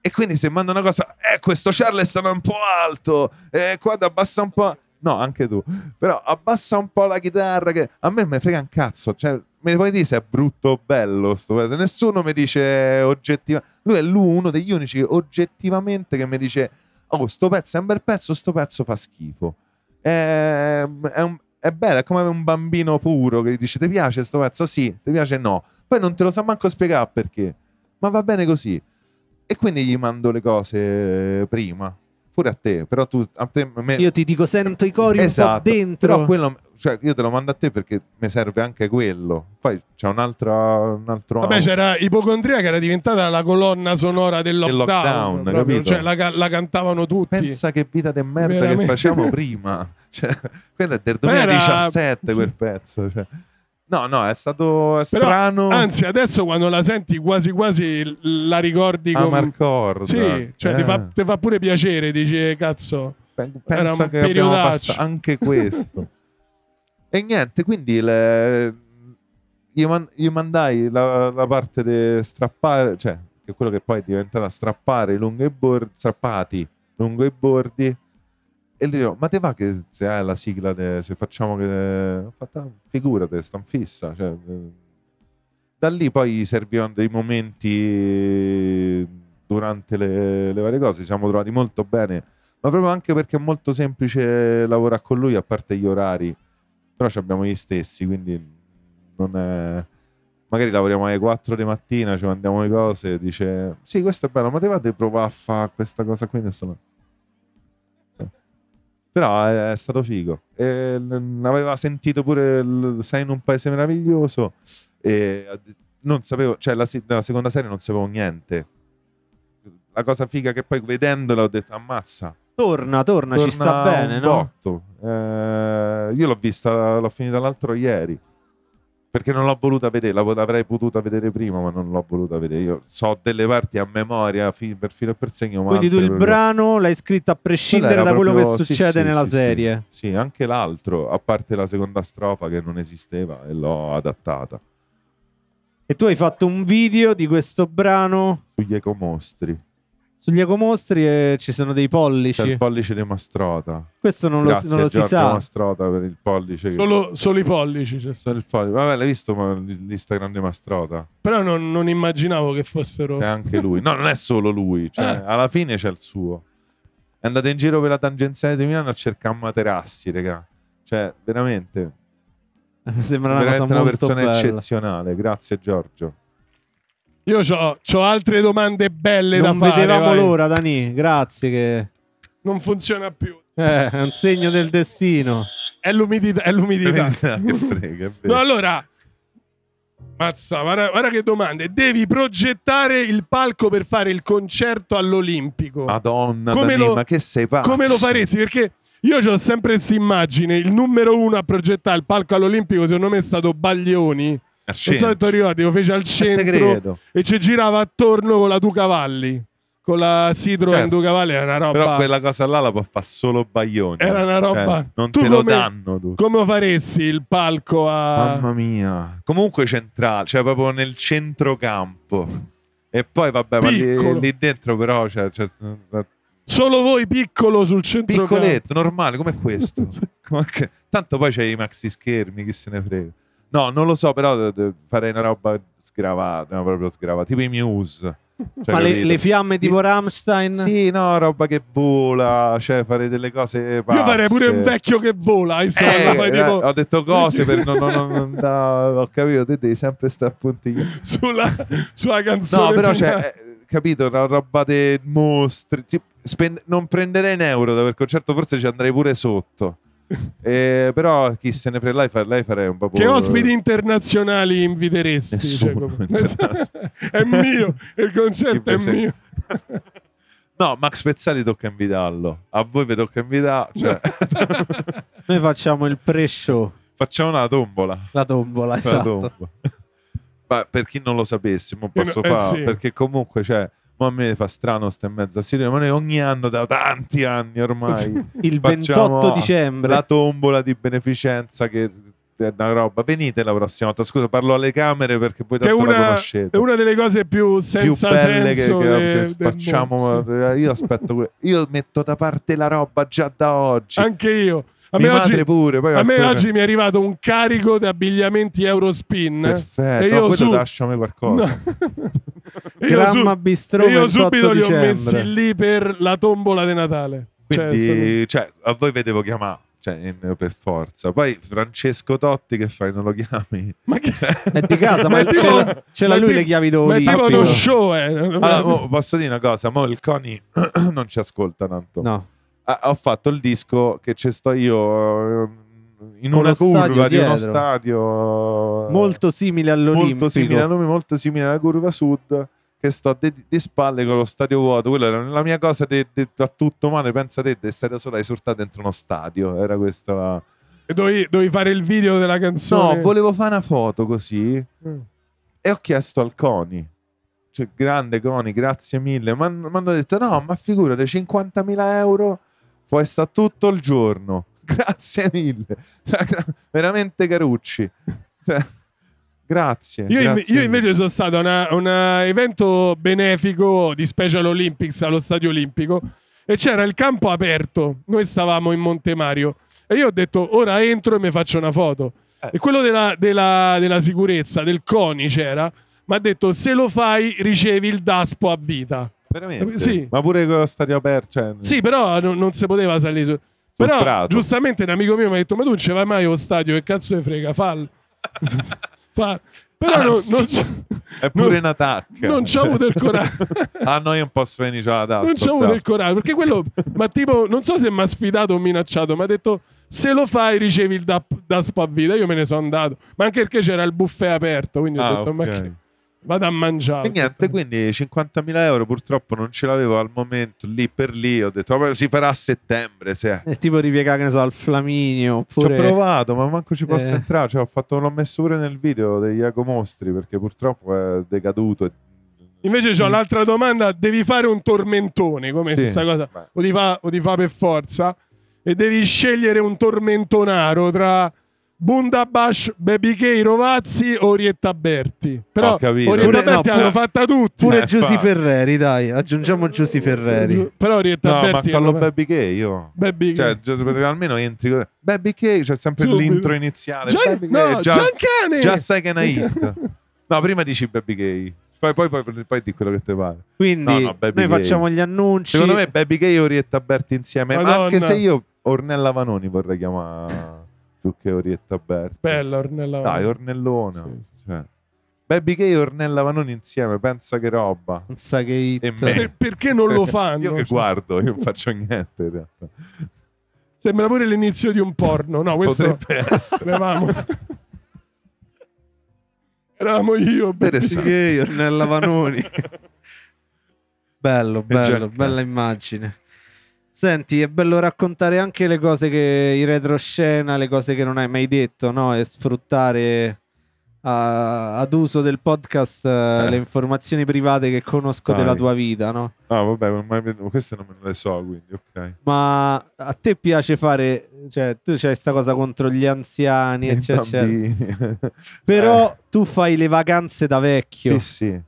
Speaker 2: e quindi se manda una cosa, eh, questo Charleston è un po' alto, eh, qua da abbassa un po'. No, anche tu. Però abbassa un po' la chitarra. Che... A me me frega un cazzo. Cioè, me puoi dire se è brutto o bello sto pezzo. Nessuno mi dice oggettivamente. Lui è lui, uno degli unici oggettivamente che mi dice: Oh, sto pezzo è un bel pezzo, sto pezzo fa schifo. È, è, un- è bello, è come un bambino puro che gli dice: Ti piace sto pezzo? Sì, ti piace no. Poi non te lo sa manco spiegare perché. Ma va bene così. E quindi gli mando le cose prima. Pure a te, però tu a te, me,
Speaker 1: io ti dico, sento i cori un
Speaker 2: Eh. Esatto,
Speaker 1: po' dentro.
Speaker 2: Però quello, cioè, io te lo mando a te perché mi serve anche quello. Poi c'è un'altra, un altro.
Speaker 3: Vabbè, certo, c'era Ipocondria che era diventata la colonna sonora del
Speaker 2: Del
Speaker 3: lockdown.
Speaker 2: lockdown,
Speaker 3: proprio.
Speaker 2: capito?
Speaker 3: Cioè, la, ca- la cantavano tutti.
Speaker 2: Pensa che vita di merda
Speaker 3: Veramente.
Speaker 2: che facciamo prima. Cioè, quello è del
Speaker 3: Ma era-
Speaker 2: 2017
Speaker 3: sì.
Speaker 2: quel pezzo. cioè. No, no, è stato è
Speaker 3: Però,
Speaker 2: strano.
Speaker 3: Anzi, adesso quando la senti quasi quasi l- la ricordi
Speaker 2: a
Speaker 3: come...
Speaker 2: Marcord.
Speaker 3: Sì, cioè ti, fa,
Speaker 2: Eh,
Speaker 3: ti fa pure piacere, dici "Eh, cazzo.
Speaker 2: pe-
Speaker 3: era
Speaker 2: pensa
Speaker 3: un
Speaker 2: che abbiamo
Speaker 3: periodaccio.
Speaker 2: passato anche questo. e niente, quindi le- gli, man- gli mandai la, la parte di strappare, cioè che è quello che poi è diventata strappare lungo i bordi, strappati lungo i bordi. E gli dico, ma te va che se hai la sigla, de- se facciamo che... Ho fatto, figurate, stan fissa. Cioè, eh. da lì poi servivano dei momenti durante le, le varie cose, ci siamo trovati molto bene, ma proprio anche perché è molto semplice lavorare con lui, a parte gli orari, però ci abbiamo gli stessi, quindi non è... Magari lavoriamo alle 4 di mattina, ci mandiamo le cose, dice, sì, questo è bello, ma te vate a provare a fare questa cosa qui? Nessuno... Però è, è stato figo. E l- aveva sentito pure il Sei in un paese meraviglioso. E ha de- non sapevo, cioè la, se- della seconda serie non sapevo niente. La cosa figa che poi vedendola ho detto ammazza.
Speaker 1: Torna, torna, ci sta
Speaker 2: torna
Speaker 1: bene,
Speaker 2: un
Speaker 1: no?
Speaker 2: botto. Eh, io l'ho vista, l'ho finita l'altro ieri. Perché non l'ho voluta vedere, la vo- l'avrei potuta vedere prima, ma non l'ho voluta vedere. Io so delle parti a memoria, fi- per filo e per segno. ma
Speaker 1: Quindi tu
Speaker 2: altre
Speaker 1: il
Speaker 2: proprio-
Speaker 1: brano l'hai scritto a
Speaker 2: Quella
Speaker 1: prescindere
Speaker 2: era
Speaker 1: da quello che
Speaker 2: proprio- sì,
Speaker 1: succede
Speaker 2: sì,
Speaker 1: nella
Speaker 2: sì,
Speaker 1: serie.
Speaker 2: Sì. Sì, anche l'altro, a parte la seconda strofa che non esisteva e l'ho adattata.
Speaker 1: E tu hai fatto un video di questo brano
Speaker 2: Sugli ecomostri.
Speaker 1: sugli ecomostri e ci sono dei pollici.
Speaker 2: C'è il pollice di Mastrota.
Speaker 1: Questo non lo,
Speaker 2: Certo. Grazie
Speaker 1: non lo si
Speaker 2: Giorgio
Speaker 1: sa.
Speaker 2: Mastrota per il pollice. che-
Speaker 3: Solo, solo i pollici. cioè.
Speaker 2: Solo il pollice. Vabbè, l'hai visto ma l'Instagram di Mastrota?
Speaker 3: Però non, non immaginavo che fossero.
Speaker 2: C'è anche lui. No, non è solo lui.
Speaker 3: Eh.
Speaker 2: Cioè, alla fine c'è il suo. È andato in giro per la tangenziale di Milano a cercare materassi, raga. Cioè, veramente.
Speaker 1: Sembra una cosa
Speaker 2: Veramente una
Speaker 1: molto
Speaker 2: persona
Speaker 1: bella.
Speaker 2: eccezionale. Grazie, Giorgio.
Speaker 3: Io c'ho, c'ho altre domande belle
Speaker 1: Non
Speaker 3: da fare.
Speaker 1: vedevamo
Speaker 3: vai.
Speaker 1: l'ora, Dani. Grazie che...
Speaker 3: Non funziona più.
Speaker 1: Eh, è un segno del destino.
Speaker 3: È l'umidità. È l'umidità.
Speaker 2: che frega, è vero.
Speaker 3: No, allora. Mazza, guarda, guarda che domande. Devi progettare il palco per fare il concerto all'Olimpico.
Speaker 2: Madonna,
Speaker 3: Come
Speaker 2: Dani,
Speaker 3: lo-
Speaker 2: ma che sei pazzo?
Speaker 3: Come lo faresti? Perché io ho sempre questa immagine. Il numero uno a progettare il palco all'Olimpico, secondo me, è stato Baglioni.
Speaker 2: Al
Speaker 3: Non so se
Speaker 2: centro. Cioè,
Speaker 3: ti ricordi, lo fece al
Speaker 2: Te
Speaker 3: centro
Speaker 2: credo.
Speaker 3: e ci girava attorno con la Ducavalli. Con la Citroen
Speaker 2: Certo.
Speaker 3: Ducavalli era una roba.
Speaker 2: Però quella cosa là la può fare solo Baglioni.
Speaker 3: Era una roba-
Speaker 2: Cioè, non
Speaker 3: Tu
Speaker 2: te lo
Speaker 3: come-
Speaker 2: danno tu.
Speaker 3: Come lo faresti il palco a.
Speaker 2: Mamma mia. Comunque centrale, cioè proprio nel centrocampo. E poi vabbè, ma
Speaker 3: Piccolo.
Speaker 2: lì, lì dentro però cioè, c'è c'è-
Speaker 3: Solo voi piccolo sul centro.
Speaker 2: piccoletto, normale come questo. Ma che- Tanto poi c'è i maxi schermi, chi se ne frega. No, non lo so, però de- de- farei una roba sgravata, no, proprio sgravata, tipo i Muse. Cioè,
Speaker 1: Ma le,
Speaker 2: capito?
Speaker 1: le fiamme tipo
Speaker 2: Sì.
Speaker 1: Rammstein?
Speaker 2: Sì, no, roba che vola, cioè fare delle cose pazze.
Speaker 3: Io farei pure un vecchio che vola. insomma,
Speaker 2: Eh,
Speaker 3: fai
Speaker 2: eh,
Speaker 3: tipo
Speaker 2: ho detto cose per non, non- non- non- no, ho capito, te devi sempre stare a puntiglio.
Speaker 3: sulla, sulla canzone.
Speaker 2: No, però
Speaker 3: finale.
Speaker 2: cioè, eh, capito, ro- roba dei mostri, tipo, spend- non prenderei un euro da quel concerto, forse ci andrei pure sotto. Eh, però chi se ne frega, lei, fa- lei farei un po'
Speaker 3: Che ospiti internazionali inviteresti? cioè,
Speaker 2: Nessuno.
Speaker 3: è mio, il concerto
Speaker 2: Chi
Speaker 3: è
Speaker 2: pensa-
Speaker 3: mio.
Speaker 2: No, Max Pezzali tocca invitarlo. A voi vi tocca invitarlo. Cioè,
Speaker 1: Noi facciamo il pre-show,
Speaker 2: facciamo una tombola.
Speaker 1: la tombola,
Speaker 2: Quella
Speaker 1: esatto.
Speaker 2: tomba. Ma per chi non lo sapesse, mo
Speaker 3: Eh,
Speaker 2: posso
Speaker 3: eh,
Speaker 2: fare
Speaker 3: sì.
Speaker 2: perché comunque cioè, mo a me fa strano sta in mezzo a Sirio, ma noi ogni anno da tanti anni ormai
Speaker 1: Il
Speaker 2: Facciamo
Speaker 1: 28 dicembre.
Speaker 2: la tombola di beneficenza che è una roba. Venite la prossima volta. Scusa, parlo alle camere perché voi
Speaker 3: Che è
Speaker 2: tanto la
Speaker 3: una,
Speaker 2: conoscete.
Speaker 3: è una delle cose più
Speaker 2: più
Speaker 3: senza
Speaker 2: belle che,
Speaker 3: senso
Speaker 2: che-
Speaker 3: de-
Speaker 2: che
Speaker 3: del
Speaker 2: facciamo, eh,
Speaker 3: mondo, sì.
Speaker 2: io aspetto. que- Io metto da parte la roba già da oggi.
Speaker 3: Anche io. A me,
Speaker 2: Mia madre
Speaker 3: oggi,
Speaker 2: pure. Poi
Speaker 3: a me
Speaker 2: ancora-
Speaker 3: oggi mi è arrivato un carico di abbigliamenti Eurospin.
Speaker 2: Perfetto,
Speaker 3: e io
Speaker 2: eh, no, quello
Speaker 3: su-
Speaker 2: lasciami qualcosa.
Speaker 3: No. E io su-
Speaker 1: Gramma Bistrò
Speaker 3: e io
Speaker 1: 28
Speaker 3: subito li ho
Speaker 1: dicembre.
Speaker 3: messi lì per la tombola di Natale. Cioè,
Speaker 2: Quindi, cioè, a voi vedevo chiamare. Cioè, in- per forza. Poi Francesco Totti, che fai? Non lo chiami? Cioè,
Speaker 3: sono- ma che...
Speaker 1: È di casa, ma
Speaker 3: è tipo-
Speaker 1: ce l'ha, ce l'ha
Speaker 3: ma è
Speaker 1: lui
Speaker 3: tipo-
Speaker 1: le chiavi
Speaker 3: ma è tipo
Speaker 1: d'Olimpico.
Speaker 3: uno show, eh.
Speaker 2: Allora, mo posso dire una cosa? Mo il Coni non ci ascolta tanto.
Speaker 1: No.
Speaker 2: Ah, ho fatto il disco che ci sto io eh, in
Speaker 1: Uno
Speaker 2: una
Speaker 1: stadio
Speaker 2: curva di uno
Speaker 1: dietro.
Speaker 2: stadio eh,
Speaker 1: Molto simile all'Olimpico.
Speaker 2: molto simile a noi, molto simile alla curva sud. Che sto de- di spalle con lo stadio vuoto. Quella era la mia cosa de- de- a tutto male. Pensa te, di stare da sola esortata dentro uno stadio. Era questa la-
Speaker 3: E Dovevi, dovevi fare il video della canzone.
Speaker 2: No, volevo fare una foto così.
Speaker 3: Mm.
Speaker 2: e ho chiesto al Coni, cioè grande Coni, grazie mille, ma mi hanno detto no, ma figurate, 50.000 euro puoi stare tutto il giorno, grazie mille, Cioè, gra- veramente carucci, Cioè, grazie.
Speaker 3: Io, inve-
Speaker 2: grazie
Speaker 3: io
Speaker 2: mille.
Speaker 3: invece sono stato a una- a un evento benefico di Special Olympics allo Stadio Olimpico e c'era il campo aperto. Noi stavamo in Montemario e io ho detto ora entro e mi faccio una foto.
Speaker 2: Eh.
Speaker 3: E quello della, della- della sicurezza, del CONI c'era, mi ha detto se lo fai ricevi il DASPO a vita.
Speaker 2: Mm. Veramente?
Speaker 3: sì.
Speaker 2: ma pure con lo stadio aperto, cioè,
Speaker 3: Sì, però non, non si poteva salire su. Però
Speaker 2: prato.
Speaker 3: giustamente un amico mio mi ha detto ma tu non ci vai mai allo stadio, che cazzo ne frega, fallo. Fa- Però non,
Speaker 2: Anzi.
Speaker 3: non, c'è-
Speaker 2: È pure
Speaker 3: Non-
Speaker 2: in attacco.
Speaker 3: non c'ho avuto il coraggio.
Speaker 2: A noi un po' sfenice la testa.
Speaker 3: non c'ho avuto il coraggio. Perché quello, ma tipo, non so se mi ha sfidato o minacciato, mi ha detto se lo fai ricevi il da, da spavvita. Io me ne sono andato. Ma anche perché c'era il buffet aperto, quindi ho
Speaker 2: Ah,
Speaker 3: detto, ma
Speaker 2: ok.
Speaker 3: che... vado a mangiare.
Speaker 2: E niente, quindi 50.000 euro purtroppo non ce l'avevo al momento, lì per lì. Ho detto, vabbè, si farà a settembre. Se...
Speaker 3: Eh,
Speaker 1: È tipo ripiegare, che ne so, al Flaminio.
Speaker 2: Ci ho
Speaker 1: Oppure...
Speaker 2: provato, ma manco ci posso
Speaker 1: Eh.
Speaker 2: entrare. Cioè, ho fatto- l'ho messo pure nel video degli ecomostri perché purtroppo è decaduto. e-
Speaker 3: Invece c'ho l'altra domanda, devi fare un tormentone, come
Speaker 2: Mm. Sì.
Speaker 3: stessa cosa,
Speaker 2: Beh.
Speaker 3: o ti, fa, o ti fa per forza, e devi scegliere un tormentonaro tra Bundabash, Baby K, Rovazzi o Orietta Berti. Però
Speaker 2: Ho capito.
Speaker 3: Orietta
Speaker 1: Pure- no,
Speaker 3: Berti
Speaker 1: pure-
Speaker 3: l'hanno fatta tutti.
Speaker 1: Pure
Speaker 2: Eh,
Speaker 1: Giusy
Speaker 2: infatti.
Speaker 1: Ferreri, dai, aggiungiamo Giusy Ferreri.
Speaker 3: Però Orietta
Speaker 2: No, ma
Speaker 3: Berti...
Speaker 2: con lo
Speaker 3: l'hanno fatta-
Speaker 2: Baby K io.
Speaker 3: Baby K.
Speaker 2: Cioè, già- perché almeno entri con- Baby K c'è sempre
Speaker 3: Subito.
Speaker 2: l'intro iniziale.
Speaker 3: Gian-
Speaker 2: Baby K,
Speaker 3: no,
Speaker 2: Cioè, eh, già,
Speaker 3: Giancane!
Speaker 2: già sai che è una hit. No, prima dici Baby K. Poi, poi, poi, poi di quello che ti pare.
Speaker 1: Quindi
Speaker 2: No, no, Baby
Speaker 1: noi
Speaker 2: Gay.
Speaker 1: facciamo gli annunci.
Speaker 2: Secondo me Baby Gay e Orietta Berti insieme, ma
Speaker 3: Madonna.
Speaker 2: anche se io Ornella Vanoni vorrei chiamare più che Orietta Berti.
Speaker 3: Bella Ornella.
Speaker 2: Dai, Ornellona.
Speaker 3: Sì,
Speaker 2: Cioè, Baby Gay e Ornella Vanoni insieme, pensa che roba.
Speaker 1: Non sa che hit.
Speaker 2: E me.
Speaker 3: Eh, Per- perché non lo fanno? cioè.
Speaker 2: Io che guardo, io non faccio niente in realtà.
Speaker 3: Sembra pure l'inizio di un porno. No, questo...
Speaker 2: Potrebbe essere.
Speaker 3: Eravamo... Eravamo
Speaker 1: Baby
Speaker 3: io, Baby
Speaker 2: Interessante.
Speaker 1: Gay, Ornella Vanoni. bello, bello,
Speaker 2: Gianca.
Speaker 1: bella immagine. Senti, è bello raccontare anche le cose che in retroscena, le cose che non hai mai detto, no? E sfruttare a- ad uso del podcast eh,
Speaker 2: Eh.
Speaker 1: le informazioni private che conosco della
Speaker 2: Dai.
Speaker 1: tua vita, no?
Speaker 2: No, vabbè, ormai me- queste non me le so, quindi ok.
Speaker 1: Ma a te piace fare, cioè, tu c'hai sta cosa contro gli anziani,
Speaker 2: E i
Speaker 1: eccetera, eccetera.
Speaker 2: bambini. Eh.
Speaker 1: Però tu fai le vacanze da vecchio.
Speaker 2: sì, sì.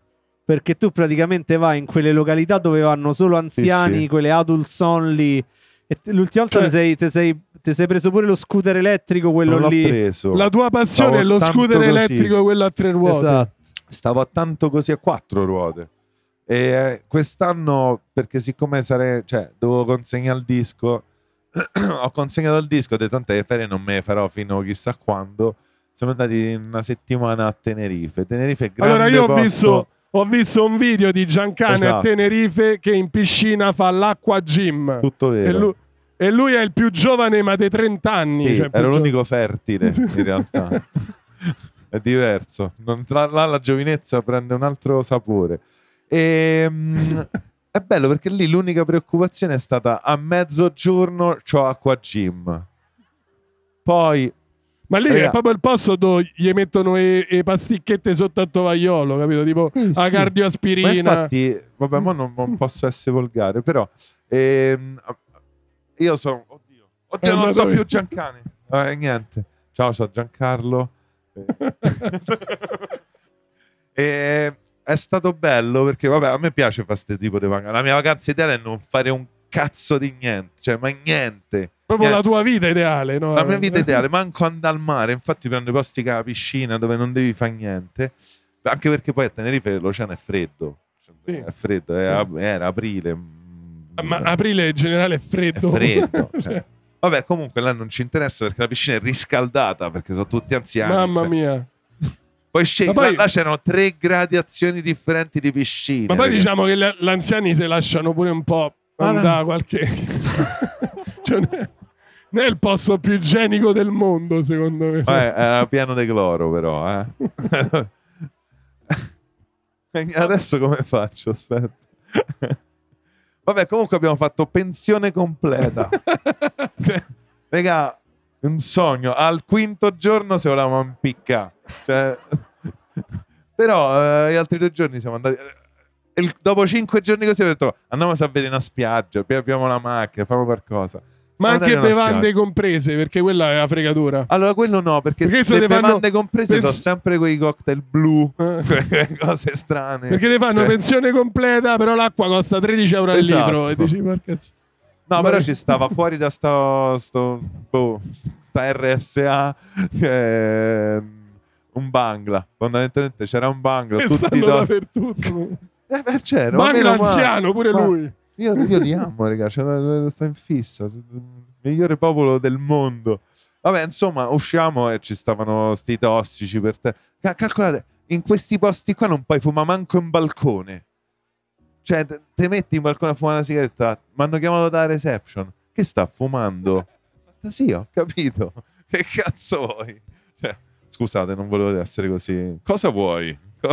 Speaker 1: perché tu praticamente vai in quelle località dove vanno solo anziani,
Speaker 2: Sì, sì.
Speaker 1: quelle adults only. E te- l'ultima volta
Speaker 3: Cioè-
Speaker 1: ti sei, te sei- te sei preso pure lo scooter elettrico, quello
Speaker 2: non l'ho
Speaker 1: lì.
Speaker 2: preso.
Speaker 3: La tua passione
Speaker 2: Stavo
Speaker 3: è lo
Speaker 2: tanto
Speaker 3: scooter
Speaker 2: così.
Speaker 3: elettrico, quello a tre ruote.
Speaker 1: Esatto.
Speaker 2: stavo tanto così a quattro ruote. E eh, quest'anno, perché siccome sarei, cioè, dovevo consegnare il disco, ho consegnato il disco, ho detto tante le ferie non me le farò fino chissà quando. Siamo andati una settimana a Tenerife. Tenerife è grande
Speaker 3: Allora io ho
Speaker 2: posto.
Speaker 3: visto, ho visto un video di Giancane a
Speaker 2: Esatto.
Speaker 3: Tenerife che in piscina fa l'acqua gym.
Speaker 2: tutto
Speaker 3: E
Speaker 2: vero.
Speaker 3: lui, e lui è il più giovane, ma dei 30 anni.
Speaker 2: Sì,
Speaker 3: cioè, più
Speaker 2: era
Speaker 3: gio-
Speaker 2: l'unico fertile in realtà. è diverso. Non- tra- là la giovinezza prende un altro sapore. E, mm, è bello perché lì l'unica preoccupazione è stata a mezzogiorno c'ho acqua gym. Poi
Speaker 3: Ma lì è
Speaker 2: Raga.
Speaker 3: proprio il posto dove gli mettono le pasticchette sotto al tovagliolo, capito? Tipo
Speaker 2: Sì,
Speaker 3: la
Speaker 2: sì. Ma
Speaker 3: cardioaspirina.
Speaker 2: infatti, vabbè,
Speaker 3: Mm.
Speaker 2: mo non, non posso essere volgare, però ehm, io sono. Oddio, oddio
Speaker 3: Eh,
Speaker 2: non
Speaker 3: ma
Speaker 2: so
Speaker 3: dove-
Speaker 2: più Giancani. Eh, niente. Ciao, sono Giancarlo. Eh. e è stato bello perché, vabbè, a me piace fare questo tipo di vacanze. La mia vacanza ideale è non fare un cazzo di niente, cioè, ma niente.
Speaker 3: Proprio
Speaker 2: niente.
Speaker 3: la tua eh. vita ideale, no?
Speaker 2: La mia vita ideale, manco andare al mare, infatti prendo i posti che ha la piscina dove non devi fare niente, anche perché poi a Tenerife l'oceano è freddo,
Speaker 3: Sì. Ah,
Speaker 2: è freddo, è ab- era aprile. mm,
Speaker 3: Ma aprile in generale è
Speaker 2: è
Speaker 3: freddo.
Speaker 2: freddo.
Speaker 3: Cioè,
Speaker 2: cioè. Vabbè, comunque là non ci interessa perché la piscina è riscaldata perché sono tutti anziani.
Speaker 3: mamma
Speaker 2: cioè.
Speaker 3: mia.
Speaker 2: Poi scegli,
Speaker 3: Ma poi-
Speaker 2: là, là c'erano tre gradiazioni differenti di piscina.
Speaker 3: Ma poi
Speaker 2: perché-
Speaker 3: diciamo che gli anziani si lasciano pure un po'
Speaker 1: Ah,
Speaker 3: andare
Speaker 1: no.
Speaker 3: qualche... cioè, non è- non è il posto più igienico del mondo, secondo me.
Speaker 2: Eh, era pieno di cloro, però. eh. Adesso come faccio? Aspetta. Vabbè, comunque abbiamo fatto pensione completa. Cioè, Raga, un sogno. Al quinto giorno se volevamo impicca. Cioè, però eh, gli altri due giorni siamo andati... eh, il- dopo cinque giorni così ho detto andiamo a vedere una spiaggia, poi abbiamo la macchina, facciamo qualcosa.
Speaker 3: Ma
Speaker 2: Siamo andati
Speaker 3: anche
Speaker 2: in una
Speaker 3: bevande
Speaker 2: spiaggia.
Speaker 3: comprese, perché quella è la fregatura.
Speaker 2: Allora, quello no, perché,
Speaker 3: Perché se
Speaker 2: le
Speaker 3: ne fanno-
Speaker 2: bevande comprese
Speaker 3: pens-
Speaker 2: sono sempre quei cocktail blu,
Speaker 3: Eh.
Speaker 2: quelle cose strane.
Speaker 3: Perché ti fanno
Speaker 2: Eh.
Speaker 3: pensione completa, però l'acqua costa 13 euro al
Speaker 2: Esatto.
Speaker 3: litro. E dici, ma cazzo.
Speaker 2: No,
Speaker 3: Ma-
Speaker 2: però ci stava fuori da sto, sto boh, sta RSA ehm, un bangla. Fondamentalmente c'era un bangla.
Speaker 3: E
Speaker 2: tutti
Speaker 3: stanno
Speaker 2: dos-
Speaker 3: dappertutto.
Speaker 2: Eh, beh, c'era, ma meno
Speaker 3: Bangla
Speaker 2: male.
Speaker 3: anziano, pure
Speaker 2: Ma-
Speaker 3: lui.
Speaker 2: Io, io li amo, raga, cioè, eh, sta in fissa. Migliore popolo del mondo. Vabbè, insomma, usciamo e ci stavano sti tossici per te. Ca- calcolate, in questi posti qua non puoi fumare manco in balcone. Cioè, te- te metti in balcone a fumare una sigaretta, mi hanno chiamato dalla reception. Che sta fumando? Fantasia, ho capito. Che cazzo vuoi? Cioè, scusate, non volevo essere così. Cosa vuoi? Co-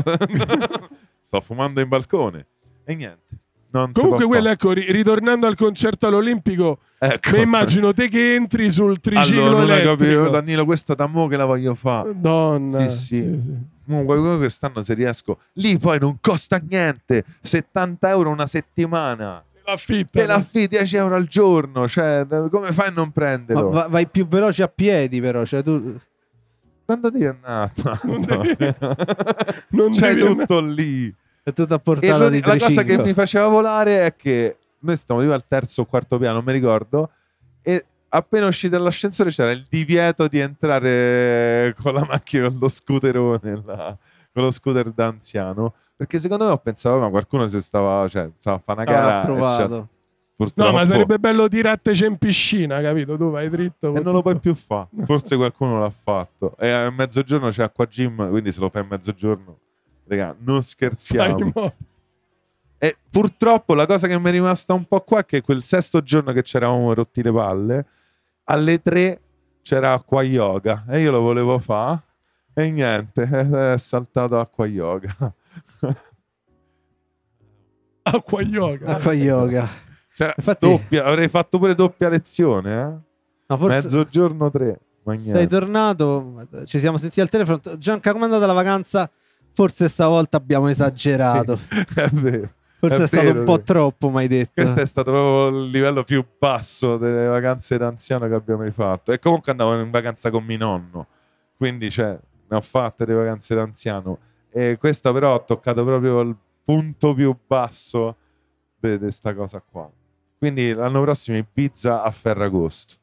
Speaker 2: Sto fumando in balcone. E niente. non si
Speaker 3: Comunque,
Speaker 2: può
Speaker 3: quello, ecco, ri- ritornando al concerto all'Olimpico,
Speaker 2: fare. Ecco.
Speaker 3: mi immagino te che entri sul triciclo
Speaker 2: Allora, non hai
Speaker 3: elettrico. Eh.
Speaker 2: capito, Danilo, questa da mo che la voglio fare.
Speaker 3: Donna.
Speaker 2: Ah. Sì, sì. Comunque, quello quest'anno se riesco. Lì poi non costa niente. 70 euro una settimana.
Speaker 3: L'affitta.
Speaker 2: Te la fai 10 euro al giorno. Cioè, come fai a non
Speaker 1: Ma
Speaker 2: prenderlo?
Speaker 1: va- vai più veloce a piedi, però. Cioè, tu...
Speaker 2: Tanto devi andare. tanto.
Speaker 3: devi- non
Speaker 2: C'è
Speaker 3: devi
Speaker 2: tutto lì.
Speaker 1: È tutto a
Speaker 2: E
Speaker 1: portata
Speaker 2: lo-
Speaker 1: di
Speaker 2: la cosa che
Speaker 1: triciclo.
Speaker 2: mi faceva volare è che noi stiamo arrivati al terzo o quarto piano, non mi ricordo. E appena usciti dall'ascensore c'era il divieto di entrare con la macchina, con lo scooterone, là, con lo scooter da anziano. Perché secondo me ho pensato, ma qualcuno si stava, cioè, stava a fare una gara.
Speaker 1: Avrà
Speaker 2: e c'ha-
Speaker 1: provato.
Speaker 2: purtroppo-
Speaker 3: No, ma sarebbe bello tiratteci in piscina, capito? Tu vai dritto.
Speaker 2: E
Speaker 3: con
Speaker 2: non lo puoi
Speaker 3: tutto.
Speaker 2: più fare. Forse qualcuno l'ha fatto. E a mezzogiorno c'è acqua gym, quindi se lo fai a mezzogiorno, raga, non
Speaker 3: Dai,
Speaker 2: scherziamo.
Speaker 3: mo.
Speaker 2: E purtroppo la cosa che mi è rimasta un po' qua è che quel sesto giorno che c'eravamo rotti le palle, alle tre c'era acqua yoga e io lo volevo fare e niente, è saltato acqua yoga.
Speaker 3: Acqua yoga.
Speaker 1: Acqua yoga.
Speaker 2: Cioè,
Speaker 1: Infatti-
Speaker 2: doppia, avrei fatto pure doppia lezione,
Speaker 1: No,
Speaker 2: eh?
Speaker 1: forse
Speaker 2: mezzogiorno tre. Ma
Speaker 1: sei
Speaker 2: niente.
Speaker 1: tornato. Ci siamo sentiti al telefono. Gianca, come è andata la vacanza? Forse stavolta abbiamo esagerato.
Speaker 2: è vero.
Speaker 1: Forse è,
Speaker 2: è
Speaker 1: stato
Speaker 2: vero,
Speaker 1: un po'
Speaker 2: vero.
Speaker 1: troppo, mi hai detto.
Speaker 2: Questo è stato proprio il livello più basso delle vacanze d'anziano che abbiamo mai fatto. E comunque andavo in vacanza con mio nonno, quindi cioè, ne ho fatte le vacanze d'anziano. E questa però ha toccato proprio il punto più basso di questa cosa qua. Quindi l'anno prossimo Ibiza a Ferragosto.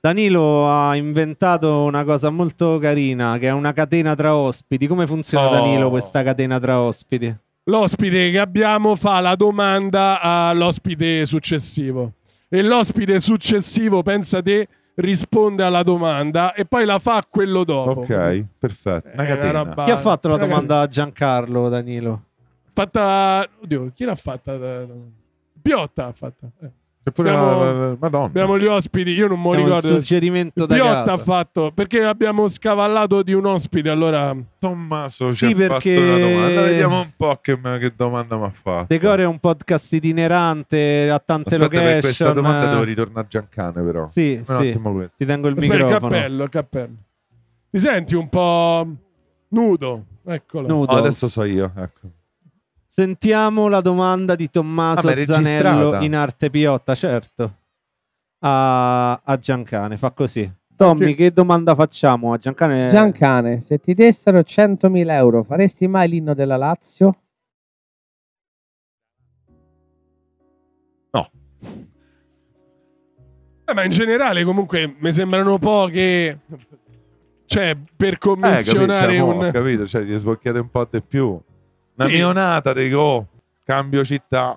Speaker 1: Danilo ha inventato una cosa molto carina, che è una catena tra ospiti. Come funziona,
Speaker 2: Oh.
Speaker 1: Danilo, questa catena tra ospiti?
Speaker 3: L'ospite che abbiamo fa la domanda all'ospite successivo. E l'ospite successivo, pensa te, risponde alla domanda e poi la fa a quello dopo.
Speaker 2: ok, perfetto. Una
Speaker 3: È una
Speaker 2: catena.
Speaker 3: roba-
Speaker 1: Chi ha fatto la
Speaker 3: Ragazzi.
Speaker 1: domanda a Giancarlo, Danilo?
Speaker 3: Fatta. Oddio, chi l'ha fatta? Piotta ha fatta. Eh.
Speaker 2: C'è pure la-
Speaker 3: Abbiamo-
Speaker 2: la- la- Madonna.
Speaker 3: Abbiamo gli ospiti, io non mi
Speaker 1: È un
Speaker 3: ricordo.
Speaker 1: suggerimento da
Speaker 3: Piotta ha
Speaker 1: casa.
Speaker 3: fatto perché abbiamo scavallato di un ospite, allora
Speaker 2: Tommaso
Speaker 1: Sì,
Speaker 2: ci ha fatto
Speaker 1: perché-
Speaker 2: una domanda. Vediamo un po' che, che domanda mi ha fatto.
Speaker 1: Decore è un podcast itinerante a tante
Speaker 2: Aspetta, per questa
Speaker 1: location.
Speaker 2: domanda devo
Speaker 1: eh.
Speaker 2: ritornare a Giancane, però.
Speaker 1: Sì,
Speaker 2: Un
Speaker 1: sì.
Speaker 2: attimo questo.
Speaker 1: Ti tengo il
Speaker 3: Aspetta, il
Speaker 1: microfono.
Speaker 3: cappello, il cappello. Ti senti un po' nudo? Eccolo.
Speaker 1: Nudo.
Speaker 2: Oh, adesso so io, ecco.
Speaker 1: Sentiamo la domanda di Tommaso
Speaker 2: Ah, ma è
Speaker 1: Zanello
Speaker 2: registrata?
Speaker 1: in arte Piotta, certo. A, a Giancane, fa così. Tommy,
Speaker 3: Sì.
Speaker 1: che domanda facciamo a Giancane?
Speaker 4: Giancane, se ti dessero 100.000 euro, faresti mai l'inno della Lazio?
Speaker 2: No.
Speaker 3: Eh, ma in generale, comunque, mi sembrano poche. Cioè, per
Speaker 2: Eh, capito,
Speaker 3: commissionare
Speaker 2: cioè, mo,
Speaker 3: un.
Speaker 2: ho capito, cioè, gli sbocchiate un po' di più. Una
Speaker 3: Sì.
Speaker 2: neonata, dico, cambio città.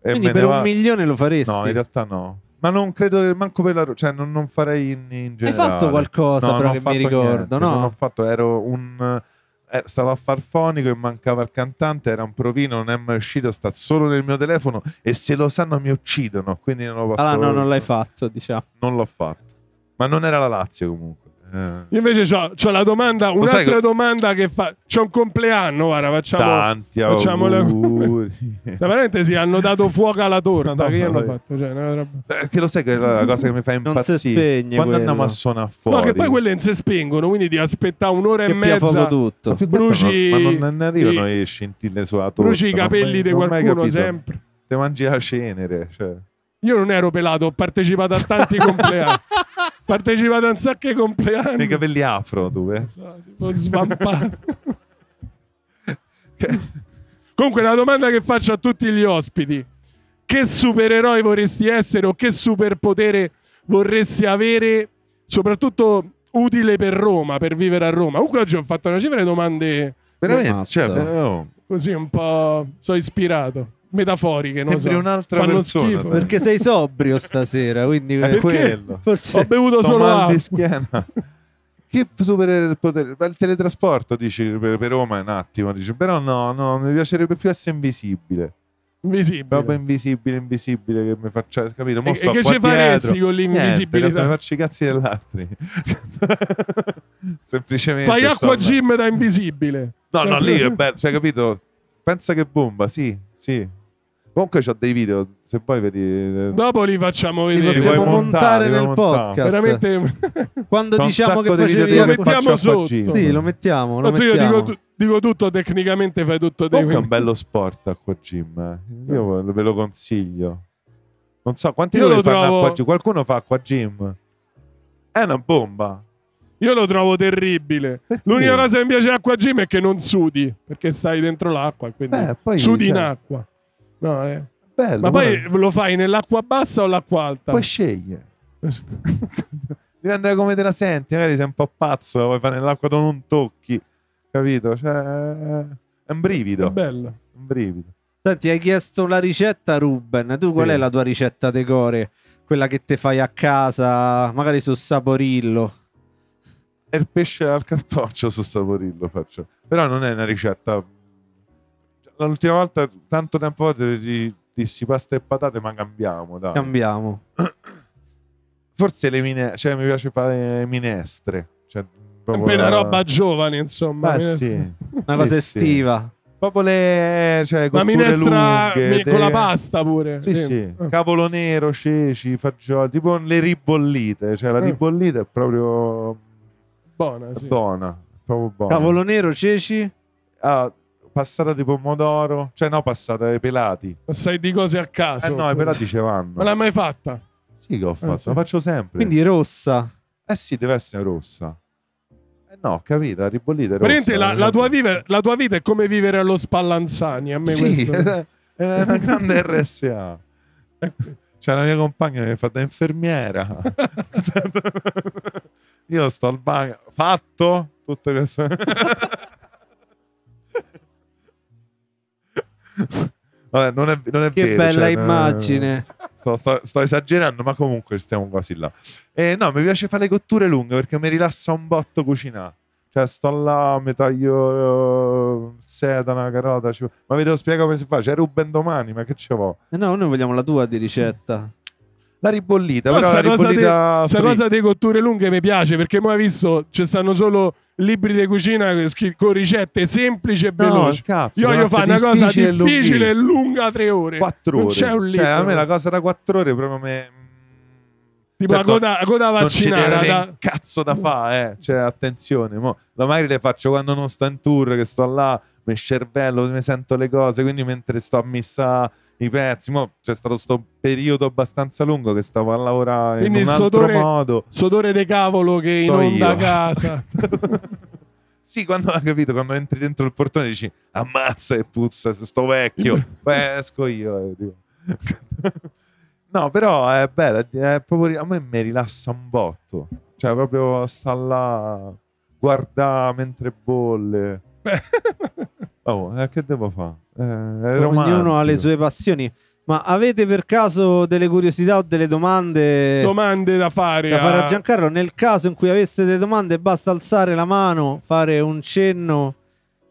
Speaker 2: E
Speaker 1: Quindi
Speaker 2: Eh, me
Speaker 1: per
Speaker 2: ne
Speaker 1: un
Speaker 2: va-
Speaker 1: milione lo faresti?
Speaker 2: No, in realtà no. Ma non credo che manco per la... ro- Cioè, non, non farei in, in
Speaker 1: Hai
Speaker 2: generale.
Speaker 1: fatto qualcosa
Speaker 2: No,
Speaker 1: però
Speaker 2: non
Speaker 1: che
Speaker 2: ho
Speaker 1: mi
Speaker 2: fatto
Speaker 1: ricordo,
Speaker 2: niente, Non ho
Speaker 1: no?
Speaker 2: fatto, ero un... eh, stavo a farfonico e mancava il cantante, era un provino, non è mai uscito, sta solo nel mio telefono e se lo sanno mi uccidono, quindi non lo posso...
Speaker 1: Ah no, non l'hai fatto, diciamo.
Speaker 2: Non l'ho fatto. Ma non era la Lazio comunque. Eh,
Speaker 3: Io invece c'ho, c'ho la domanda,
Speaker 2: Lo sai
Speaker 3: un'altra
Speaker 2: che-
Speaker 3: domanda che fa. C'è un compleanno, guarda, facciamo.
Speaker 2: Tanti
Speaker 3: facciamo le-
Speaker 2: auguri.
Speaker 3: Da parentesi, hanno dato fuoco alla torta.
Speaker 2: Madonna,
Speaker 3: che io hanno
Speaker 2: dai.
Speaker 3: fatto. Cioè, una roba-
Speaker 2: Eh, che lo sai che è la cosa che mi fa
Speaker 1: Non si
Speaker 2: impazzire.
Speaker 1: spegne
Speaker 2: Quando
Speaker 1: quello.
Speaker 2: andiamo a suonare fuori.
Speaker 3: No, che poi quelle non si spengono, quindi ti aspettare un'ora e
Speaker 1: Che pia fuoco
Speaker 3: mezza.
Speaker 1: tutto.
Speaker 2: Più che altro
Speaker 3: bruci-
Speaker 2: non- ma non ne arrivano
Speaker 3: i-
Speaker 2: le scintille sulla torta.
Speaker 3: Bruci i
Speaker 2: non ho
Speaker 3: capelli
Speaker 2: mai-
Speaker 3: di
Speaker 2: non ho mai
Speaker 3: qualcuno
Speaker 2: capito.
Speaker 3: sempre.
Speaker 2: Te mangi la cenere, cioè.
Speaker 3: Io non ero pelato, ho partecipato a tanti compleanni. Ho partecipato a un sacco di
Speaker 2: Con
Speaker 3: compleanni.
Speaker 2: i capelli afro, tu, eh.
Speaker 3: So, tipo svampato.
Speaker 2: Che-
Speaker 3: Comunque, la domanda che faccio a tutti gli ospiti: che supereroi vorresti essere o che superpotere vorresti avere, soprattutto utile per Roma, per vivere a Roma? Comunque, oggi ho fatto una cifra di domande
Speaker 2: Veramente,
Speaker 1: Ammazza.
Speaker 2: cioè, oh,
Speaker 3: così un po'. so ispirato, metaforiche. Non
Speaker 2: sembri
Speaker 3: so.
Speaker 2: un'altra
Speaker 3: Fanno
Speaker 2: persona.
Speaker 3: schifo.
Speaker 2: dai.
Speaker 1: Perché sei sobrio stasera, quindi
Speaker 2: È
Speaker 1: eh,
Speaker 2: quello.
Speaker 1: forse
Speaker 3: Ho bevuto
Speaker 2: Sto
Speaker 3: solo
Speaker 2: mal di
Speaker 3: acqua.
Speaker 2: schiena.
Speaker 3: Ho
Speaker 2: Che superpotere? Beh, Il teletrasporto, dici, per, per Roma è un attimo, dici, però no, no, mi piacerebbe più essere invisibile.
Speaker 3: Invisibile.
Speaker 2: Proprio invisibile, invisibile, che mi faccia, capito? Mo
Speaker 3: E,
Speaker 2: sto
Speaker 3: e che
Speaker 2: qua
Speaker 3: ci faresti
Speaker 2: dietro.
Speaker 3: con
Speaker 2: Niente,
Speaker 3: l'invisibilità?
Speaker 2: faccio i cazzi degli altri. Semplicemente.
Speaker 3: Fai
Speaker 2: sto
Speaker 3: acqua
Speaker 2: là.
Speaker 3: gym da invisibile.
Speaker 2: No, no, lì è bello, cioè, capito? Pensa che bomba, sì, sì. Comunque c'ho dei video, se poi vedi... eh,
Speaker 3: Dopo li facciamo
Speaker 1: Li
Speaker 3: vedere.
Speaker 1: possiamo
Speaker 2: vuoi
Speaker 1: montare
Speaker 2: montare, li
Speaker 1: nel
Speaker 2: vuoi montare.
Speaker 1: podcast.
Speaker 3: Veramente.
Speaker 1: Quando
Speaker 2: c'ho un
Speaker 1: diciamo che
Speaker 2: sacco di video
Speaker 1: facevi
Speaker 2: dove
Speaker 3: Lo
Speaker 1: acqua-
Speaker 2: faccio acqua
Speaker 3: mettiamo sotto.
Speaker 2: gym.
Speaker 1: Sì, lo mettiamo, lo
Speaker 3: Tanto io
Speaker 1: mettiamo.
Speaker 3: dico, tu- dico tutto tecnicamente, fai tutto te.
Speaker 2: Comunque è un
Speaker 3: quindi-
Speaker 2: bello sport acqua gym. eh. Io ve lo consiglio. Non so quanti
Speaker 3: Io
Speaker 2: di voi
Speaker 3: lo
Speaker 2: fanno
Speaker 3: trovo-
Speaker 2: acqua gym. Qualcuno fa acqua gym. È una bomba.
Speaker 3: Io lo trovo terribile.
Speaker 2: Perché?
Speaker 3: L'unica cosa che mi piace acqua gym è che non sudi, perché stai dentro l'acqua, quindi
Speaker 2: Beh, poi,
Speaker 3: sudi in
Speaker 2: cioè,
Speaker 3: acqua. No, eh.
Speaker 2: Bello,
Speaker 3: Ma poi
Speaker 2: guarda.
Speaker 3: lo fai nell'acqua bassa o l'acqua alta?
Speaker 2: Poi sceglie. Dipende da come te la senti. Magari sei un po' pazzo. Vuoi fare nell'acqua dove non tocchi. Capito? Cioè, è un brivido.
Speaker 3: È bello.
Speaker 2: Un brivido.
Speaker 1: Senti, hai chiesto la ricetta, Ruben. Tu qual
Speaker 2: Sì.
Speaker 1: è la tua ricetta decore? Quella che te fai a casa, magari su Saporillo.
Speaker 2: E il pesce al cartoccio su saporillo faccio. Però non è una ricetta. Cioè, L'ultima volta, tanto tempo fa, ti- ti- dissi pasta e patate, ma cambiamo. Dai.
Speaker 1: Cambiamo.
Speaker 2: Forse le minestre, cioè mi piace fare minestre. Cioè,
Speaker 3: È
Speaker 2: proprio
Speaker 3: una
Speaker 2: la-
Speaker 3: roba giovane, insomma.
Speaker 2: Eh,
Speaker 3: Minestra-
Speaker 2: sì.
Speaker 1: Una
Speaker 2: Sì,
Speaker 1: cosa
Speaker 2: sì.
Speaker 1: estiva.
Speaker 2: Proprio le cioè,
Speaker 3: Una
Speaker 2: cotture
Speaker 3: minestra
Speaker 2: lunghe,
Speaker 3: mi- con
Speaker 2: de-
Speaker 3: la pasta pure.
Speaker 2: Sì,
Speaker 3: Sì.
Speaker 2: sì.
Speaker 3: Eh.
Speaker 2: Cavolo nero, ceci, fagioli, tipo le ribollite. Cioè, la
Speaker 3: Eh.
Speaker 2: ribollita è proprio
Speaker 3: Buona, sì.
Speaker 2: buona. Proprio buona.
Speaker 1: Cavolo nero, ceci?
Speaker 2: Ah, passata di pomodoro, cioè no, passata ai pelati.
Speaker 3: Ma sai di cose a caso.
Speaker 2: Eh no, i pelati ci vanno.
Speaker 3: Ma l'hai mai fatta?
Speaker 2: Sì che ho fatto,
Speaker 3: sì.
Speaker 2: la faccio sempre.
Speaker 1: Quindi rossa.
Speaker 2: Eh sì, deve essere rossa. Eh no, capito, la ribollita è rossa.
Speaker 3: Veramente la, la tua vive- la tua vita è come vivere allo Spallanzani. A me
Speaker 2: Sì,
Speaker 3: questo.
Speaker 2: è è una grande RSA. C'è la mia compagna che fa da infermiera. Io sto al bagno. Fatto tutto questo. Vabbè, non è, non è
Speaker 1: Che
Speaker 2: vero,
Speaker 1: bella
Speaker 2: cioè, no,
Speaker 1: immagine.
Speaker 2: Sto, sto- sto esagerando, ma comunque stiamo quasi là. Eh, no, mi piace fare le cotture lunghe perché mi rilassa un botto cucinare. Cioè, sto là, mi taglio eh, sedana, carota. ci- Ma vi devo spiegare come si fa. C'è Ruben domani, ma che ci vuole?
Speaker 1: Eh No, noi vogliamo la tua di ricetta.
Speaker 2: La ribollita,
Speaker 3: Però
Speaker 2: però la
Speaker 3: sta cosa,
Speaker 2: ribollita.
Speaker 3: de- sta
Speaker 2: fritta.
Speaker 3: cosa dei cotture lunghe mi piace perché mo hai visto ci stanno solo libri di cucina schi- con ricette semplici e
Speaker 2: No,
Speaker 3: veloci.
Speaker 2: cazzo,
Speaker 3: Io
Speaker 2: devono
Speaker 3: voglio
Speaker 2: essere
Speaker 3: fare una cosa difficile e
Speaker 2: lunghissime.
Speaker 3: lunga tre ore.
Speaker 2: Quattro
Speaker 3: Non
Speaker 2: ore.
Speaker 3: c'è un
Speaker 2: Cioè, a
Speaker 3: libro.
Speaker 2: me la cosa da quattro ore proprio me.
Speaker 3: Tipo
Speaker 2: Certo,
Speaker 3: la coda, la coda
Speaker 2: non ci deve
Speaker 3: vaccinata.
Speaker 2: avere
Speaker 3: da-
Speaker 2: un cazzo da fare, eh. cioè attenzione, mo, la magari le faccio quando non sto in tour, che sto là, mi scervello, mi sento le cose, quindi mentre sto a missa i pezzi, mo, c'è stato sto periodo abbastanza lungo che stavo a lavorare
Speaker 3: Quindi
Speaker 2: in un
Speaker 3: il
Speaker 2: altro
Speaker 3: sodore-
Speaker 2: modo.
Speaker 3: Sodore de cavolo che
Speaker 2: So
Speaker 3: inonda
Speaker 2: io.
Speaker 3: casa.
Speaker 2: Sì, quando hai capito, quando entri dentro il portone dici ammazza e puzza, se sto vecchio, poi esco io. eh, tipo. no, però è bello, è proprio- a me mi rilassa un botto, cioè proprio sta là, guarda mentre bolle. Oh, eh, che devo fare? Eh,
Speaker 1: Ognuno ha le sue passioni. Ma avete per caso delle curiosità o delle
Speaker 2: Eh.
Speaker 1: domande
Speaker 3: Domande da fare.
Speaker 1: da fare a
Speaker 3: a-
Speaker 1: Giancarlo? Nel caso in cui aveste delle domande, basta alzare la mano, fare un cenno.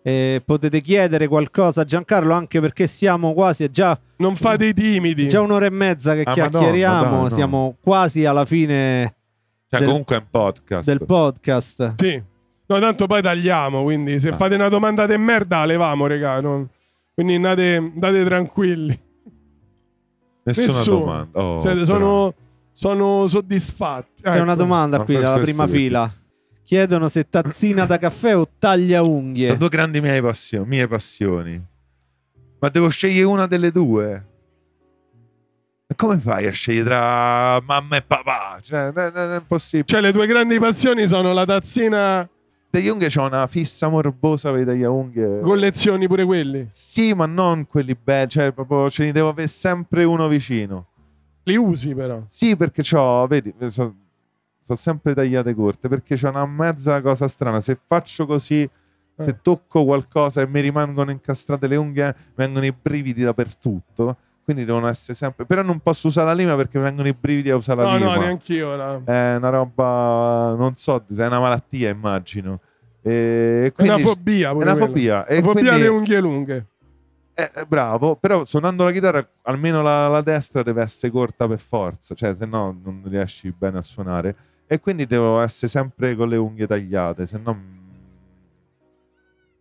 Speaker 1: E potete chiedere qualcosa a Giancarlo anche perché siamo quasi è già,
Speaker 3: Non fate i timidi.
Speaker 1: già un'ora e mezza che
Speaker 2: Ah,
Speaker 1: chiacchieriamo,
Speaker 2: Madonna, dai, no.
Speaker 1: siamo quasi alla fine
Speaker 2: Cioè,
Speaker 1: del-
Speaker 2: comunque è un podcast.
Speaker 1: del podcast.
Speaker 3: Sì. No, tanto poi tagliamo, quindi se
Speaker 2: Ah.
Speaker 3: fate una domanda di merda, levamo, regà. non- Quindi andate, andate tranquilli.
Speaker 2: Nessuna
Speaker 3: Nessuno.
Speaker 2: domanda. Oh,
Speaker 3: Siete-
Speaker 2: bravo.
Speaker 3: sono, sono soddisfatti. Ecco.
Speaker 1: C'è una domanda
Speaker 2: Ma
Speaker 1: qui
Speaker 2: questo
Speaker 1: dalla
Speaker 2: è
Speaker 1: prima
Speaker 2: stupido.
Speaker 1: fila. Chiedono se tazzina da caffè o taglia unghie.
Speaker 2: Sono due grandi mie passio- mie passioni. Ma devo scegliere una delle due. E come fai a scegliere tra mamma e papà? Cioè, non, non è impossibile.
Speaker 3: Cioè, le tue grandi passioni sono la tazzina,
Speaker 2: De Jong c'ha una fissa morbosa per le unghie.
Speaker 3: collezioni pure quelli.
Speaker 2: Sì, ma non quelli belli. Cioè, proprio ce ne devo avere sempre uno vicino.
Speaker 3: Li usi però.
Speaker 2: Sì, perché c'ho, vedi, sono sempre tagliate corte, perché c'è una mezza cosa strana. Se faccio così,
Speaker 3: Eh.
Speaker 2: se tocco qualcosa e mi rimangono incastrate le unghie, vengono i brividi dappertutto. Quindi devono essere sempre. Però non posso usare la lima perché mi vengono i brividi a usare la Eh,
Speaker 3: No,
Speaker 2: lima.
Speaker 3: no, neanch'io. La...
Speaker 2: È una roba. Non so, è una malattia, immagino. E
Speaker 3: È
Speaker 2: quindi
Speaker 3: una fobia.
Speaker 2: È
Speaker 3: pure
Speaker 2: una
Speaker 3: quella.
Speaker 2: fobia. E
Speaker 3: La fobia
Speaker 2: quindi-
Speaker 3: delle unghie lunghe.
Speaker 2: eh, eh, bravo, però suonando la chitarra almeno la, la destra deve essere corta per forza, cioè se no non riesci bene a suonare e quindi devo essere sempre con le unghie tagliate, se no mm,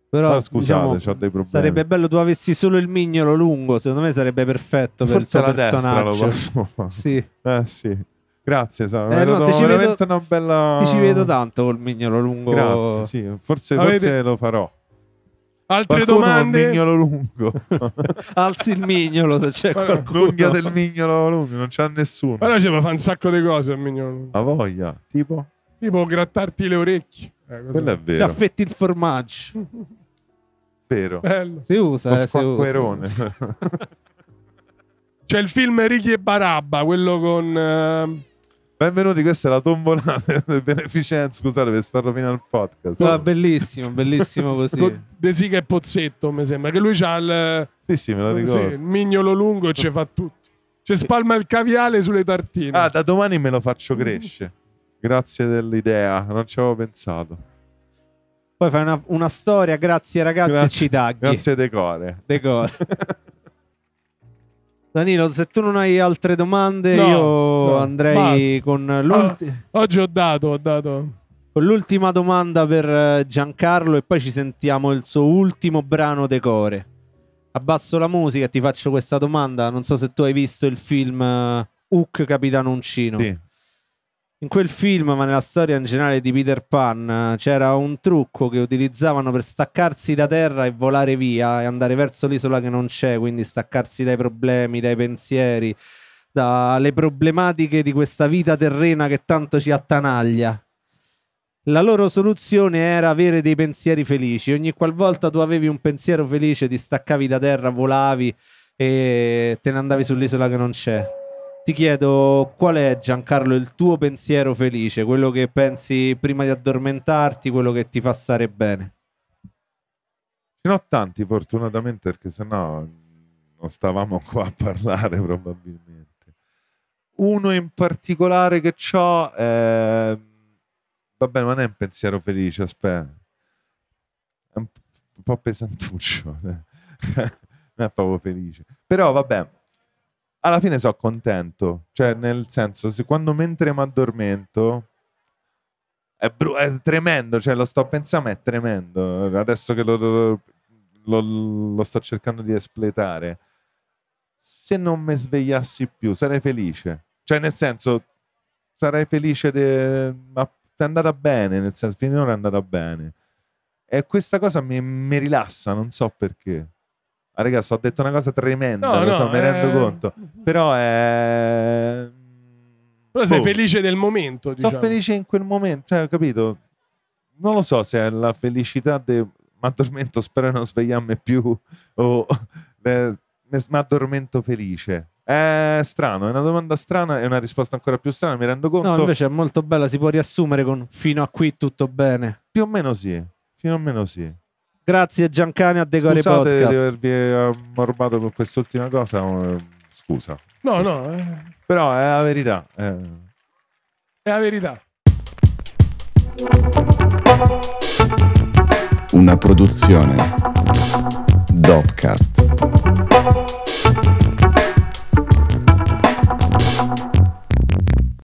Speaker 1: Però
Speaker 2: Ah, scusate,
Speaker 1: diciamo,
Speaker 2: c'ho dei problemi.
Speaker 1: sarebbe bello tu avessi solo il mignolo lungo, secondo me sarebbe perfetto per il
Speaker 2: forse
Speaker 1: tuo
Speaker 2: la destra lo
Speaker 1: personaggio.
Speaker 2: posso fare.
Speaker 1: Sì.
Speaker 2: Eh sì. Grazie, Sara, mi
Speaker 1: Eh,
Speaker 2: hai
Speaker 1: no,
Speaker 2: dato
Speaker 1: ti ci
Speaker 2: veramente
Speaker 1: vedo-
Speaker 2: una bella
Speaker 1: Ti ci vedo tanto col mignolo lungo.
Speaker 2: Ah. Grazie, sì, forse, forse
Speaker 3: Avete-
Speaker 2: lo farò.
Speaker 3: Altre
Speaker 2: Qualcuno ha un
Speaker 3: domande?
Speaker 2: mignolo lungo.
Speaker 1: Alzi il mignolo se c'è
Speaker 3: Guarda,
Speaker 1: qualcuno.
Speaker 2: L'unghia del mignolo lungo, non c'ha nessuno.
Speaker 3: Però ci fa fare un sacco di cose il mignolo lungo.
Speaker 2: A voglia, tipo,
Speaker 3: Tipo grattarti le orecchie. Eh, cosa-
Speaker 2: quello è
Speaker 1: Ti
Speaker 2: vero.
Speaker 1: affetti il formaggio.
Speaker 2: vero.
Speaker 3: Bello.
Speaker 1: Si usa,
Speaker 2: Lo
Speaker 1: eh, si usa.
Speaker 2: squacquerone.
Speaker 3: C'è il film Ricky e Barabba, quello con... ehm,
Speaker 2: Benvenuti, questa è la tombolata del beneficenza. Scusate per star rovinando il podcast.
Speaker 1: Ah, bellissimo, bellissimo così.
Speaker 3: con De Sica e Pozzetto, mi sembra. Che lui ha il,
Speaker 2: sì, sì, me la
Speaker 3: sì,
Speaker 2: ricordo.
Speaker 3: il mignolo lungo e ci fa tutto. Ci spalma il caviale sulle tartine.
Speaker 2: Ah, da domani me lo faccio
Speaker 3: Mm.
Speaker 2: crescere. Grazie dell'idea, non ci avevo pensato.
Speaker 1: Poi fai una, una storia, grazie ragazzi, e
Speaker 2: Grazie-
Speaker 1: ci tagli.
Speaker 2: Grazie Decore.
Speaker 1: Decor. Danilo, se tu non hai altre domande,
Speaker 3: No,
Speaker 1: io
Speaker 3: no,
Speaker 1: andrei
Speaker 3: basta.
Speaker 1: con, l'ulti-
Speaker 3: Oggi ho dato, ho dato.
Speaker 1: con l'ultima domanda per eh, Giancarlo e poi ci sentiamo il suo ultimo brano decore. Abbasso la musica e ti faccio questa domanda. Non so se tu hai visto il film eh, Hook Capitano Uncino.
Speaker 2: Sì.
Speaker 1: In quel film, ma nella storia in generale di Peter Pan, eh, c'era un trucco che utilizzavano per staccarsi da terra e volare via e andare verso l'isola che non c'è, quindi staccarsi dai problemi, dai pensieri, dalle problematiche di questa vita terrena che tanto ci attanaglia. La loro soluzione era avere dei pensieri felici. Ogni qualvolta tu avevi un pensiero felice, ti staccavi da terra, volavi e te ne andavi sull'isola che non c'è. Ti chiedo qual è Giancarlo il tuo pensiero felice, quello che pensi prima di addormentarti, quello che ti fa stare bene.
Speaker 2: Ce n'ho tanti, fortunatamente, perché sennò non stavamo qua a parlare probabilmente. Uno in particolare che ehm, ho è... Vabbè, non è un pensiero felice, aspetta. È un p- un po' pesantuccio. eh. non è proprio felice. Però vabbè, alla fine sono contento. Cioè, nel senso, se quando mentre mi addormento... È, bru- è tremendo, cioè lo sto pensando, ma è tremendo. Adesso che lo, lo- lo- lo sto cercando di espletare. Se non mi svegliassi più, sarei felice. Cioè, nel senso, sarei felice, de- ma è andata bene, nel senso, finora è andata bene. E questa cosa mi, mi rilassa, non so perché. Ah, raga, ho detto una cosa tremenda, lo so, mi
Speaker 3: eh,
Speaker 2: rendo conto. Però è...
Speaker 3: Però sei
Speaker 2: Boh.
Speaker 3: felice del momento, diciamo.
Speaker 2: Sono felice in quel momento, cioè, ho capito? Non lo so se è la felicità di mi addormento, spero di non svegliarmi più, o eh, mi addormento felice. È strano, è una domanda strana e una risposta ancora più strana, mi rendo conto.
Speaker 1: No, invece è molto bella, si può riassumere con fino a qui tutto bene.
Speaker 2: Più o meno sì, più o meno sì.
Speaker 1: Grazie Giancani a Decore
Speaker 2: Scusate
Speaker 1: Podcast.
Speaker 2: di avervi ammorbato con quest'ultima cosa, eh, scusa.
Speaker 3: No, no, eh,
Speaker 2: Però è la verità. eh.
Speaker 3: è la verità.
Speaker 5: Una produzione Dopcast.